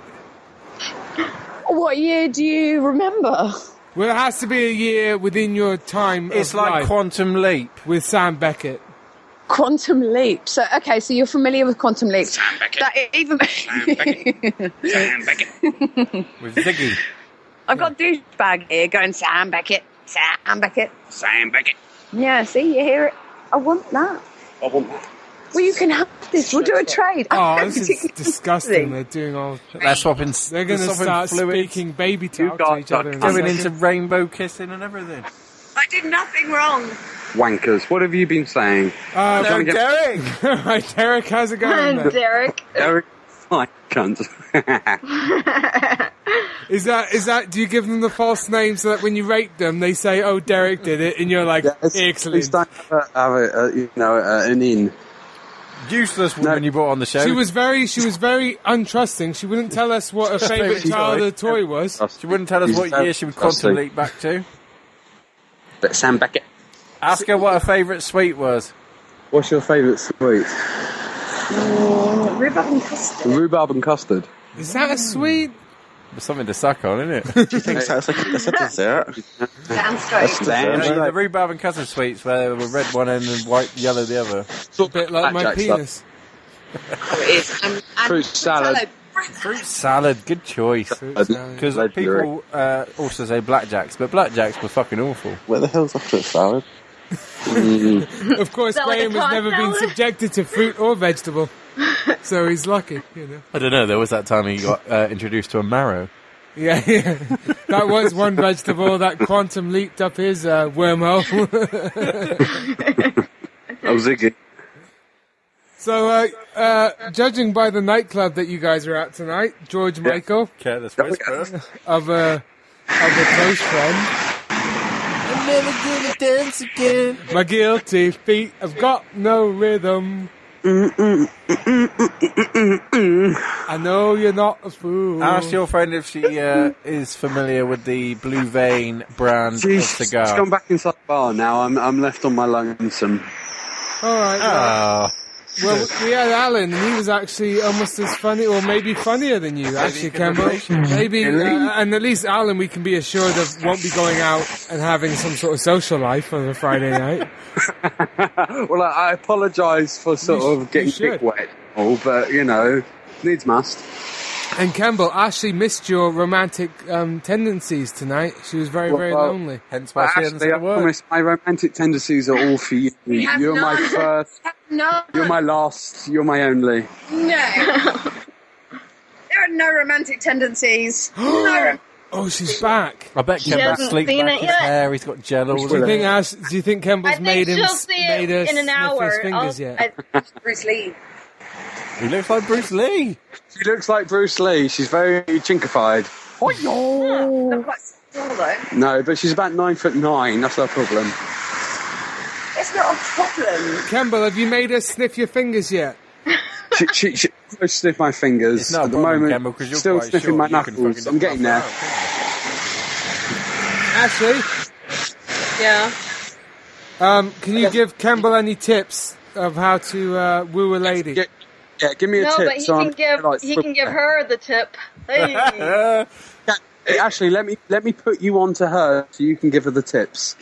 Speaker 9: what year do you remember?
Speaker 2: Well, it has to be a year within your time.
Speaker 3: It's
Speaker 2: of
Speaker 3: like
Speaker 2: life
Speaker 3: Quantum Leap.
Speaker 2: with Sam
Speaker 3: <laughs>
Speaker 2: Beckett.
Speaker 9: Quantum Leap. So okay, so you're familiar with Quantum Leap. That i- even
Speaker 3: With Ziggy.
Speaker 9: I've got douchebag here going Sam Beckett, Sam Beckett, Sam Beckett. Yeah, see, you hear it. I want that. I want that. Well, you can have love this. We'll do a trade. <laughs>
Speaker 2: Oh, this is disgusting. They're doing all.
Speaker 3: They're swapping.
Speaker 2: They're going to
Speaker 3: swapping
Speaker 2: start
Speaker 3: fluids.
Speaker 2: speaking baby
Speaker 3: You
Speaker 2: talk to
Speaker 3: guys
Speaker 2: each other.
Speaker 3: are
Speaker 2: in a
Speaker 3: going into
Speaker 2: second.
Speaker 3: rainbow kissing and everything.
Speaker 9: I did nothing wrong.
Speaker 8: Wankers, what have you been saying?
Speaker 2: Uh,
Speaker 8: Trying to get
Speaker 3: Derek.
Speaker 8: <laughs>
Speaker 2: <laughs> Hi, Derek. How's it going?
Speaker 5: <laughs> And
Speaker 2: mate?
Speaker 5: Derek.
Speaker 8: Derek, my cunt. <laughs>
Speaker 2: Is that is that? Do you give them the false name so that when you rape them, they say, "Oh, Derek did it," and you're like,
Speaker 8: We
Speaker 2: "Excellent."
Speaker 8: start to have a, have a, uh, you know, uh, an in.
Speaker 3: Useless woman you brought on the show.
Speaker 2: She was very she was very untrusting. She wouldn't tell us what her favorite
Speaker 3: She's
Speaker 2: childhood
Speaker 3: alright.
Speaker 2: toy
Speaker 8: Uh,
Speaker 2: was.
Speaker 3: She wouldn't tell us what year she would quantum leap back to.
Speaker 8: But Sam Beckett.
Speaker 3: Ask her what her favourite sweet was.
Speaker 8: What's your favourite sweet?
Speaker 2: Oh.
Speaker 9: Rhubarb and custard.
Speaker 8: Rhubarb and custard.
Speaker 2: Is that a sweet?
Speaker 3: It's something to suck on, isn't
Speaker 8: <laughs>
Speaker 3: it?
Speaker 4: She thinks that's like it's <laughs> a dessert.
Speaker 9: Damn straight.
Speaker 4: Dessert.
Speaker 3: the, the rhubarb and custard sweets where there were red one end and white yellow the other.
Speaker 2: A bit like my
Speaker 8: Blackjack's up.
Speaker 2: penis.
Speaker 9: it is. Um, And, and
Speaker 8: Fruit salad.
Speaker 3: Fruit salad, good choice. Because
Speaker 8: Legendary.
Speaker 3: people uh, also say blackjacks, but blackjacks were fucking awful.
Speaker 4: What the hell's a fruit salad?
Speaker 2: Of course,
Speaker 5: that like a
Speaker 2: Graham has
Speaker 5: cod
Speaker 2: never been
Speaker 5: salad?
Speaker 2: subjected to fruit or
Speaker 5: <laughs>
Speaker 2: vegetable, so he's lucky. You know.
Speaker 3: I don't know. There was that time he got uh, introduced to a marrow.
Speaker 2: Yeah, <laughs> yeah. That was one vegetable that quantum leaped up his uh, wormhole. <laughs>
Speaker 8: Oh, Ziggy.
Speaker 2: so, uh, uh, judging by the nightclub that you guys were at tonight, George Michael
Speaker 3: Careless whisper.
Speaker 2: of a of a close friend,
Speaker 3: I'm never gonna dance again.
Speaker 2: my guilty feet have got no rhythm. I know you're not a fool.
Speaker 3: Ask your friend if she uh, is familiar with the Blue Vein brand of
Speaker 8: She's
Speaker 3: cigar.
Speaker 8: gone back inside the bar now. I'm, I'm left on my lonesome. <laughs>
Speaker 2: All right.
Speaker 3: Ah.
Speaker 2: Well, we had Alan, and he was actually almost as funny, or maybe funnier than you, actually, Campbell. Maybe, uh, and at least Alan, we can be assured of won't be going out and having some sort of social life on a Friday night.
Speaker 8: Well, I, I apologise for sort
Speaker 2: You sh-
Speaker 8: of getting
Speaker 2: you should.
Speaker 8: dick wet. Oh, but you know, needs must.
Speaker 2: And Campbell, Ashley missed your romantic um, tendencies tonight. She was very, very
Speaker 8: Well,
Speaker 2: lonely.
Speaker 3: Hence why
Speaker 8: But
Speaker 3: she hasn't
Speaker 8: Ashley,
Speaker 3: said
Speaker 8: I
Speaker 3: a word.
Speaker 8: promise my romantic tendencies are all for you.
Speaker 9: have
Speaker 8: You're my
Speaker 9: none.
Speaker 8: first.
Speaker 9: No,
Speaker 8: You're my last. You're my only.
Speaker 9: <laughs> no. there are no
Speaker 2: <gasps>
Speaker 9: romantic tendencies. no. rom-
Speaker 2: Oh, she's back.
Speaker 3: I bet Kemba
Speaker 5: hasn't
Speaker 3: sleeps
Speaker 5: seen
Speaker 3: back
Speaker 5: it
Speaker 3: his
Speaker 5: yet.
Speaker 3: hair. He's got gel all
Speaker 2: Do you
Speaker 3: over
Speaker 2: think
Speaker 3: it.
Speaker 2: Ash? Do you think Campbell's
Speaker 5: I think
Speaker 2: made him
Speaker 5: she'll
Speaker 2: s-
Speaker 5: see
Speaker 2: made her
Speaker 5: it in an
Speaker 2: sniff his
Speaker 5: hour.
Speaker 2: fingers
Speaker 5: I'll-
Speaker 2: yet?
Speaker 5: I,
Speaker 9: Bruce Lee.
Speaker 3: He looks like Bruce Lee.
Speaker 8: She looks like Bruce Lee. She's very chinkified.
Speaker 9: Not quite so tall, though.
Speaker 8: No, but she's about nine foot nine. That's our problem.
Speaker 9: It's not a problem.
Speaker 2: Campbell, have you made her sniff your fingers yet?
Speaker 8: She, she, she almost sniffed my fingers.
Speaker 3: It's not
Speaker 8: At
Speaker 3: a
Speaker 8: the
Speaker 3: problem,
Speaker 8: moment,
Speaker 3: Campbell, 'cause you're
Speaker 8: still
Speaker 3: quite
Speaker 8: sniffing
Speaker 3: short.
Speaker 8: my
Speaker 3: You can
Speaker 8: knuckles.
Speaker 3: fucking
Speaker 8: I'm getting there.
Speaker 3: knock that out.
Speaker 2: Ashley,
Speaker 8: <laughs>
Speaker 5: yeah.
Speaker 2: um, can you give Campbell any tips of how to uh, woo a lady?
Speaker 8: Get- yeah, give me a
Speaker 5: No,
Speaker 8: tip.
Speaker 5: but he
Speaker 8: so
Speaker 5: can
Speaker 8: I'm-
Speaker 5: give
Speaker 8: like,
Speaker 5: he can give her the tip. Hey.
Speaker 3: Uh,
Speaker 8: Hey, Ashley, let me let me put you on to her so you can give her the tips.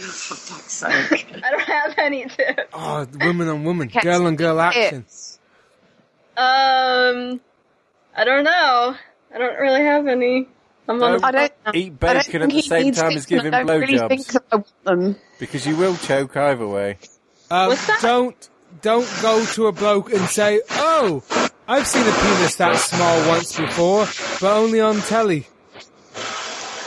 Speaker 5: I
Speaker 2: <laughs>
Speaker 5: don't have any tips.
Speaker 2: Oh, woman on woman, girl on girl action.
Speaker 5: Um, I don't know. I don't really have any.
Speaker 2: Um,
Speaker 5: I'm on
Speaker 9: I
Speaker 5: a
Speaker 9: don't.
Speaker 3: Uh, eat
Speaker 9: I don't
Speaker 3: bacon at
Speaker 9: think
Speaker 3: the
Speaker 9: he
Speaker 3: same
Speaker 9: needs
Speaker 3: time
Speaker 9: to,
Speaker 3: as giving
Speaker 9: I don't really think
Speaker 3: blowjobs
Speaker 9: that I want them.
Speaker 3: because you will choke either way.
Speaker 2: Um,
Speaker 5: What's that?
Speaker 2: don't don't go to a bloke and say, "Oh, I've seen a penis that small once before, but only on telly."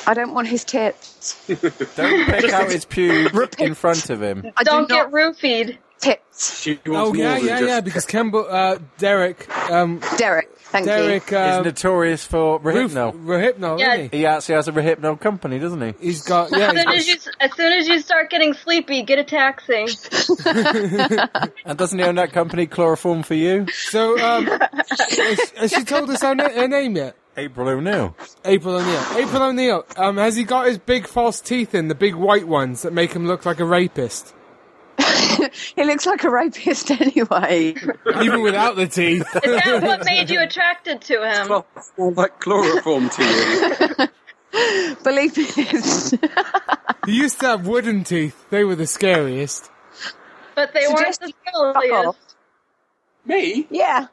Speaker 9: I don't want his tips.
Speaker 2: <laughs>
Speaker 3: Don't pick out his pubes in front of him.
Speaker 9: I
Speaker 5: don't
Speaker 9: do
Speaker 5: get
Speaker 9: not
Speaker 5: roofied.
Speaker 9: tips.
Speaker 2: Oh yeah, yeah, yeah. Because Campbell, uh, Derek, um,
Speaker 9: Derek, thank you.
Speaker 2: Derek,
Speaker 3: He's
Speaker 2: um,
Speaker 3: notorious for
Speaker 2: Roof-
Speaker 3: rehypnol.
Speaker 2: Rohypnol,
Speaker 5: Yeah.
Speaker 2: isn't he?
Speaker 3: He actually has a rehypnol company, doesn't he?
Speaker 2: He's got yeah.
Speaker 5: As soon as
Speaker 2: he's
Speaker 5: you as soon as you start getting sleepy, get
Speaker 2: <laughs>
Speaker 5: a taxi.
Speaker 3: And doesn't he own that company, Chloroform for You?
Speaker 2: so
Speaker 9: <laughs>
Speaker 2: um, has, has she told us her, na- her name yet?
Speaker 3: April O'Neill.
Speaker 2: April O'Neil. April O'Neil. Um, has he got his big false teeth in the big white ones that make him look like a rapist,
Speaker 9: <laughs> He looks like a rapist <laughs> anyway.
Speaker 2: even without the teeth?
Speaker 5: Is that what made you attracted to him?
Speaker 8: Well, it's more like chloroform to you.
Speaker 9: Believe me. <laughs> it's-
Speaker 2: He used to have wooden teeth. They were the scariest.
Speaker 5: But they weren't
Speaker 9: Suggest
Speaker 5: the
Speaker 9: fuck off.
Speaker 5: silliest.
Speaker 8: <laughs> me?
Speaker 9: yeah.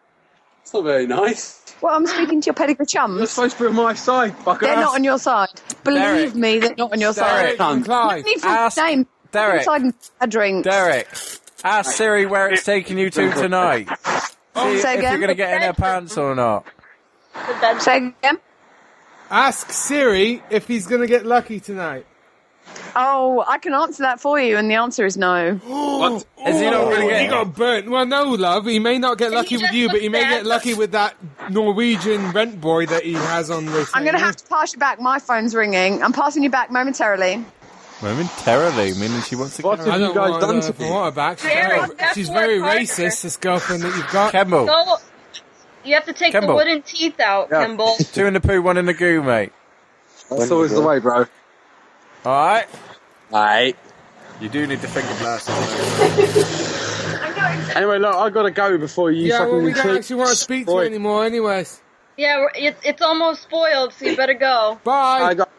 Speaker 8: It's not very nice.
Speaker 9: Well, I'm speaking to your pedigree
Speaker 8: You're
Speaker 9: chums.
Speaker 8: supposed to be on my side, fucker.
Speaker 9: They're not on your side. Believe
Speaker 3: Derek.
Speaker 9: me, they're not on your
Speaker 3: Derek.
Speaker 9: side.
Speaker 2: And Clive.
Speaker 9: Leave the
Speaker 3: Ask
Speaker 9: name.
Speaker 3: Derek.
Speaker 9: Inside and a drink.
Speaker 3: Derek, ask Siri where it's taking you to tonight.
Speaker 9: Say
Speaker 3: if
Speaker 9: again?
Speaker 3: you're going to get in her pants or not.
Speaker 9: Say again.
Speaker 2: Ask Siri if he's going to get lucky tonight.
Speaker 9: Oh, I can answer that for you, and the answer is no.
Speaker 2: What?
Speaker 3: Is he not gonna get-
Speaker 2: He got burnt. Oh, Well, no, love. He may not get lucky with
Speaker 9: just
Speaker 2: you, but he may
Speaker 9: looked
Speaker 2: get
Speaker 9: bad.
Speaker 2: lucky with that Norwegian rent boy that he has on the.
Speaker 9: I'm going to have to pass you back. My phone's ringing. I'm passing you back momentarily.
Speaker 3: Momentarily, meaning she wants to
Speaker 2: What
Speaker 3: get
Speaker 2: have you guys done to
Speaker 3: me?
Speaker 2: uh, What about? She's
Speaker 5: Very
Speaker 2: very, she's very
Speaker 5: definitely
Speaker 2: racist, this girlfriend that you've got.
Speaker 3: Kemble,
Speaker 5: So you have to take the
Speaker 3: Kemble.
Speaker 5: wooden teeth out,
Speaker 3: Yeah.
Speaker 2: <laughs>
Speaker 5: Kimball.
Speaker 3: two in the poo, one in the goo, mate.
Speaker 4: That's always the
Speaker 3: way, bro. Alright? Alright. You do need to finger blast
Speaker 8: Anyway, look, I gotta go before you
Speaker 2: Yeah,
Speaker 8: fucking.
Speaker 2: well, we don't
Speaker 8: treat-
Speaker 2: actually want to speak to
Speaker 8: Boy.
Speaker 2: you anymore, anyways.
Speaker 5: Yeah, we're- it's it's almost spoiled, so you better go.
Speaker 2: Bye.
Speaker 8: I got-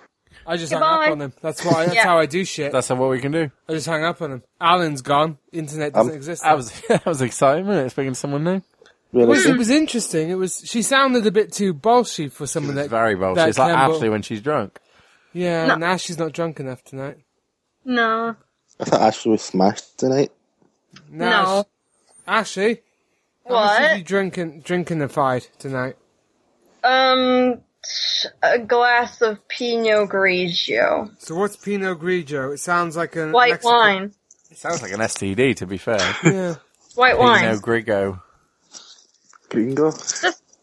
Speaker 2: I just hung
Speaker 5: Goodbye.
Speaker 2: up on him. That's why. That's
Speaker 5: Yeah.
Speaker 2: how I do shit.
Speaker 3: That's what we can do.
Speaker 2: I just hung up on him. Alan's gone. Internet doesn't
Speaker 5: Um,
Speaker 2: exist.
Speaker 3: That was, <laughs> that was exciting, wasn't it? Speaking to someone new.
Speaker 2: It was, it was interesting. It was. She sounded a bit too bolshy for someone that
Speaker 3: Very well.
Speaker 2: that
Speaker 3: She's like
Speaker 2: Campbell-
Speaker 3: Ashley when she's drunk.
Speaker 2: Yeah,
Speaker 5: No.
Speaker 2: now she's not drunk enough tonight.
Speaker 5: No.
Speaker 4: I thought Ashley was smashed tonight.
Speaker 2: Now
Speaker 5: No.
Speaker 2: Ashley,
Speaker 5: What?
Speaker 2: you drinking drinkingified tonight?
Speaker 5: Um, a glass of Pinot Grigio,
Speaker 2: So what's Pinot Grigio? It sounds like a
Speaker 5: white
Speaker 2: Mexican-
Speaker 5: wine,
Speaker 3: It sounds like an STD, to be fair.
Speaker 2: Yeah.
Speaker 5: white wine.
Speaker 3: Pinot Grigio.
Speaker 4: Gringo.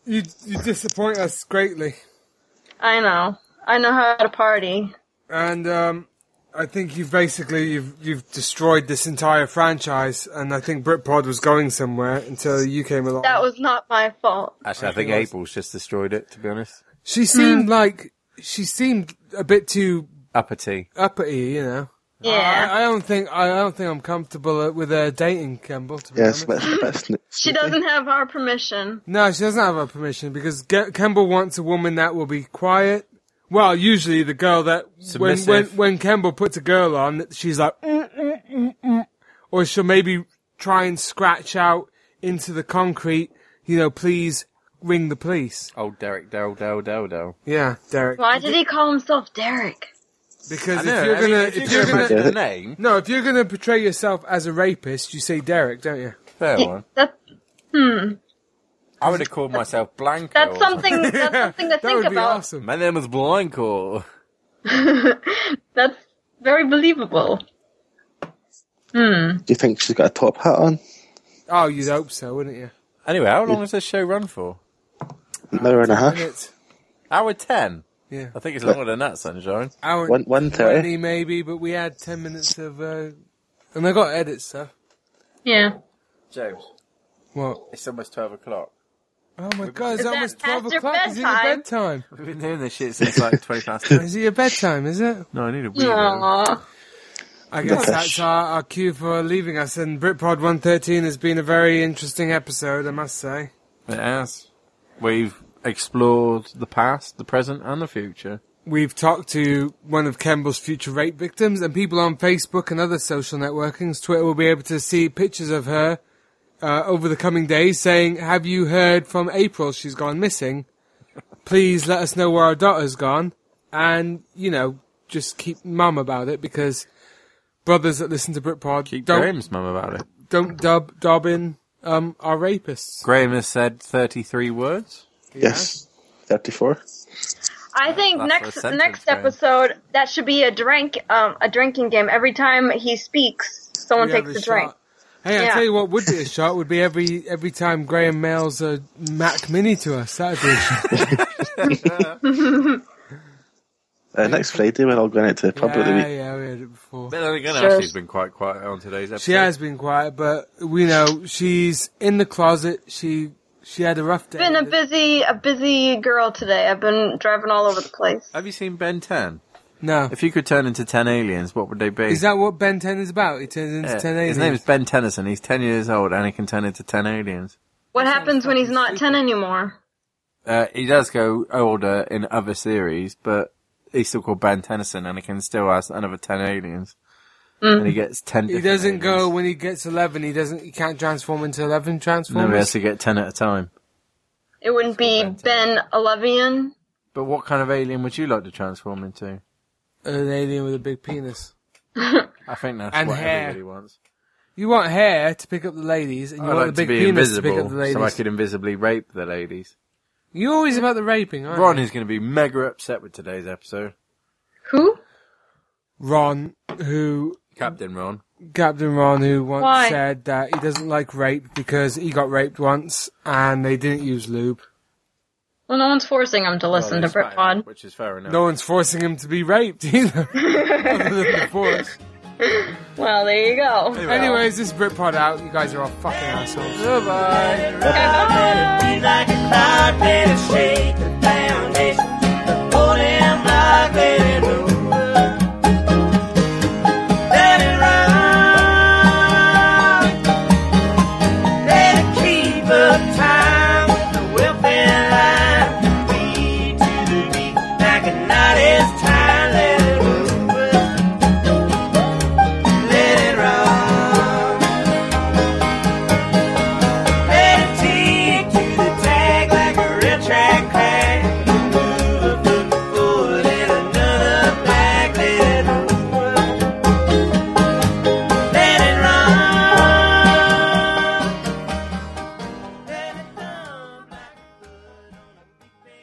Speaker 2: You you disappoint us greatly,
Speaker 5: I know. I know how to party.
Speaker 2: and um, I think you've basically you've you've destroyed this entire franchise. And I think Britpod was going somewhere until you came along.
Speaker 5: That was not my fault.
Speaker 3: Actually, I think April's just destroyed it, to be honest.
Speaker 2: She seemed like she seemed a bit too
Speaker 3: Uppity.
Speaker 2: uppity, you know.
Speaker 5: Yeah.
Speaker 2: I, I don't think I don't think I'm comfortable uh, with her dating Campbell. To be
Speaker 4: Yeah, it's a
Speaker 2: honest.
Speaker 4: bit, a bit snoop.
Speaker 5: She doesn't have our permission.
Speaker 2: No, she doesn't have her permission because Ge- Campbell wants a woman that will be quiet. Well, usually the girl that when,
Speaker 3: Submissive.
Speaker 2: when when Campbell puts a girl on, she's like, "Mm, mm, mm, mm," or she'll maybe try and scratch out into the concrete. You know, please ring the police.
Speaker 3: Old Derek Del Del Del Del.
Speaker 2: Yeah, Derek.
Speaker 5: Why did he call himself Derek?
Speaker 2: Because
Speaker 3: I
Speaker 2: if
Speaker 3: know,
Speaker 2: you're
Speaker 3: I
Speaker 2: gonna
Speaker 3: mean,
Speaker 2: if, you're gonna
Speaker 3: imagine the name,
Speaker 2: no if you're gonna portray yourself as a rapist, you say Derek, don't you?
Speaker 3: fair one.
Speaker 5: That, hmm.
Speaker 3: I would have called myself Blanco.
Speaker 5: That's
Speaker 3: or
Speaker 5: something. That's
Speaker 2: <laughs>
Speaker 5: something to
Speaker 2: That would
Speaker 5: think
Speaker 2: be
Speaker 5: about.
Speaker 2: awesome.
Speaker 3: My name is Blanco.
Speaker 5: <laughs> That's very believable. Hmm.
Speaker 4: Do you think she's got a top hat on?
Speaker 2: Oh, you'd hope so, wouldn't you?
Speaker 3: Anyway, how long does this show run for?
Speaker 4: An hour and a half.
Speaker 2: Minutes.
Speaker 3: Hour ten.
Speaker 2: Yeah.
Speaker 3: I think it's longer than that, Sunshine.
Speaker 2: hour
Speaker 4: One, one thirty.
Speaker 2: 20 maybe, but we had 10 minutes of, uh, and I got edit stuff.
Speaker 5: Yeah.
Speaker 3: James,
Speaker 2: What?
Speaker 3: it's almost twelve o'clock.
Speaker 2: Oh my god,
Speaker 5: Is
Speaker 2: it's
Speaker 5: that
Speaker 2: almost
Speaker 5: past
Speaker 2: 12
Speaker 5: your
Speaker 2: o'clock. Is it your
Speaker 5: bedtime?
Speaker 2: bedtime?
Speaker 3: We've been doing this shit since like twenty
Speaker 2: <laughs>
Speaker 3: past. ten.
Speaker 2: Is it your bedtime, is it?
Speaker 3: No, I need a wee. though.
Speaker 5: Aww.
Speaker 2: I guess
Speaker 4: Okay.
Speaker 2: that's our, our cue for leaving us, and Britpod 113 has been a very interesting episode, I must say.
Speaker 3: It has. We've explored the past, the present, and the future.
Speaker 2: We've talked to one of Kemble's future rape victims, and people on Facebook and other social networkings, Twitter will be able to see pictures of her uh, over the coming days saying, Have you heard from April? She's gone missing. Please let us know where our daughter's gone. And, you know, just keep mum about it because brothers that listen to Britpod
Speaker 3: Keep
Speaker 2: don't,
Speaker 3: Graham's mum about it.
Speaker 2: don't dub Dobbin um, our rapists.
Speaker 3: Graham has said thirty-three words.
Speaker 4: Yes. Thirty-four.
Speaker 5: I think
Speaker 3: that's
Speaker 5: next
Speaker 3: a sentence,
Speaker 5: next
Speaker 3: Graham.
Speaker 5: episode that should be a drink um a drinking game. Every time he speaks, someone
Speaker 2: We have
Speaker 5: takes
Speaker 2: a
Speaker 5: a drink.
Speaker 2: shot. Hey, I
Speaker 5: Yeah.
Speaker 2: tell you what would be a shot would be every every time Graham mails a Mac Mini to us. That'd be a shot.
Speaker 4: Uh, next Friday, we're all going out to the pub with the
Speaker 2: yeah,
Speaker 4: week.
Speaker 2: yeah, we had it before.
Speaker 3: But then again,
Speaker 5: Sure.
Speaker 3: Ashley's been quite quiet on today's episode.
Speaker 2: She has been quiet, but we know she's in the closet. She she had a rough day.
Speaker 5: Been a busy a busy girl today. I've been driving all over the place.
Speaker 3: Have you seen Ben Ten?
Speaker 2: no,
Speaker 3: If you could turn into ten aliens, what would they be?
Speaker 2: is that what Ben Ten is about? He turns into
Speaker 3: Yeah,
Speaker 2: ten aliens.
Speaker 3: His name is Ben Tennyson. He's 10 years old and he can turn into 10 aliens.
Speaker 5: What happens when he's not ten anymore?
Speaker 3: Uh, he does go older in other series, but he's still called Ben Tennyson and he can still ask another 10 aliens. And he gets 10
Speaker 2: he
Speaker 3: different
Speaker 2: doesn't go
Speaker 3: aliens.
Speaker 2: when he gets eleven. He doesn't. He can't transform into eleven
Speaker 3: No, he has
Speaker 2: transformers.
Speaker 3: to get 10 at a time.
Speaker 5: It wouldn't be Ben Olevian.
Speaker 3: But what kind of alien would you like to transform into?
Speaker 2: An alien with a big penis.
Speaker 3: I think that's
Speaker 2: And
Speaker 3: what
Speaker 2: hair.
Speaker 3: everybody wants.
Speaker 2: You want hair to pick up the ladies, and you
Speaker 3: I
Speaker 2: want
Speaker 3: like
Speaker 2: the
Speaker 3: to
Speaker 2: big
Speaker 3: be
Speaker 2: penis to pick up
Speaker 3: invisible
Speaker 2: the ladies.
Speaker 3: so I could invisibly rape the ladies.
Speaker 2: You're always about the raping, aren't
Speaker 3: Ron
Speaker 2: you?
Speaker 3: is going to be mega upset with today's episode.
Speaker 5: Who?
Speaker 2: Ron, who
Speaker 3: Captain Ron.
Speaker 2: Captain Ron, who once
Speaker 5: Why?
Speaker 2: said that he doesn't like rape because he got raped once and they didn't use lube.
Speaker 5: Well, no one's forcing him to listen
Speaker 3: Well,
Speaker 5: to
Speaker 3: they spat him out,
Speaker 5: Britpod.
Speaker 3: Which is fair enough.
Speaker 2: No one's forcing him to be raped <laughs> either. Other than the force.
Speaker 5: Well, there you go.
Speaker 2: Anyways, this is Britpod out. You guys are all fucking assholes.
Speaker 5: Bye.
Speaker 10: Be like a cloud made of shade.